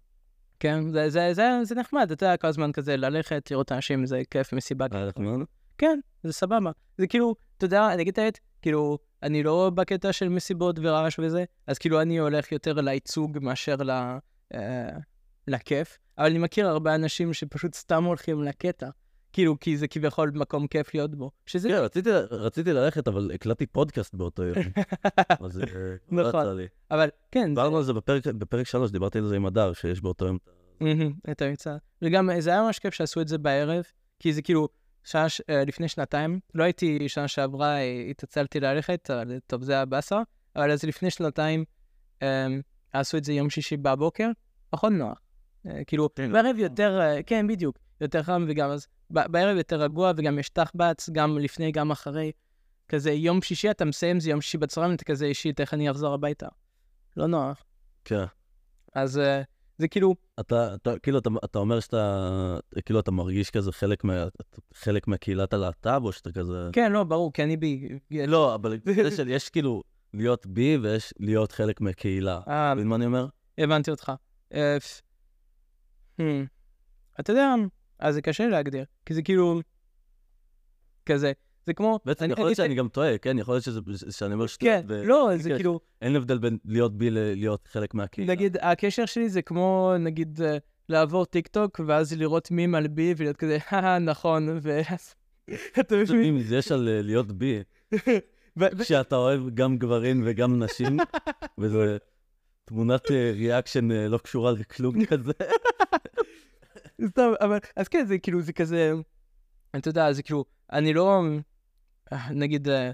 [SPEAKER 2] כן, זה- זה- זה- זה נחמד, אתה יודע, כל הזמן כזה ללכת, לראות אנשים, זה כיף, מסיבה.
[SPEAKER 1] היה לך מעניין?
[SPEAKER 2] כן, זה סבבה. זה כאילו, אתה יודע, אני אגיד את האמת, כאילו, אני לא בקטע של מסיבות ורעש וזה, אז כאילו אני הולך יותר לייצוג מאשר ל... אה, לכיף, אבל אני מכיר הרבה אנשים שפשוט סתם הולכים לקטע, כאילו, כי זה כביכול מקום כיף להיות בו, שזה...
[SPEAKER 1] כן, רציתי- רציתי ללכת, אבל הקלטתי פודקאסט באותו יום. אז אה, לא
[SPEAKER 2] נכון.
[SPEAKER 1] יצא לי.
[SPEAKER 2] <laughs> אבל כן, זה...
[SPEAKER 1] דיברנו על זה בפרק- בפרק שלוש, דיברתי על זה עם הדר, שיש באותו יום.
[SPEAKER 2] מהמם, את המצעד. וגם אה, זה היה ממש כיף שעשו את זה בערב, כי זה כאילו, שעה, ש- אה, לפני שנתיים, לא הייתי שנה שעברה, אה, התעצלתי ללכת, אבל אה, טוב, זה היה באסה, אבל אז לפני שנתיים אה, עשו את זה יום שישי בבוקר, פחות נוח. אה, כאילו,
[SPEAKER 1] כן.
[SPEAKER 2] בערב יותר, אה, כן, בדיוק, יותר חם וגם אז, ב- בערב יותר רגוע וגם יש תחבץ, גם לפני, גם אחרי. כזה יום שישי אתה מסיים, זה יום שישי בצהריים, אתה כזה אישית, איך אני אחזור הביתה? לא נוח.
[SPEAKER 1] כן.
[SPEAKER 2] אז אה, זה כאילו,
[SPEAKER 1] אתה, אתה, כאילו, אתה, אתה אומר שאתה, כאילו, אתה מרגיש כזה חלק, מה, חלק מקהילת הלהט"ב, או שאתה כזה...
[SPEAKER 2] כן, לא, ברור, כי אני אה, בי.
[SPEAKER 1] לא, <laughs> אבל יש, יש כאילו להיות בי ויש להיות חלק מקהילה. אתה
[SPEAKER 2] אה,
[SPEAKER 1] מבין מה אני אומר?
[SPEAKER 2] הבנתי אותך. אה, פ- hmm. אתה יודע, אז זה קשה להגדיר, כי זה כאילו... כזה, זה כמו...
[SPEAKER 1] בעצם
[SPEAKER 2] אני-
[SPEAKER 1] יכול להיות
[SPEAKER 2] אני-
[SPEAKER 1] שאני גם טועה, כן? יכול להיות שזה, שאני אומר שטויות.
[SPEAKER 2] כן,
[SPEAKER 1] ו-
[SPEAKER 2] לא, זה
[SPEAKER 1] כן.
[SPEAKER 2] כאילו,
[SPEAKER 1] אין הבדל בין להיות בי ללהיות חלק מהקהילה.
[SPEAKER 2] נגיד, הקשר שלי זה כמו, נגיד, אה, לעבור טיק טוק, ואז לראות מים על בי, ולהיות כזה, "הא, נכון, ואז... <laughs> אתה
[SPEAKER 1] איזה
[SPEAKER 2] מבין?
[SPEAKER 1] מין זה יש על אה, להיות בי,
[SPEAKER 2] ו- ו-
[SPEAKER 1] כשאתה אוהב גם גברים וגם
[SPEAKER 2] <laughs>
[SPEAKER 1] נשים, וזו תמונת אה, ריאקשן אה, לא קשורה לכלום
[SPEAKER 2] <laughs>
[SPEAKER 1] כזה.
[SPEAKER 2] סתם, אבל, אז כן, זה כאילו, זה כזה, אתה יודע, זה כאילו, אני לא, אה, נגיד, אה,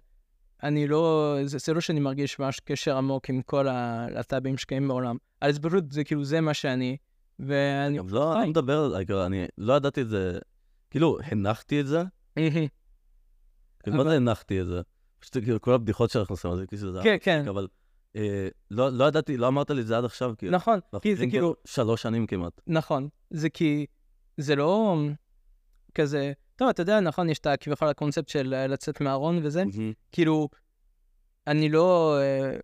[SPEAKER 2] אני לא, זה, זה לא שאני מרגיש ממש קשר עמוק עם כל הלהט"בים שקיימים בעולם, אבל זה פשוט, זה כאילו, זה מה שאני, ואני,
[SPEAKER 1] גם לא, אני
[SPEAKER 2] היי.
[SPEAKER 1] מדבר על זה, אני לא ידעתי את זה, כאילו, הנחתי את זה,
[SPEAKER 2] מהמם.
[SPEAKER 1] כאילו, מה זה הנחתי את זה? פשוט כאילו, כל הבדיחות שאנחנו עושים על זה, כאילו, זה
[SPEAKER 2] <laughs> אוקיי. כן, כן,
[SPEAKER 1] מצחיק, אבל אה, לא לא ידעתי, לא אמרת לי את זה עד עכשיו, כאילו.
[SPEAKER 2] נכון,
[SPEAKER 1] אנחנו
[SPEAKER 2] כי זה
[SPEAKER 1] עובדים כבר
[SPEAKER 2] כאילו,
[SPEAKER 1] שלוש שנים כמעט.
[SPEAKER 2] נכון, זה כי, זה לא כזה, טוב, אתה יודע, נכון, יש את ה- כביכול הקונספט של אה, לצאת מהארון וזה, כאילו, אני לא אה,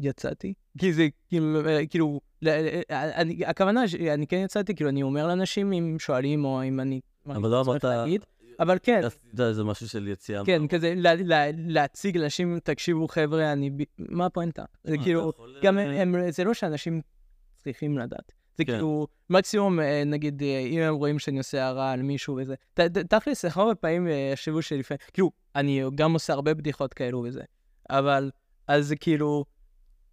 [SPEAKER 2] יצאתי, כי זה כאילו, אה, כאילו, ל- אה, אני, הכוונה שאני כן יצאתי, כאילו, אני אומר לאנשים אם שואלים או אם אני...
[SPEAKER 1] אבל לא
[SPEAKER 2] צריך
[SPEAKER 1] אמרת, לא,
[SPEAKER 2] להגיד, אבל כן,
[SPEAKER 1] עשית איזה משהו של יציאה.
[SPEAKER 2] כן, כזה ל- ל- להציג לאנשים, תקשיבו חבר'ה, אני... ב- מה הפואנטה? זה
[SPEAKER 1] מה,
[SPEAKER 2] כאילו,
[SPEAKER 1] אתה יכול,
[SPEAKER 2] גם
[SPEAKER 1] אה,
[SPEAKER 2] הם, זה לא שאנשים צריכים לדעת. זה
[SPEAKER 1] כן.
[SPEAKER 2] כאילו, מקסימום, אה, נגיד, אה, אם הם רואים שאני עושה הערה על מישהו וזה. ת- ת- תכלס, הרבה פעמים אה, יחשבו שלפעמים, כאילו, אני גם עושה הרבה בדיחות כאלו וזה. אבל, אז זה כאילו,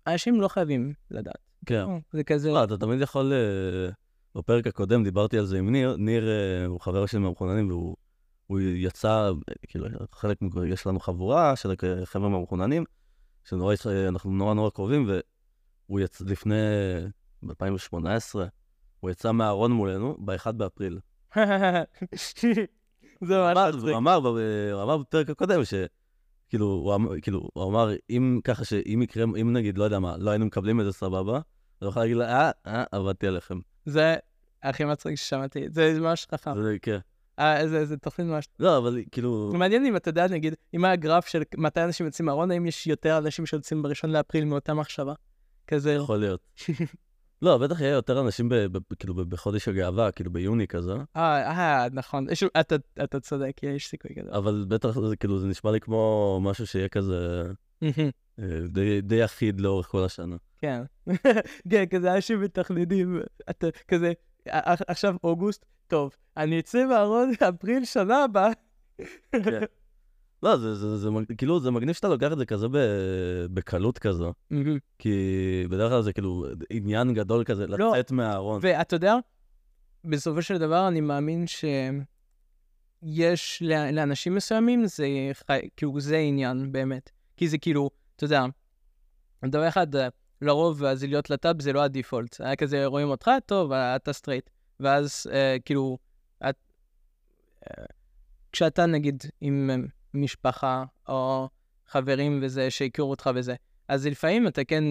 [SPEAKER 2] אנשים לא חייבים לדעת.
[SPEAKER 1] כן.
[SPEAKER 2] זה כזה... <laughs>
[SPEAKER 1] לא, אתה תמיד יכול... אה, בפרק הקודם דיברתי על זה עם ניר, ניר אה, הוא חבר שלי מהמחוננים והוא הוא יצא, אה, כאילו, חלק, מ- יש לנו חבורה של כ- חבר'ה מהמחוננים, שנורא, התח- אה, אנחנו נורא נורא קרובים, והוא יצא לפני, אה, ב-2018, הוא יצא מהארון מולנו ב-1 באפריל.
[SPEAKER 2] זה ממש לא, מצחיק.
[SPEAKER 1] הוא אמר, ב- הוא אמר בפרק הקודם ש... כאילו, הוא אמר, כאילו, הוא אמר, אם ככה, שאם יקרה, אם נגיד, לא יודע מה, לא היינו מקבלים את זה סבבה, אני יכול להגיד לה, אה, אה, עבדתי עליכם.
[SPEAKER 2] זה הכי מצחיק ששמעתי, זה ממש חכם.
[SPEAKER 1] זה, כן.
[SPEAKER 2] אה, זה זה תוכנית ממש...
[SPEAKER 1] לא, אבל כאילו,
[SPEAKER 2] מעניין אם אתה יודע, נגיד, אם היה גרף של מתי אנשים יוצאים מהארון, האם יש יותר אנשים שיוצאים בראשון לאפריל מאותה מחשבה? <laughs> כזה...
[SPEAKER 1] יכול להיות. לא, בטח יהיה יותר אנשים ב, ב, כאילו ב- בחודש הגאווה, כאילו ביוני כזה,
[SPEAKER 2] אה, אה, נכון, יש- אתה- אתה צודק, יש סיכוי כזה.
[SPEAKER 1] אבל בטח זה כאילו, זה נשמע לי כמו משהו שיהיה כזה
[SPEAKER 2] מהמם,
[SPEAKER 1] אה, די, די אחיד לאורך כל השנה.
[SPEAKER 2] כן. <laughs> כן, כזה אנשים מתכננים, אתה כזה, "אה, אה, עכשיו אוגוסט, טוב, אני אצא מהארון <laughs> אפריל שנה הבאה.
[SPEAKER 1] כן. לא, זה, זה, זה, מג- כאילו, זה מגניב שאתה לוקח את זה כזה ב, בקלות כזו,
[SPEAKER 2] מהמם.
[SPEAKER 1] כי בדרך כלל זה כאילו עניין גדול כזה,
[SPEAKER 2] לא.
[SPEAKER 1] לצאת מהארון.
[SPEAKER 2] ואתה יודע, בסופו של דבר אני מאמין שיש לא- לאנשים מסוימים, זה חי... כאילו זה עניין באמת. כי זה כאילו, אתה יודע, דבר אחד, אה, לרוב אז להיות לטאב זה לא הדיפולט. היה כזה, רואים אותך, טוב, אה, אתה סטרייט. ואז אה, כאילו, את... אה, כשאתה נגיד עם אה, משפחה או חברים וזה, שהכירו אותך וזה, אז לפעמים אתה כן,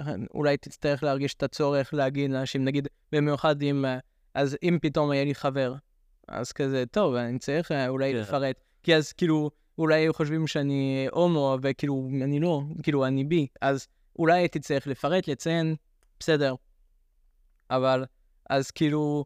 [SPEAKER 2] אה, אולי תצטרך להרגיש את הצורך להגיד לאנשים, נגיד, במיוחד אם, אה, אז אם פתאום היה לי חבר, אז כזה, טוב, אני צריך אה, אולי
[SPEAKER 1] כן.
[SPEAKER 2] לפרט. כי אז כאילו, אולי היו חושבים שאני הומו, וכאילו, אני לא, כאילו, אני בי. אז אולי הייתי צריך לפרט, לציין, בסדר. אבל, אז כאילו,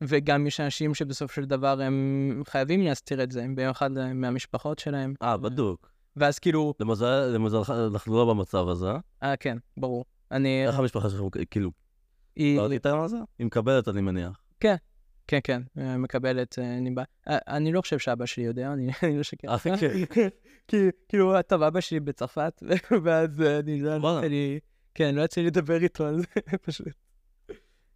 [SPEAKER 2] וגם יש אנשים שבסופו של דבר הם חייבים להסתיר את זה, במיוחד אה, מהמשפחות שלהם.
[SPEAKER 1] אה, בדוק.
[SPEAKER 2] ואז כאילו,
[SPEAKER 1] למזל- למזלך, אנחנו לא במצב הזה. אה?
[SPEAKER 2] אה, כן, ברור. אני...
[SPEAKER 1] איך המשפחה שלך, כאילו,
[SPEAKER 2] כן. היא...
[SPEAKER 1] דיברתי איתם על זה? היא מקבלת, אני מניח.
[SPEAKER 2] כן, כן, אה, מקבלת, אה, אני בא... אה, אני לא חושב שאבא שלי יודע, אני אני לא שקר.
[SPEAKER 1] אה,
[SPEAKER 2] <laughs>
[SPEAKER 1] כן.
[SPEAKER 2] כי, כאילו, טוב, אבא שלי בצרפת, <laughs> ואז אה, אני לא
[SPEAKER 1] וואלה.
[SPEAKER 2] יצא לי... כן, לא יצא לי לדבר איתו על זה, <laughs> פשוט.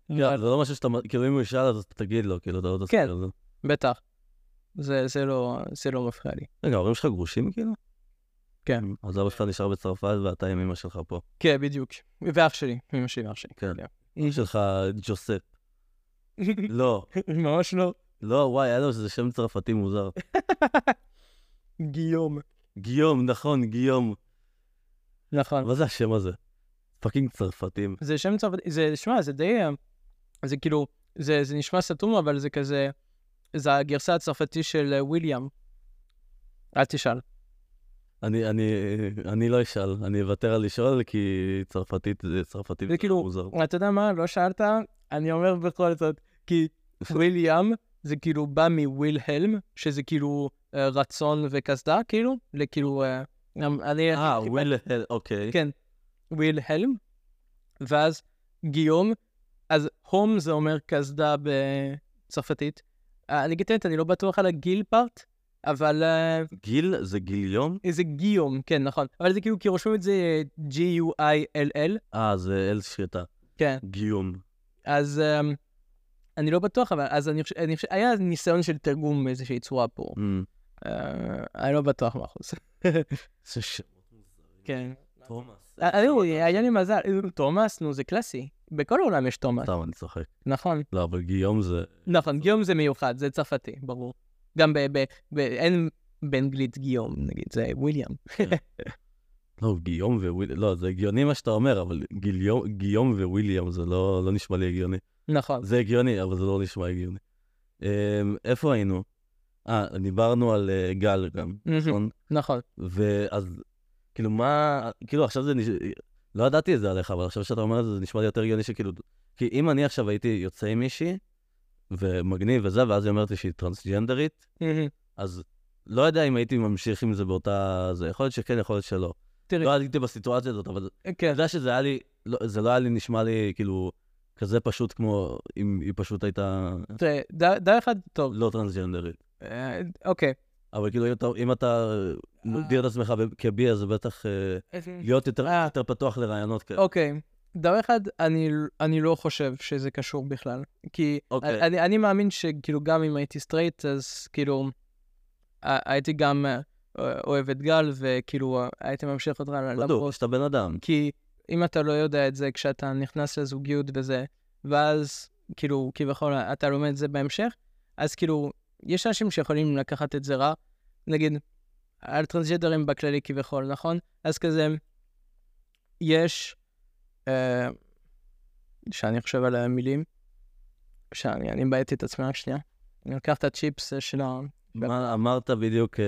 [SPEAKER 1] כן, זה לא משהו שאתה, כאילו אם הוא ישאל אז אתה תגיד לו, כאילו אתה לא
[SPEAKER 2] כן.
[SPEAKER 1] תסביר לו.
[SPEAKER 2] בטח. זה, זה לא, זה לא מפריע לי.
[SPEAKER 1] רגע, ההורים שלך גרושים כאילו?
[SPEAKER 2] כן.
[SPEAKER 1] אז אבא שלך נשאר בצרפת ואתה עם אמא שלך פה.
[SPEAKER 2] כן, בדיוק. ואח שלי, אמא שלי ואח שלי.
[SPEAKER 1] כן.
[SPEAKER 2] כן.
[SPEAKER 1] אמא שלך ג'וספ. לא,
[SPEAKER 2] <laughs> ממש לא.
[SPEAKER 1] לא, וואי, היה לו איזה שם צרפתי מוזר.
[SPEAKER 2] גיום.
[SPEAKER 1] גיום, נכון, גיום.
[SPEAKER 2] נכון.
[SPEAKER 1] מה זה השם הזה? פאקינג צרפתים.
[SPEAKER 2] זה שם צרפתי, זה, שמע, זה די, אה, זה כאילו, זה, זה נשמע סתום, אבל זה כזה, זה הגרסה הצרפתי של אה, וויליאם. אל תשאל.
[SPEAKER 1] אני, אני, אני לא אשאל, אני אוותר על לשאול כי צרפתית זה צרפתים
[SPEAKER 2] זה כאילו-
[SPEAKER 1] מוזר.
[SPEAKER 2] אתה יודע מה, לא שאלת, אני אומר בכל זאת, כי וויליאם זה כאילו בא מווילהלם, שזה כאילו אה, רצון וקסדה, כאילו, לכאילו, אה, גם אני...
[SPEAKER 1] אה,
[SPEAKER 2] חיפשתי-
[SPEAKER 1] וויל, אוקיי.
[SPEAKER 2] כן, וילהלם, ואז גיום, אז הום זה אומר קסדה בצרפתית. אה, אני אגיד את אני לא בטוח על הגיל פארט, אבל אה,
[SPEAKER 1] גיל זה גיליון?
[SPEAKER 2] זה גיום, כן, נכון. אבל זה כאילו, כי רושמים את זה אה, G-U-I-L-L,
[SPEAKER 1] אה, זה אל שחיטה.
[SPEAKER 2] כן.
[SPEAKER 1] גיום.
[SPEAKER 2] אז אה, אני לא בטוח, אבל אז אני חושב, אני חושב, היה ניסיון של תרגום מאיזושהי צורה פה.
[SPEAKER 1] אמ,
[SPEAKER 2] אה, אני לא בטוח מה אחוז.
[SPEAKER 1] זה שם.
[SPEAKER 2] כן.
[SPEAKER 1] תומאס.
[SPEAKER 2] אה, אה, היה לי מזל, אה, תומאס, נו, זה קלאסי. בכל העולם יש תומאס,
[SPEAKER 1] סתם, אני צוחק.
[SPEAKER 2] נכון.
[SPEAKER 1] לא, אבל גיום זה...
[SPEAKER 2] נכון, גיום זה מיוחד, זה צרפתי, ברור. גם ב... ב, ב אין באנגלית גיום, נגיד, זה וויליאם.
[SPEAKER 1] לא, גיום וויליאם, לא, זה הגיוני מה שאתה אומר, אבל גיליום- גיום וויליאם זה לא לא נשמע לי הגיוני.
[SPEAKER 2] נכון.
[SPEAKER 1] זה הגיוני, אבל זה לא נשמע הגיוני. אמ, איפה היינו? אה, דיברנו על אה, גל גם, נכון?
[SPEAKER 2] נכון.
[SPEAKER 1] ואז, כאילו, מה... כאילו, עכשיו זה נשמע... לא ידעתי את זה עליך, אבל עכשיו שאתה אומר את זה, זה נשמע לי יותר הגיוני שכאילו... כי אם אני עכשיו הייתי יוצא עם מישהי, ומגניב וזה, ואז היא אומרת לי שהיא טרנסג'נדרית,
[SPEAKER 2] מהמם.
[SPEAKER 1] אז לא יודע אם הייתי ממשיך עם זה באותה... זה יכול להיות שכן, יכול להיות שלא.
[SPEAKER 2] תראי.
[SPEAKER 1] לא הייתי בסיטואציה הזאת, אבל
[SPEAKER 2] כן,
[SPEAKER 1] אני יודע שזה היה לי... לא, זה לא היה לי נשמע לי כאילו כזה פשוט כמו אם היא פשוט הייתה
[SPEAKER 2] תראה, ד- דבר אחד טוב.
[SPEAKER 1] לא טרנסג'נדרית.
[SPEAKER 2] אה, אוקיי.
[SPEAKER 1] אבל כאילו, אם אתה- אם אתה מגדיר את עצמך ב- כבי, אז בטח אה, להיות יותר
[SPEAKER 2] אה.
[SPEAKER 1] יותר פתוח לרעיונות כאלה.
[SPEAKER 2] אוקיי, דבר אחד, אני, אני לא חושב שזה קשור בכלל. כי
[SPEAKER 1] אוקיי.
[SPEAKER 2] אני, אני מאמין שכאילו גם אם הייתי סטרייט, אז כאילו, ה- הייתי גם אה, אוהב את גל, וכאילו אה, הייתי ממשיך אותך
[SPEAKER 1] בטוח, שאתה בן אדם.
[SPEAKER 2] כי אם אתה לא יודע את זה כשאתה נכנס לזוגיות וזה, ואז כאילו כביכול אתה לומד את זה בהמשך, אז כאילו יש אנשים שיכולים לקחת את זה רע, נגיד על טרנסג'דרים בכללי כביכול, נכון? אז כזה, יש, אה, שאני חושב על המילים, שאני אני בעייתי את עצמי רק שנייה, אני לוקח את הצ'יפס אה, של ה...
[SPEAKER 1] מה אמרת בדיוק, אה,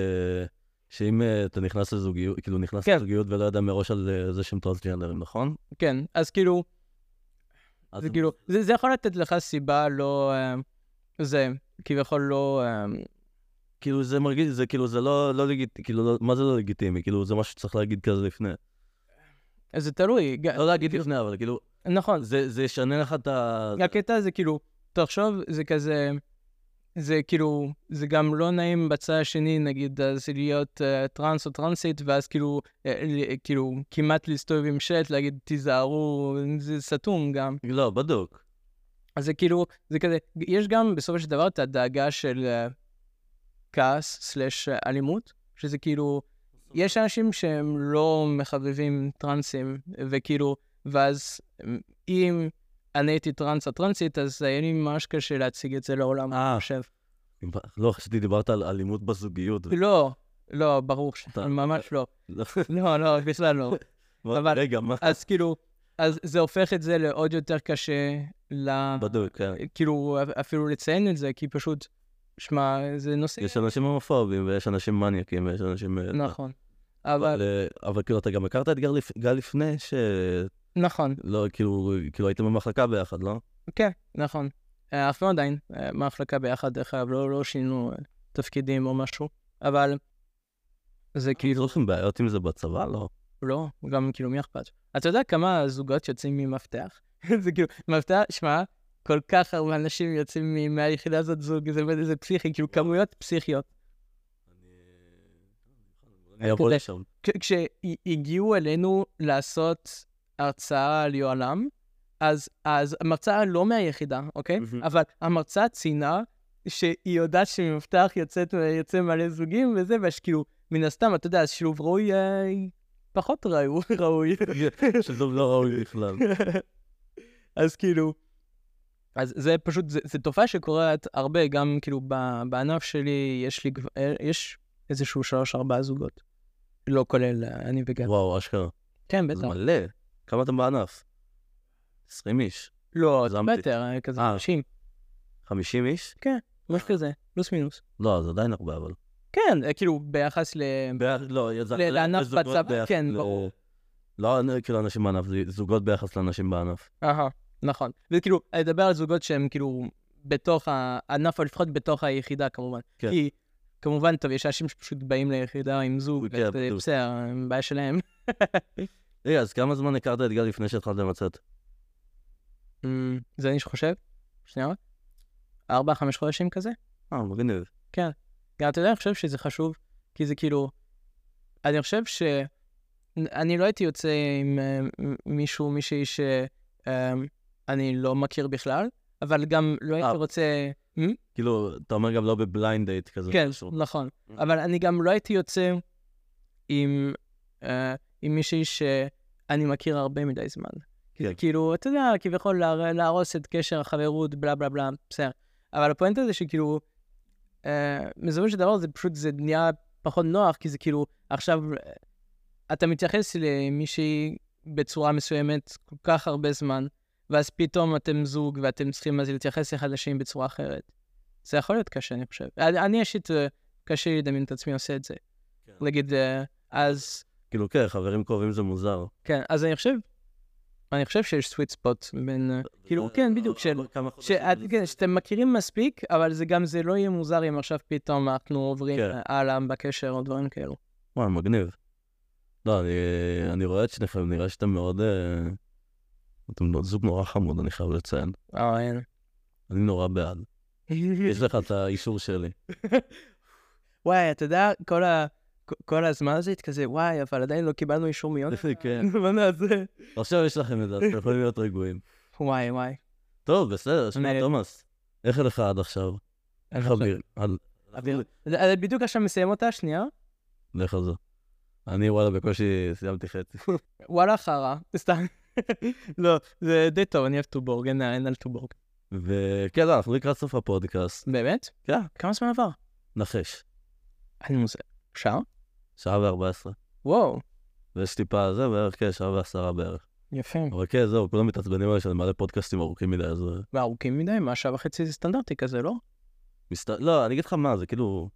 [SPEAKER 1] שאם אה, אתה נכנס לזוגיות, כאילו נכנס
[SPEAKER 2] כן.
[SPEAKER 1] לזוגיות ולא יודע מראש על אה, זה שהם טרנסג'נדרים, נכון?
[SPEAKER 2] כן, אז כאילו,
[SPEAKER 1] אז
[SPEAKER 2] זה כאילו, זה, זה יכול לתת לך סיבה לא... אה, זה, כביכול לא... אה,
[SPEAKER 1] כאילו זה מרגיש, זה כאילו, זה לא, לא לגיטימי, כאילו, לא, מה זה לא לגיטימי? כאילו, זה משהו שצריך להגיד כזה לפני.
[SPEAKER 2] אה. זה תלוי. ג-
[SPEAKER 1] לא להגיד לפני, אבל כאילו,
[SPEAKER 2] נכון.
[SPEAKER 1] זה, זה ישנה לך את ה...
[SPEAKER 2] הקטע זה כאילו, תחשוב, זה כזה... זה כאילו, זה גם לא נעים בצד השני, נגיד, אז להיות uh, טרנס או טרנסית, ואז כאילו, uh, כאילו, כמעט להסתובב עם שלט, להגיד, תיזהרו, זה סתום גם.
[SPEAKER 1] לא, בדוק.
[SPEAKER 2] אז זה כאילו, זה כזה, יש גם בסופו של דבר את הדאגה של אה, כעס סלש אה, אלימות, שזה כאילו, יש אנשים שהם לא מחבבים טרנסים, וכאילו, ואז אמ, אם אני הייתי טרנס או טרנסית, אז היה לי ממש קשה להציג את זה לעולם, אני
[SPEAKER 1] אה.
[SPEAKER 2] חושב.
[SPEAKER 1] לא, חשבתי דיברת על אלימות בזוגיות.
[SPEAKER 2] לא, לא, ברור ש...
[SPEAKER 1] אתה-
[SPEAKER 2] ממש לא.
[SPEAKER 1] לא,
[SPEAKER 2] לא, לא, בכלל לא.
[SPEAKER 1] מה-
[SPEAKER 2] אבל-
[SPEAKER 1] רגע, מה?
[SPEAKER 2] אז כאילו, אז זה הופך את זה לעוד יותר קשה ל...
[SPEAKER 1] בדוק, כן.
[SPEAKER 2] כאילו, אפילו לציין את זה, כי פשוט, שמע, זה נושא...
[SPEAKER 1] יש אנשים הומופובים, ויש אנשים מניאקים, ויש אנשים... אה,
[SPEAKER 2] נכון. אבל,
[SPEAKER 1] אבל, אה, אבל כאילו, אתה גם הכרת את גל לפ- גל לפני ש...
[SPEAKER 2] נכון,
[SPEAKER 1] לא, כאילו, כאילו הייתם במחלקה ביחד, לא?
[SPEAKER 2] כן, נכון. אה, אנחנו עדיין אה, מהמחלקה ביחד, דרך אגב, לא לא שינו אה, תפקידים או משהו, אבל זה כאילו,
[SPEAKER 1] כאילו, יש לכם בעיות עם זה בצבא, לא?
[SPEAKER 2] לא, גם כאילו, מי אכפת? אתה יודע כמה זוגות יוצאים ממפתח? <laughs> זה כאילו, מפתח, שמע, כל כך הרבה אנשים יוצאים מ- מהיחידה הזאת זוג, זה- זה פסיכי, כאילו, כמויות פסיכיות.
[SPEAKER 1] אני אבוא
[SPEAKER 2] כזה.
[SPEAKER 1] לשם.
[SPEAKER 2] כש- כשהגיעו אלינו לעשות הרצאה על יוהל"ם, אז, אז המרצה לא מהיחידה, אוקיי?
[SPEAKER 1] מהמם.
[SPEAKER 2] אבל המרצה ציינה שהיא יודעת שממפתח יוצאת, יוצא מלא זוגים וזה, ושכאילו, מן הסתם, אתה יודע, אז שילוב ראוי אה, פחות ראוי. <laughs> ראוי.
[SPEAKER 1] שזה לא ראוי בכלל.
[SPEAKER 2] אז כאילו, אז זה פשוט, זה, זה תופעה שקורית הרבה, גם כאילו ב- בענף שלי יש לי, גב- אה, יש איזשהו שלוש-ארבעה זוגות. לא כולל אה, אני וגל.
[SPEAKER 1] וואו, אשכרה.
[SPEAKER 2] כן,
[SPEAKER 1] זה
[SPEAKER 2] בטח.
[SPEAKER 1] מלא. כמה אתם בענף? 20 איש.
[SPEAKER 2] לא,
[SPEAKER 1] הגזמתי.
[SPEAKER 2] בטר, אה, כזה
[SPEAKER 1] אה.
[SPEAKER 2] 50,
[SPEAKER 1] 50 איש?
[SPEAKER 2] משהו כזה, פלוס מינוס.
[SPEAKER 1] לא, זה עדיין הרבה, אבל...
[SPEAKER 2] כן, אה, כאילו, ביחס ל...
[SPEAKER 1] ביחס, לא, זה-
[SPEAKER 2] ל- לענף
[SPEAKER 1] זוגות
[SPEAKER 2] בצבא,
[SPEAKER 1] ביחס
[SPEAKER 2] כן,
[SPEAKER 1] ל-
[SPEAKER 2] ברור.
[SPEAKER 1] לא, אני- כאילו אנשים בענף, זה זוגות ביחס לאנשים בענף.
[SPEAKER 2] אהה, נכון. וכאילו, אני אדבר על זוגות שהם כאילו בתוך הענף, או לפחות בתוך היחידה, כמובן.
[SPEAKER 1] כן.
[SPEAKER 2] כי, כמובן, טוב, יש אנשים שפשוט באים ליחידה עם זוג,
[SPEAKER 1] כן,
[SPEAKER 2] וזה
[SPEAKER 1] בדיוק.
[SPEAKER 2] בסדר, הם בעיה שלהם.
[SPEAKER 1] רגע, אז כמה זמן הכרת את גל לפני שהתחלתם לצאת?
[SPEAKER 2] אמ, זה אני שחושב, שנייה, רק. ארבע, חמש חודשים כזה.
[SPEAKER 1] אה, מגניב.
[SPEAKER 2] גם אתה יודע, אני חושב שזה חשוב, כי זה כאילו, אני חושב ש... אני לא הייתי יוצא עם אה, מ- מישהו, מישהי שאני לא מכיר בכלל, אבל גם לא
[SPEAKER 1] אה.
[SPEAKER 2] הייתי רוצה... Hmm?
[SPEAKER 1] כאילו, אתה אומר גם לא בבליינד דייט כזה.
[SPEAKER 2] כן,
[SPEAKER 1] משהו.
[SPEAKER 2] נכון.
[SPEAKER 1] Mm.
[SPEAKER 2] אבל אני גם לא הייתי יוצא עם, uh, עם מישהי שאני מכיר הרבה מדי זמן. כי זה
[SPEAKER 1] כן.
[SPEAKER 2] כאילו, אתה יודע, כביכול להר- להרוס את קשר החברות, בלה בלה בלה, בסדר. אבל הפואנטה זה שכאילו, uh, בסופו של דבר זה פשוט, זה נהיה פחות נוח, כי זה כאילו, עכשיו, אה, אתה מתייחס למישהי בצורה מסוימת כל כך הרבה זמן, ואז פתאום אתם זוג ואתם צריכים אז להתייחס אחד לשני בצורה אחרת. זה יכול להיות קשה, אני חושב. אני אני אישית, אה, קשה לי לדמיין את עצמי עושה את זה.
[SPEAKER 1] כן.
[SPEAKER 2] נגיד, אה, אז,
[SPEAKER 1] כאילו, כן, חברים קרובים זה מוזר.
[SPEAKER 2] כן, אז אני חושב, אני חושב שיש סוויט ספוט בין, אה, כאילו,
[SPEAKER 1] זה-
[SPEAKER 2] כן, בדיוק,
[SPEAKER 1] אבל-
[SPEAKER 2] של...
[SPEAKER 1] אבל כמה חודשים
[SPEAKER 2] שאת,
[SPEAKER 1] לפני.
[SPEAKER 2] כן, שאתם מכירים מספיק, אבל זה גם, זה לא יהיה מוזר אם עכשיו פתאום אנחנו עוברים
[SPEAKER 1] כן.
[SPEAKER 2] אה, הלאה בקשר או דברים כאלו.
[SPEAKER 1] וואי, מגניב. לא, אני, אני רואה את שניכם, נראה שאתם מאוד... אה, אתם לא- זוג נורא חמוד, אני חייב לציין.
[SPEAKER 2] אה, אין. <laughs>
[SPEAKER 1] אני נורא בעד. יש לך את האישור שלי.
[SPEAKER 2] וואי, אתה יודע, כל ה- כל הזמן הזה, הייתי כזה, וואי, אבל עדיין לא קיבלנו אישור מיונה.
[SPEAKER 1] <laughs>
[SPEAKER 2] <laughs>
[SPEAKER 1] כן.
[SPEAKER 2] מה נעשה?
[SPEAKER 1] עכשיו יש לכם את זה, אז אתם יכולים להיות רגועים.
[SPEAKER 2] וואי, וואי.
[SPEAKER 1] טוב, בסדר, שמע,
[SPEAKER 2] מעניין.
[SPEAKER 1] תומאס, איך לך עד עכשיו? איך אביר? על-
[SPEAKER 2] אביר. אז אה, בדיוק עכשיו מסיים אותה, שנייה.
[SPEAKER 1] לך על זה. אני, וואלה, בקושי סיימתי חצי. <laughs>
[SPEAKER 2] וואלה, חרא. סתם. לא, זה די טוב, אני אוהב טובורג, אין אין על טובורג.
[SPEAKER 1] וכן, לא, אנחנו לקראת סוף הפודקאסט.
[SPEAKER 2] באמת?
[SPEAKER 1] כן.
[SPEAKER 2] כמה זמן עבר?
[SPEAKER 1] נחש,
[SPEAKER 2] אין לי מושג. שעה?
[SPEAKER 1] שעה וארבע עשרה.
[SPEAKER 2] וואו.
[SPEAKER 1] ויש טיפה זה בערך, כן, שעה ועשרה בערך.
[SPEAKER 2] יפה.
[SPEAKER 1] אבל כן, זהו, כולם מתעצבנים עליי שאני מעלה פודקאסטים ארוכים מדי, אז... אה,
[SPEAKER 2] וארוכים מדי, מה שעה וחצי זה סטנדרטי כזה, לא?
[SPEAKER 1] מסת... לא, אני אגיד לך מה, זה כאילו...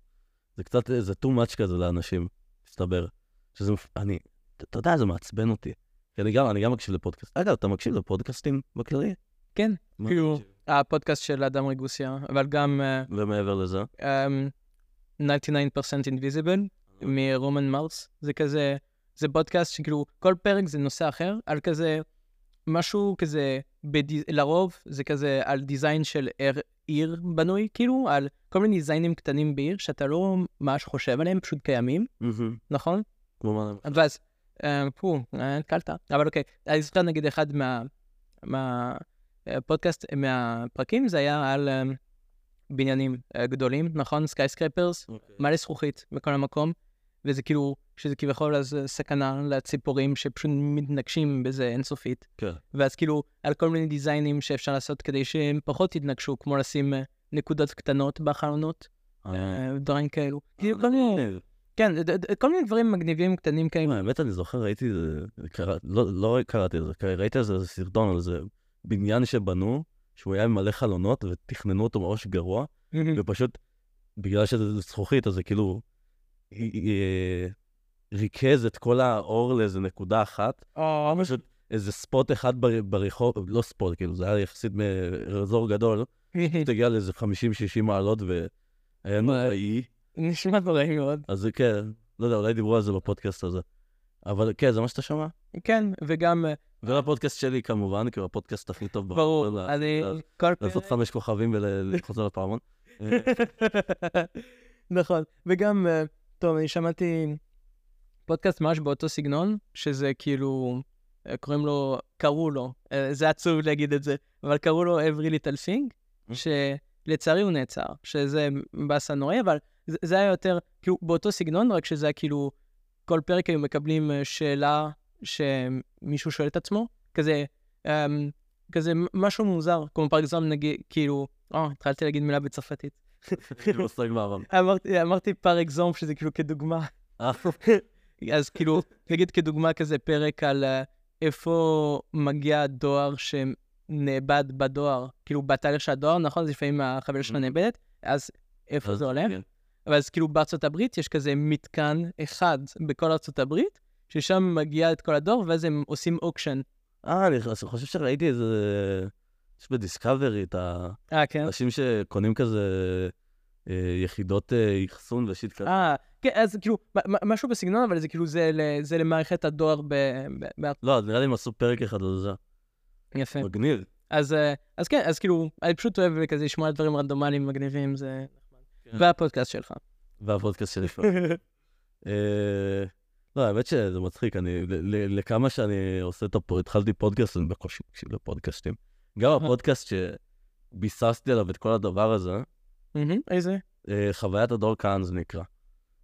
[SPEAKER 1] זה קצת, אה, זה too much כזה לאנשים, מסתבר. שזה, מפ- אני, אתה- אתה יודע, זה מעצבן אותי. כי אני גם, אני גם מקשיב לפודקאסט. אגב, אתה מקשיב לפודקאסטים בכללי?
[SPEAKER 2] כן,
[SPEAKER 1] מה
[SPEAKER 2] כאילו-
[SPEAKER 1] אתה מקשיב?
[SPEAKER 2] הפודקאסט של אדם רגוסיה, אבל גם אה,
[SPEAKER 1] ומעבר לזה?
[SPEAKER 2] אמ, 99% Invisible מרומן מרס. זה כזה, זה פודקאסט שכאילו, כל פרק זה נושא אחר, על כזה, משהו כזה, בדי, לרוב זה כזה על דיזיין של עיר, עיר בנוי, כאילו, על כל מיני דיזיינים קטנים בעיר, שאתה לא ממש חושב עליהם, פשוט קיימים, נכון?
[SPEAKER 1] כמו מה?
[SPEAKER 2] ואז, אה, פו, אה, נתקלת, אבל אוקיי, אני זוכר נגיד אחד מה... מה... אה, פודקאסט מהפרקים זה היה על אה, בניינים אה, גדולים, נכון? סקייסקרפרס, מלא זכוכית בכל המקום, וזה כאילו, שזה כביכול אז אה, סכנה לציפורים שפשוט מתנגשים בזה אינסופית.
[SPEAKER 1] כן.
[SPEAKER 2] ואז כאילו, על כל מיני דיזיינים שאפשר לעשות כדי שהם פחות יתנגשו, כמו לשים אה, נקודות קטנות בחלונות,
[SPEAKER 1] אה,
[SPEAKER 2] אה, דברים כאלו. כאילו, כל מיני,
[SPEAKER 1] מגניב.
[SPEAKER 2] כן, ד- ד- כל מיני דברים מגניבים קטנים כאלו.
[SPEAKER 1] תשמע, אה, האמת, אני זוכר, ראיתי, איזה- קרא- לא לא קראתי את זה, קרא- ראיתי איזה איזה סרטון על איזה בניין שבנו, שהוא היה עם מלא חלונות ותכננו אותו ממש גרוע, <laughs> ופשוט בגלל שזה זכוכית, אז זה כאילו היא- היא- ריכז את כל האור לאיזה נקודה אחת,
[SPEAKER 2] או,
[SPEAKER 1] פשוט איזה ספוט אחד בר- ברחוב, לא ספוט, כאילו, זה היה יחסית מאזור גדול, פשוט הגיע לאיזה 50-60 מעלות והיה נוראי.
[SPEAKER 2] נשמע דברים מאוד.
[SPEAKER 1] אז זה כן, לא יודע, אולי דיברו על זה בפודקאסט הזה. אבל כן, זה מה שאתה שומע?
[SPEAKER 2] כן, וגם, אה,
[SPEAKER 1] ולפודקאסט שלי כמובן, כי הוא הפודקאסט הכי טוב
[SPEAKER 2] ברור,
[SPEAKER 1] לה-
[SPEAKER 2] אני
[SPEAKER 1] לה-
[SPEAKER 2] כל
[SPEAKER 1] לא, לעשות חמש כוכבים ולחזור
[SPEAKER 2] <laughs>
[SPEAKER 1] לפעמון.
[SPEAKER 2] נכון, וגם, אה, טוב, אני שמעתי פודקאסט ממש באותו סגנון, שזה כאילו, אה, קוראים לו, קראו לו, אה, זה עצוב להגיד את זה, אבל קראו לו Every Little Thing, שלצערי הוא נעצר, שזה באסה נוראי, אבל זה, זה היה יותר, כאילו, באותו סגנון, רק שזה היה כאילו, כל פרק היו מקבלים אה, שאלה שמישהו שואל את עצמו, כזה, אמ, כזה מ- משהו מוזר, כמו פרקזום נגיד, כאילו, אה, התחלתי להגיד מילה בצרפתית.
[SPEAKER 1] אין לי מושג מה כאילו,
[SPEAKER 2] <laughs>
[SPEAKER 1] אבל.
[SPEAKER 2] אמרתי, אמרתי פר אקזום, שזה כאילו כדוגמה.
[SPEAKER 1] אה,
[SPEAKER 2] אז כאילו, נגיד כדוגמה כזה פרק על אה, איפה מגיע הדואר שנאבד בדואר, כאילו בתהליך של הדואר, נכון? אז לפעמים החבילה שלך
[SPEAKER 1] Mhm.
[SPEAKER 2] נאבדת, אז איפה
[SPEAKER 1] אז-
[SPEAKER 2] זה הולך?
[SPEAKER 1] כן.
[SPEAKER 2] ואז כאילו בארצות הברית יש כזה מתקן אחד בכל ארצות הברית, ששם מגיע את כל הדואר, ואז הם עושים אוקשן.
[SPEAKER 1] אה, אני ח- חושב שראיתי איזה... יש בדיסקאברי את האנשים
[SPEAKER 2] אה, כן?
[SPEAKER 1] שקונים כזה אה, יחידות אה, אחסון ושיט כזה.
[SPEAKER 2] אה, כן, אז כאילו, מ- מ- משהו בסגנון, אבל זה כאילו, זה ל- זה למערכת הדואר ב... ב- בארצות...
[SPEAKER 1] לא, אז נראה לי הם עשו פרק אחד על זה.
[SPEAKER 2] יפה.
[SPEAKER 1] מגניב.
[SPEAKER 2] אז, אה, אז כן, אז כאילו, אני פשוט אוהב כזה לשמוע על דברים רנדומליים מגניבים, זה...
[SPEAKER 1] כן. <laughs>
[SPEAKER 2] והפודקאסט שלך.
[SPEAKER 1] והפודקאסט שלי
[SPEAKER 2] <laughs>
[SPEAKER 1] פה. אה, לא, האמת שזה מצחיק, אני, ל- ל- לכמה שאני עושה את הפודקאסט, התחלתי פודקאסט, אני בקושי מקשיב לפודקאסטים. גם הפודקאסט שביססתי עליו את כל הדבר הזה,
[SPEAKER 2] מהמם, איזה?
[SPEAKER 1] אה, חוויית הדור כאן זה נקרא.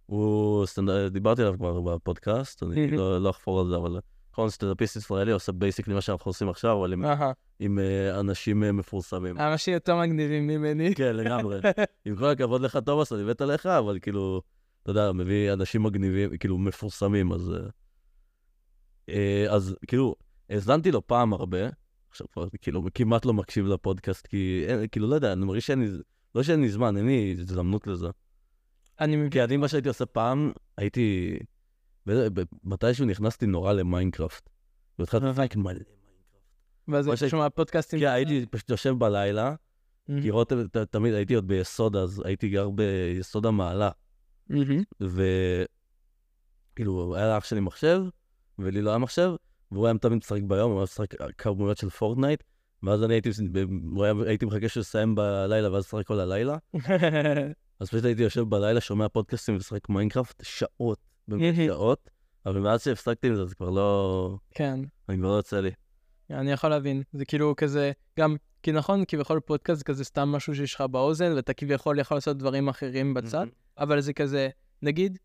[SPEAKER 1] הוא, סטנד... דיברתי עליו כבר בפודקאסט, אני
[SPEAKER 2] Mhm.
[SPEAKER 1] לא, לא אחפור על זה, אבל נכון, סטנדאפיסט ישראלי עושה בייסיקלי מה שאנחנו עושים עכשיו, אבל עם,
[SPEAKER 2] אהה,
[SPEAKER 1] עם אה, אנשים אה, מפורסמים.
[SPEAKER 2] האנשים יותר מגניבים ממני.
[SPEAKER 1] כן, לגמרי. עם כל הכבוד לך, תומאס, אני מת עליך, אבל כאילו, אתה יודע, מביא אנשים מגניבים, כאילו, מפורסמים, אז... אה, אה, אז כאילו, האזנתי לו פעם הרבה, עכשיו כבר, כאילו, כמעט לא מקשיב לפודקאסט, כי, אין, כאילו, לא יודע, אני מרגיש שאין לי, לא שאין לי זמן, אין לי הזדמנות לזה.
[SPEAKER 2] אני מבין.
[SPEAKER 1] כי כן, אני, מה שהייתי עושה פעם, הייתי... ב- ב- מתישהו נכנסתי נורא למיינקראפט. והתחלתי לשחק מלא מיינקראפט.
[SPEAKER 2] ואז
[SPEAKER 1] מה
[SPEAKER 2] אתה
[SPEAKER 1] שהי-
[SPEAKER 2] שומע פודקאסטים.
[SPEAKER 1] כן, הייתי פשוט יושב בלילה,
[SPEAKER 2] מהמם,
[SPEAKER 1] קירות, ת- תמיד הייתי עוד ביסוד, אז הייתי גר ביסוד המעלה,
[SPEAKER 2] מהמם, <laughs>
[SPEAKER 1] וכאילו, כאילו, היה לאח שלי מחשב, ולי לא היה מחשב, והוא היה תמיד משחק ביום, הוא היה משחק כמויות של פורטנייט, ואז אני הייתי, הוא היה- הייתי מחכה שהוא יסיים בלילה, ואז לשחק כל הלילה, אז פשוט הייתי יושב בלילה, שומע פודקאסטים ומשחק מיינקראפט שעות,
[SPEAKER 2] <laughs>
[SPEAKER 1] באמת
[SPEAKER 2] מהמם.
[SPEAKER 1] שעות, אבל מאז שהפסקתי עם זה, זה כבר לא...
[SPEAKER 2] כן.
[SPEAKER 1] אני כבר לא יוצא לי.
[SPEAKER 2] אני יכול להבין, זה כאילו כזה, גם, כי נכון, כביכול פודקאסט זה כזה סתם משהו שיש לך באוזן, ואתה כביכול יכול לעשות דברים אחרים בצד, אבל זה כזה, נגיד,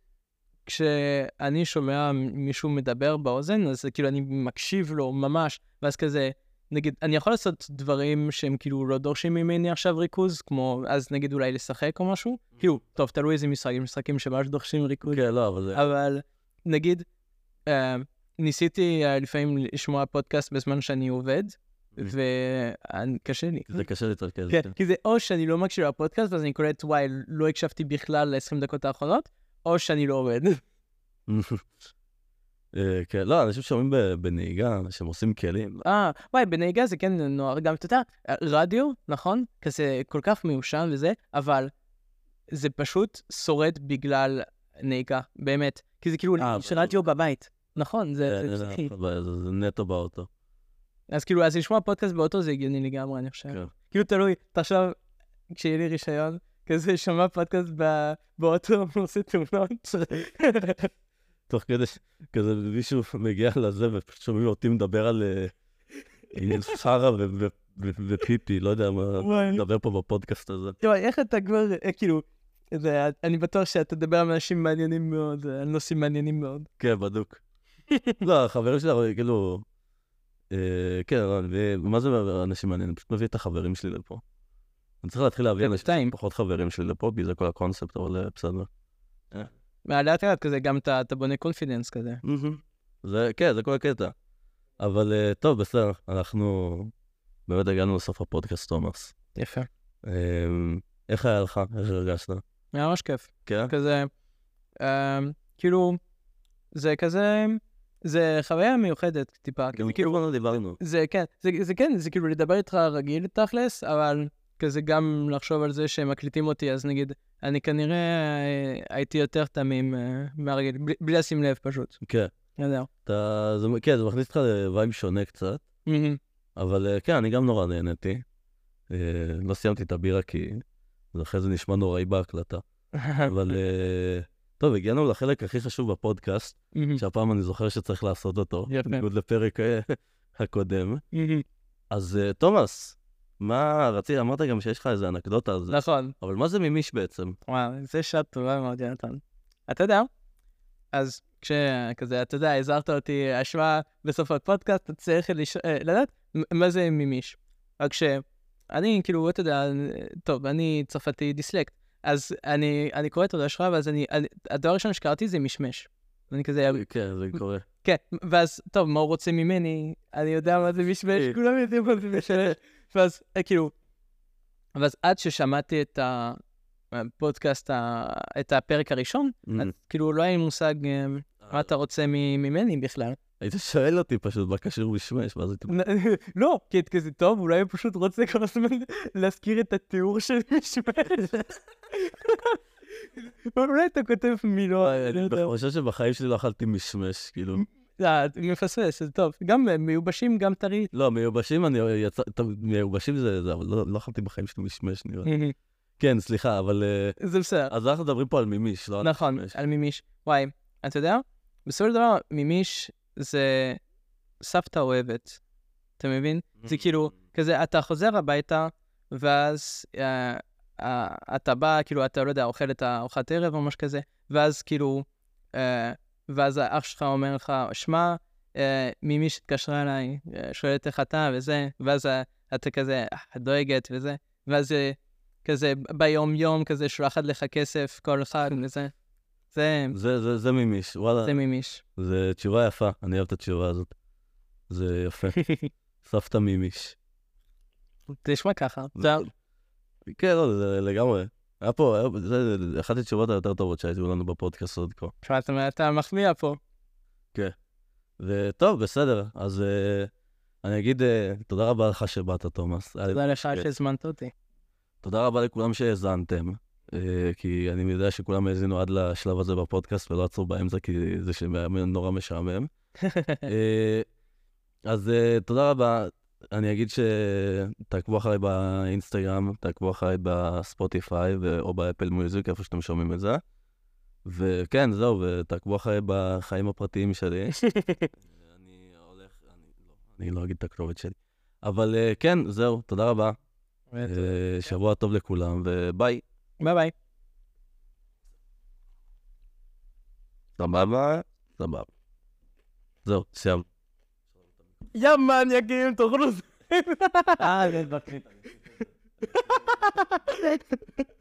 [SPEAKER 2] כשאני שומע מישהו מדבר באוזן, אז זה כאילו אני מקשיב לו ממש, ואז כזה, נגיד, אני יכול לעשות דברים שהם כאילו לא דורשים ממני עכשיו ריכוז, כמו, אז נגיד אולי לשחק או משהו,
[SPEAKER 1] Mm-hmm.
[SPEAKER 2] כאילו, טוב, תלוי איזה משחק, יש משחקים שממש דורשים ריכוז,
[SPEAKER 1] כן, לא, אבל זה...
[SPEAKER 2] אבל נגיד, אה, ניסיתי אה, לפעמים לשמוע פודקאסט בזמן שאני עובד,
[SPEAKER 1] Mm.
[SPEAKER 2] וקשה לי.
[SPEAKER 1] זה קשה להתרכז.
[SPEAKER 2] כן,
[SPEAKER 1] כן.
[SPEAKER 2] כי זה או שאני לא מקשיב לפודקאסט, ואז אני קולט, וואי, לא הקשבתי בכלל ל-20 דקות האחרונות, או שאני לא עובד. <laughs>
[SPEAKER 1] כן. <laughs> אה, כן, לא, אנשים שומעים ב- בנהיגה, שהם עושים כלים. לא,
[SPEAKER 2] אה, וואי, בנהיגה זה כן נוער, גם אתה יודע, רדיו, נכון? כזה כל כך מיושן וזה, אבל זה פשוט שורד בגלל נהיגה, באמת. כי זה כאילו,
[SPEAKER 1] אה,
[SPEAKER 2] יש רדיו בבית. נכון, זה...
[SPEAKER 1] אה,
[SPEAKER 2] זה-
[SPEAKER 1] אה, אבל זה זה נטו באוטו.
[SPEAKER 2] אז כאילו, אז לשמוע פודקאסט באוטו זה הגיוני לגמרי, אני חושב.
[SPEAKER 1] כן.
[SPEAKER 2] כאילו, תלוי, תחשוב, כשיהיה לי רישיון, כזה שומע פודקאסט ב- באוטו, <laughs> עושה תאונות.
[SPEAKER 1] תוך כדי ש- כזה מישהו <laughs> מגיע לזה ופשוט שומעים אותי מדבר על אה, עניין חרא ו- ו- ו- ופיפי, לא יודע מה,
[SPEAKER 2] וואי.
[SPEAKER 1] מדבר פה בפודקאסט הזה.
[SPEAKER 2] תראה, איך אתה כבר, אה, כאילו, זה- אני בטוח שאתה תדבר על אנשים מעניינים מאוד, אה, על נושאים מעניינים מאוד.
[SPEAKER 1] כן, בדוק. לא, החברים שלך, כאילו... אה, כן, לא, אני מביא- מה זה אנשים מעניינים? פשוט מביא את החברים שלי לפה. אני צריך להתחיל להביא
[SPEAKER 2] כן,
[SPEAKER 1] אנשים
[SPEAKER 2] שתיים.
[SPEAKER 1] שהם פחות חברים שלי לפה, כי זה כל הקונספט, אבל אה, בסדר.
[SPEAKER 2] לאט לאט כזה, גם אתה אתה בונה קונפידנס כזה.
[SPEAKER 1] זה, כן, זה כל הקטע. אבל אה, טוב, בסדר, אנחנו באמת הגענו לסוף הפודקאסט, תומאס.
[SPEAKER 2] יפה.
[SPEAKER 1] אה, איך היה לך? איך הרגשת?
[SPEAKER 2] היה ממש כיף.
[SPEAKER 1] כן?
[SPEAKER 2] כזה, אה, כאילו, זה כזה, זה חוויה מיוחדת טיפה.
[SPEAKER 1] גם כאילו לא דיברנו.
[SPEAKER 2] זה כן, זה, זה כן, זה כאילו לדבר איתך רגיל תכלס, אבל כזה גם לחשוב על זה שהם מקליטים אותי, אז נגיד, אני כנראה אה, הייתי יותר תמים אה, מהרגיל, בלי, בלי לשים לב פשוט.
[SPEAKER 1] כן.
[SPEAKER 2] לא יודע.
[SPEAKER 1] אתה, זה, כן, זה מכניס אותך לוויים שונה קצת,
[SPEAKER 2] מהמם.
[SPEAKER 1] אבל אה, כן, אני גם נורא נהניתי. אה, לא סיימתי את הבירה כי זה אחרי זה נשמע נוראי בהקלטה. אבל אה, טוב, הגענו לחלק הכי חשוב בפודקאסט,
[SPEAKER 2] מהמם.
[SPEAKER 1] שהפעם אני זוכר שצריך לעשות אותו,
[SPEAKER 2] יפה.
[SPEAKER 1] בניגוד לפרק אה, הקודם.
[SPEAKER 2] מהמם.
[SPEAKER 1] אז אה, תומאס, מה רצית, אמרת גם שיש לך איזה אנקדוטה על זה,
[SPEAKER 2] נכון,
[SPEAKER 1] אבל מה זה ממיש בעצם?
[SPEAKER 2] וואו, זה שעה טובה מאוד, יונתן. אתה יודע, אז כשכזה, אתה יודע, הזהרת אותי, השוואה בסוף הפודקאסט, אתה צריך לש... אה, לדעת מ- מה זה מימיש. רק שאני, כאילו, אתה יודע, אה, טוב, אני צרפתי דיסלקט, אז אני, אני קורא את ההודעה שלך, ואז אני, אני, הדבר הראשון שקראתי זה משמש. אני כזה,
[SPEAKER 1] כן, זה קורה.
[SPEAKER 2] כן, ואז, טוב, מה הוא רוצה ממני? אני יודע מה זה משמש,
[SPEAKER 1] אה.
[SPEAKER 2] כולם יודעים מה זה משמש. ואז, אה, כאילו, ואז עד ששמעתי את ה- הפודקאסט, ה- את הפרק הראשון,
[SPEAKER 1] Mm-hmm.
[SPEAKER 2] אז
[SPEAKER 1] Mm.
[SPEAKER 2] כאילו לא היה לי מושג אה, מה אתה רוצה מ- ממני בכלל.
[SPEAKER 1] היית שואל אותי פשוט, מה קשור משמש? ואז הייתי...
[SPEAKER 2] לא, כי את כזה טוב, אולי הוא פשוט רוצה כל הזמן להזכיר את התיאור של משמש. אולי אתה כותב מילות,
[SPEAKER 1] וואי,
[SPEAKER 2] לא
[SPEAKER 1] אני
[SPEAKER 2] יודע.
[SPEAKER 1] חושב שבחיים שלי לא אכלתי משמש, כאילו.
[SPEAKER 2] אה, אתה מפספס, זה טוב. גם אה, מיובשים, גם טרי.
[SPEAKER 1] לא, מיובשים אני יצא... טוב, מיובשים זה זה, אבל לא לא אכלתי בחיים שלי משמש, נראה לי.
[SPEAKER 2] מהמם.
[SPEAKER 1] כן, סליחה, אבל... אה,
[SPEAKER 2] <laughs> זה בסדר.
[SPEAKER 1] אז אנחנו מדברים פה על מימיש, לא על
[SPEAKER 2] נכון,
[SPEAKER 1] משמש.
[SPEAKER 2] על מימיש. וואי, אתה יודע, בסופו של דבר, מימיש זה סבתא אוהבת, אתה מבין? זה כאילו,
[SPEAKER 1] Mm.
[SPEAKER 2] כזה, אתה חוזר הביתה, ואז אה, אה, אתה בא, כאילו, אתה, לא יודע, אוכל את הארוחת ערב או משהו כזה, ואז כאילו, אה, ואז האח שלך אומר לך, שמע, אה, מימיש התקשרה אליי, אה, שואלת איך אתה וזה, ואז אה, אתה כזה, "אה, דואגת וזה, ואז אה, כזה ביום-יום כזה שולחת לך כסף כל
[SPEAKER 1] <laughs>
[SPEAKER 2] אחד וזה. זה,
[SPEAKER 1] זה- זה- זה מימיש, וואלה.
[SPEAKER 2] זה
[SPEAKER 1] <laughs>
[SPEAKER 2] מימיש.
[SPEAKER 1] זו תשובה יפה, אני אוהב את התשובה הזאת. זה
[SPEAKER 2] <laughs>
[SPEAKER 1] יפה. סבתא מימיש.
[SPEAKER 2] זה נשמע ככה.
[SPEAKER 1] זה-
[SPEAKER 2] זה-
[SPEAKER 1] כן, לא, זה לגמרי. היה פה, היה- זה זה אחת התשובות היותר טובות שהיו לנו בפודקאסט עוד כה.
[SPEAKER 2] תשמע, אתה- אתה מחמיאה פה.
[SPEAKER 1] וטוב, בסדר, אז אה, אני אגיד אה, תודה רבה לך שבאת, תומאס. היה לי
[SPEAKER 2] תודה לך
[SPEAKER 1] כן.
[SPEAKER 2] שהזמנת
[SPEAKER 1] <laughs>
[SPEAKER 2] אותי.
[SPEAKER 1] תודה רבה לכולם שהאזנתם, אה, כי אני יודע שכולם האזינו עד לשלב הזה בפודקאסט ולא עצרו באמצע, כי זה שמ- נורא משעמם. אה, אז אה, תודה רבה. אני אגיד שתעקבו אחריי באינסטגרם, תעקבו אחריי בספוטיפיי ו- או באפל מיוזיק, איפה שאתם שומעים את זה. וכן, זהו, ותעקבו אחריי בחיים הפרטיים שלי. אני הולך, אני לא, אני לא אגיד את הכתובת שלי. אבל אה, כן, זהו, תודה רבה. אה, שבוע טוב לכולם, וביי.
[SPEAKER 2] ביי ביי.
[SPEAKER 1] סבבה? סבבה. זהו, סיימנו.
[SPEAKER 2] יא מניאקים, תאכלו Ah, זה. אה, זה בקליטה.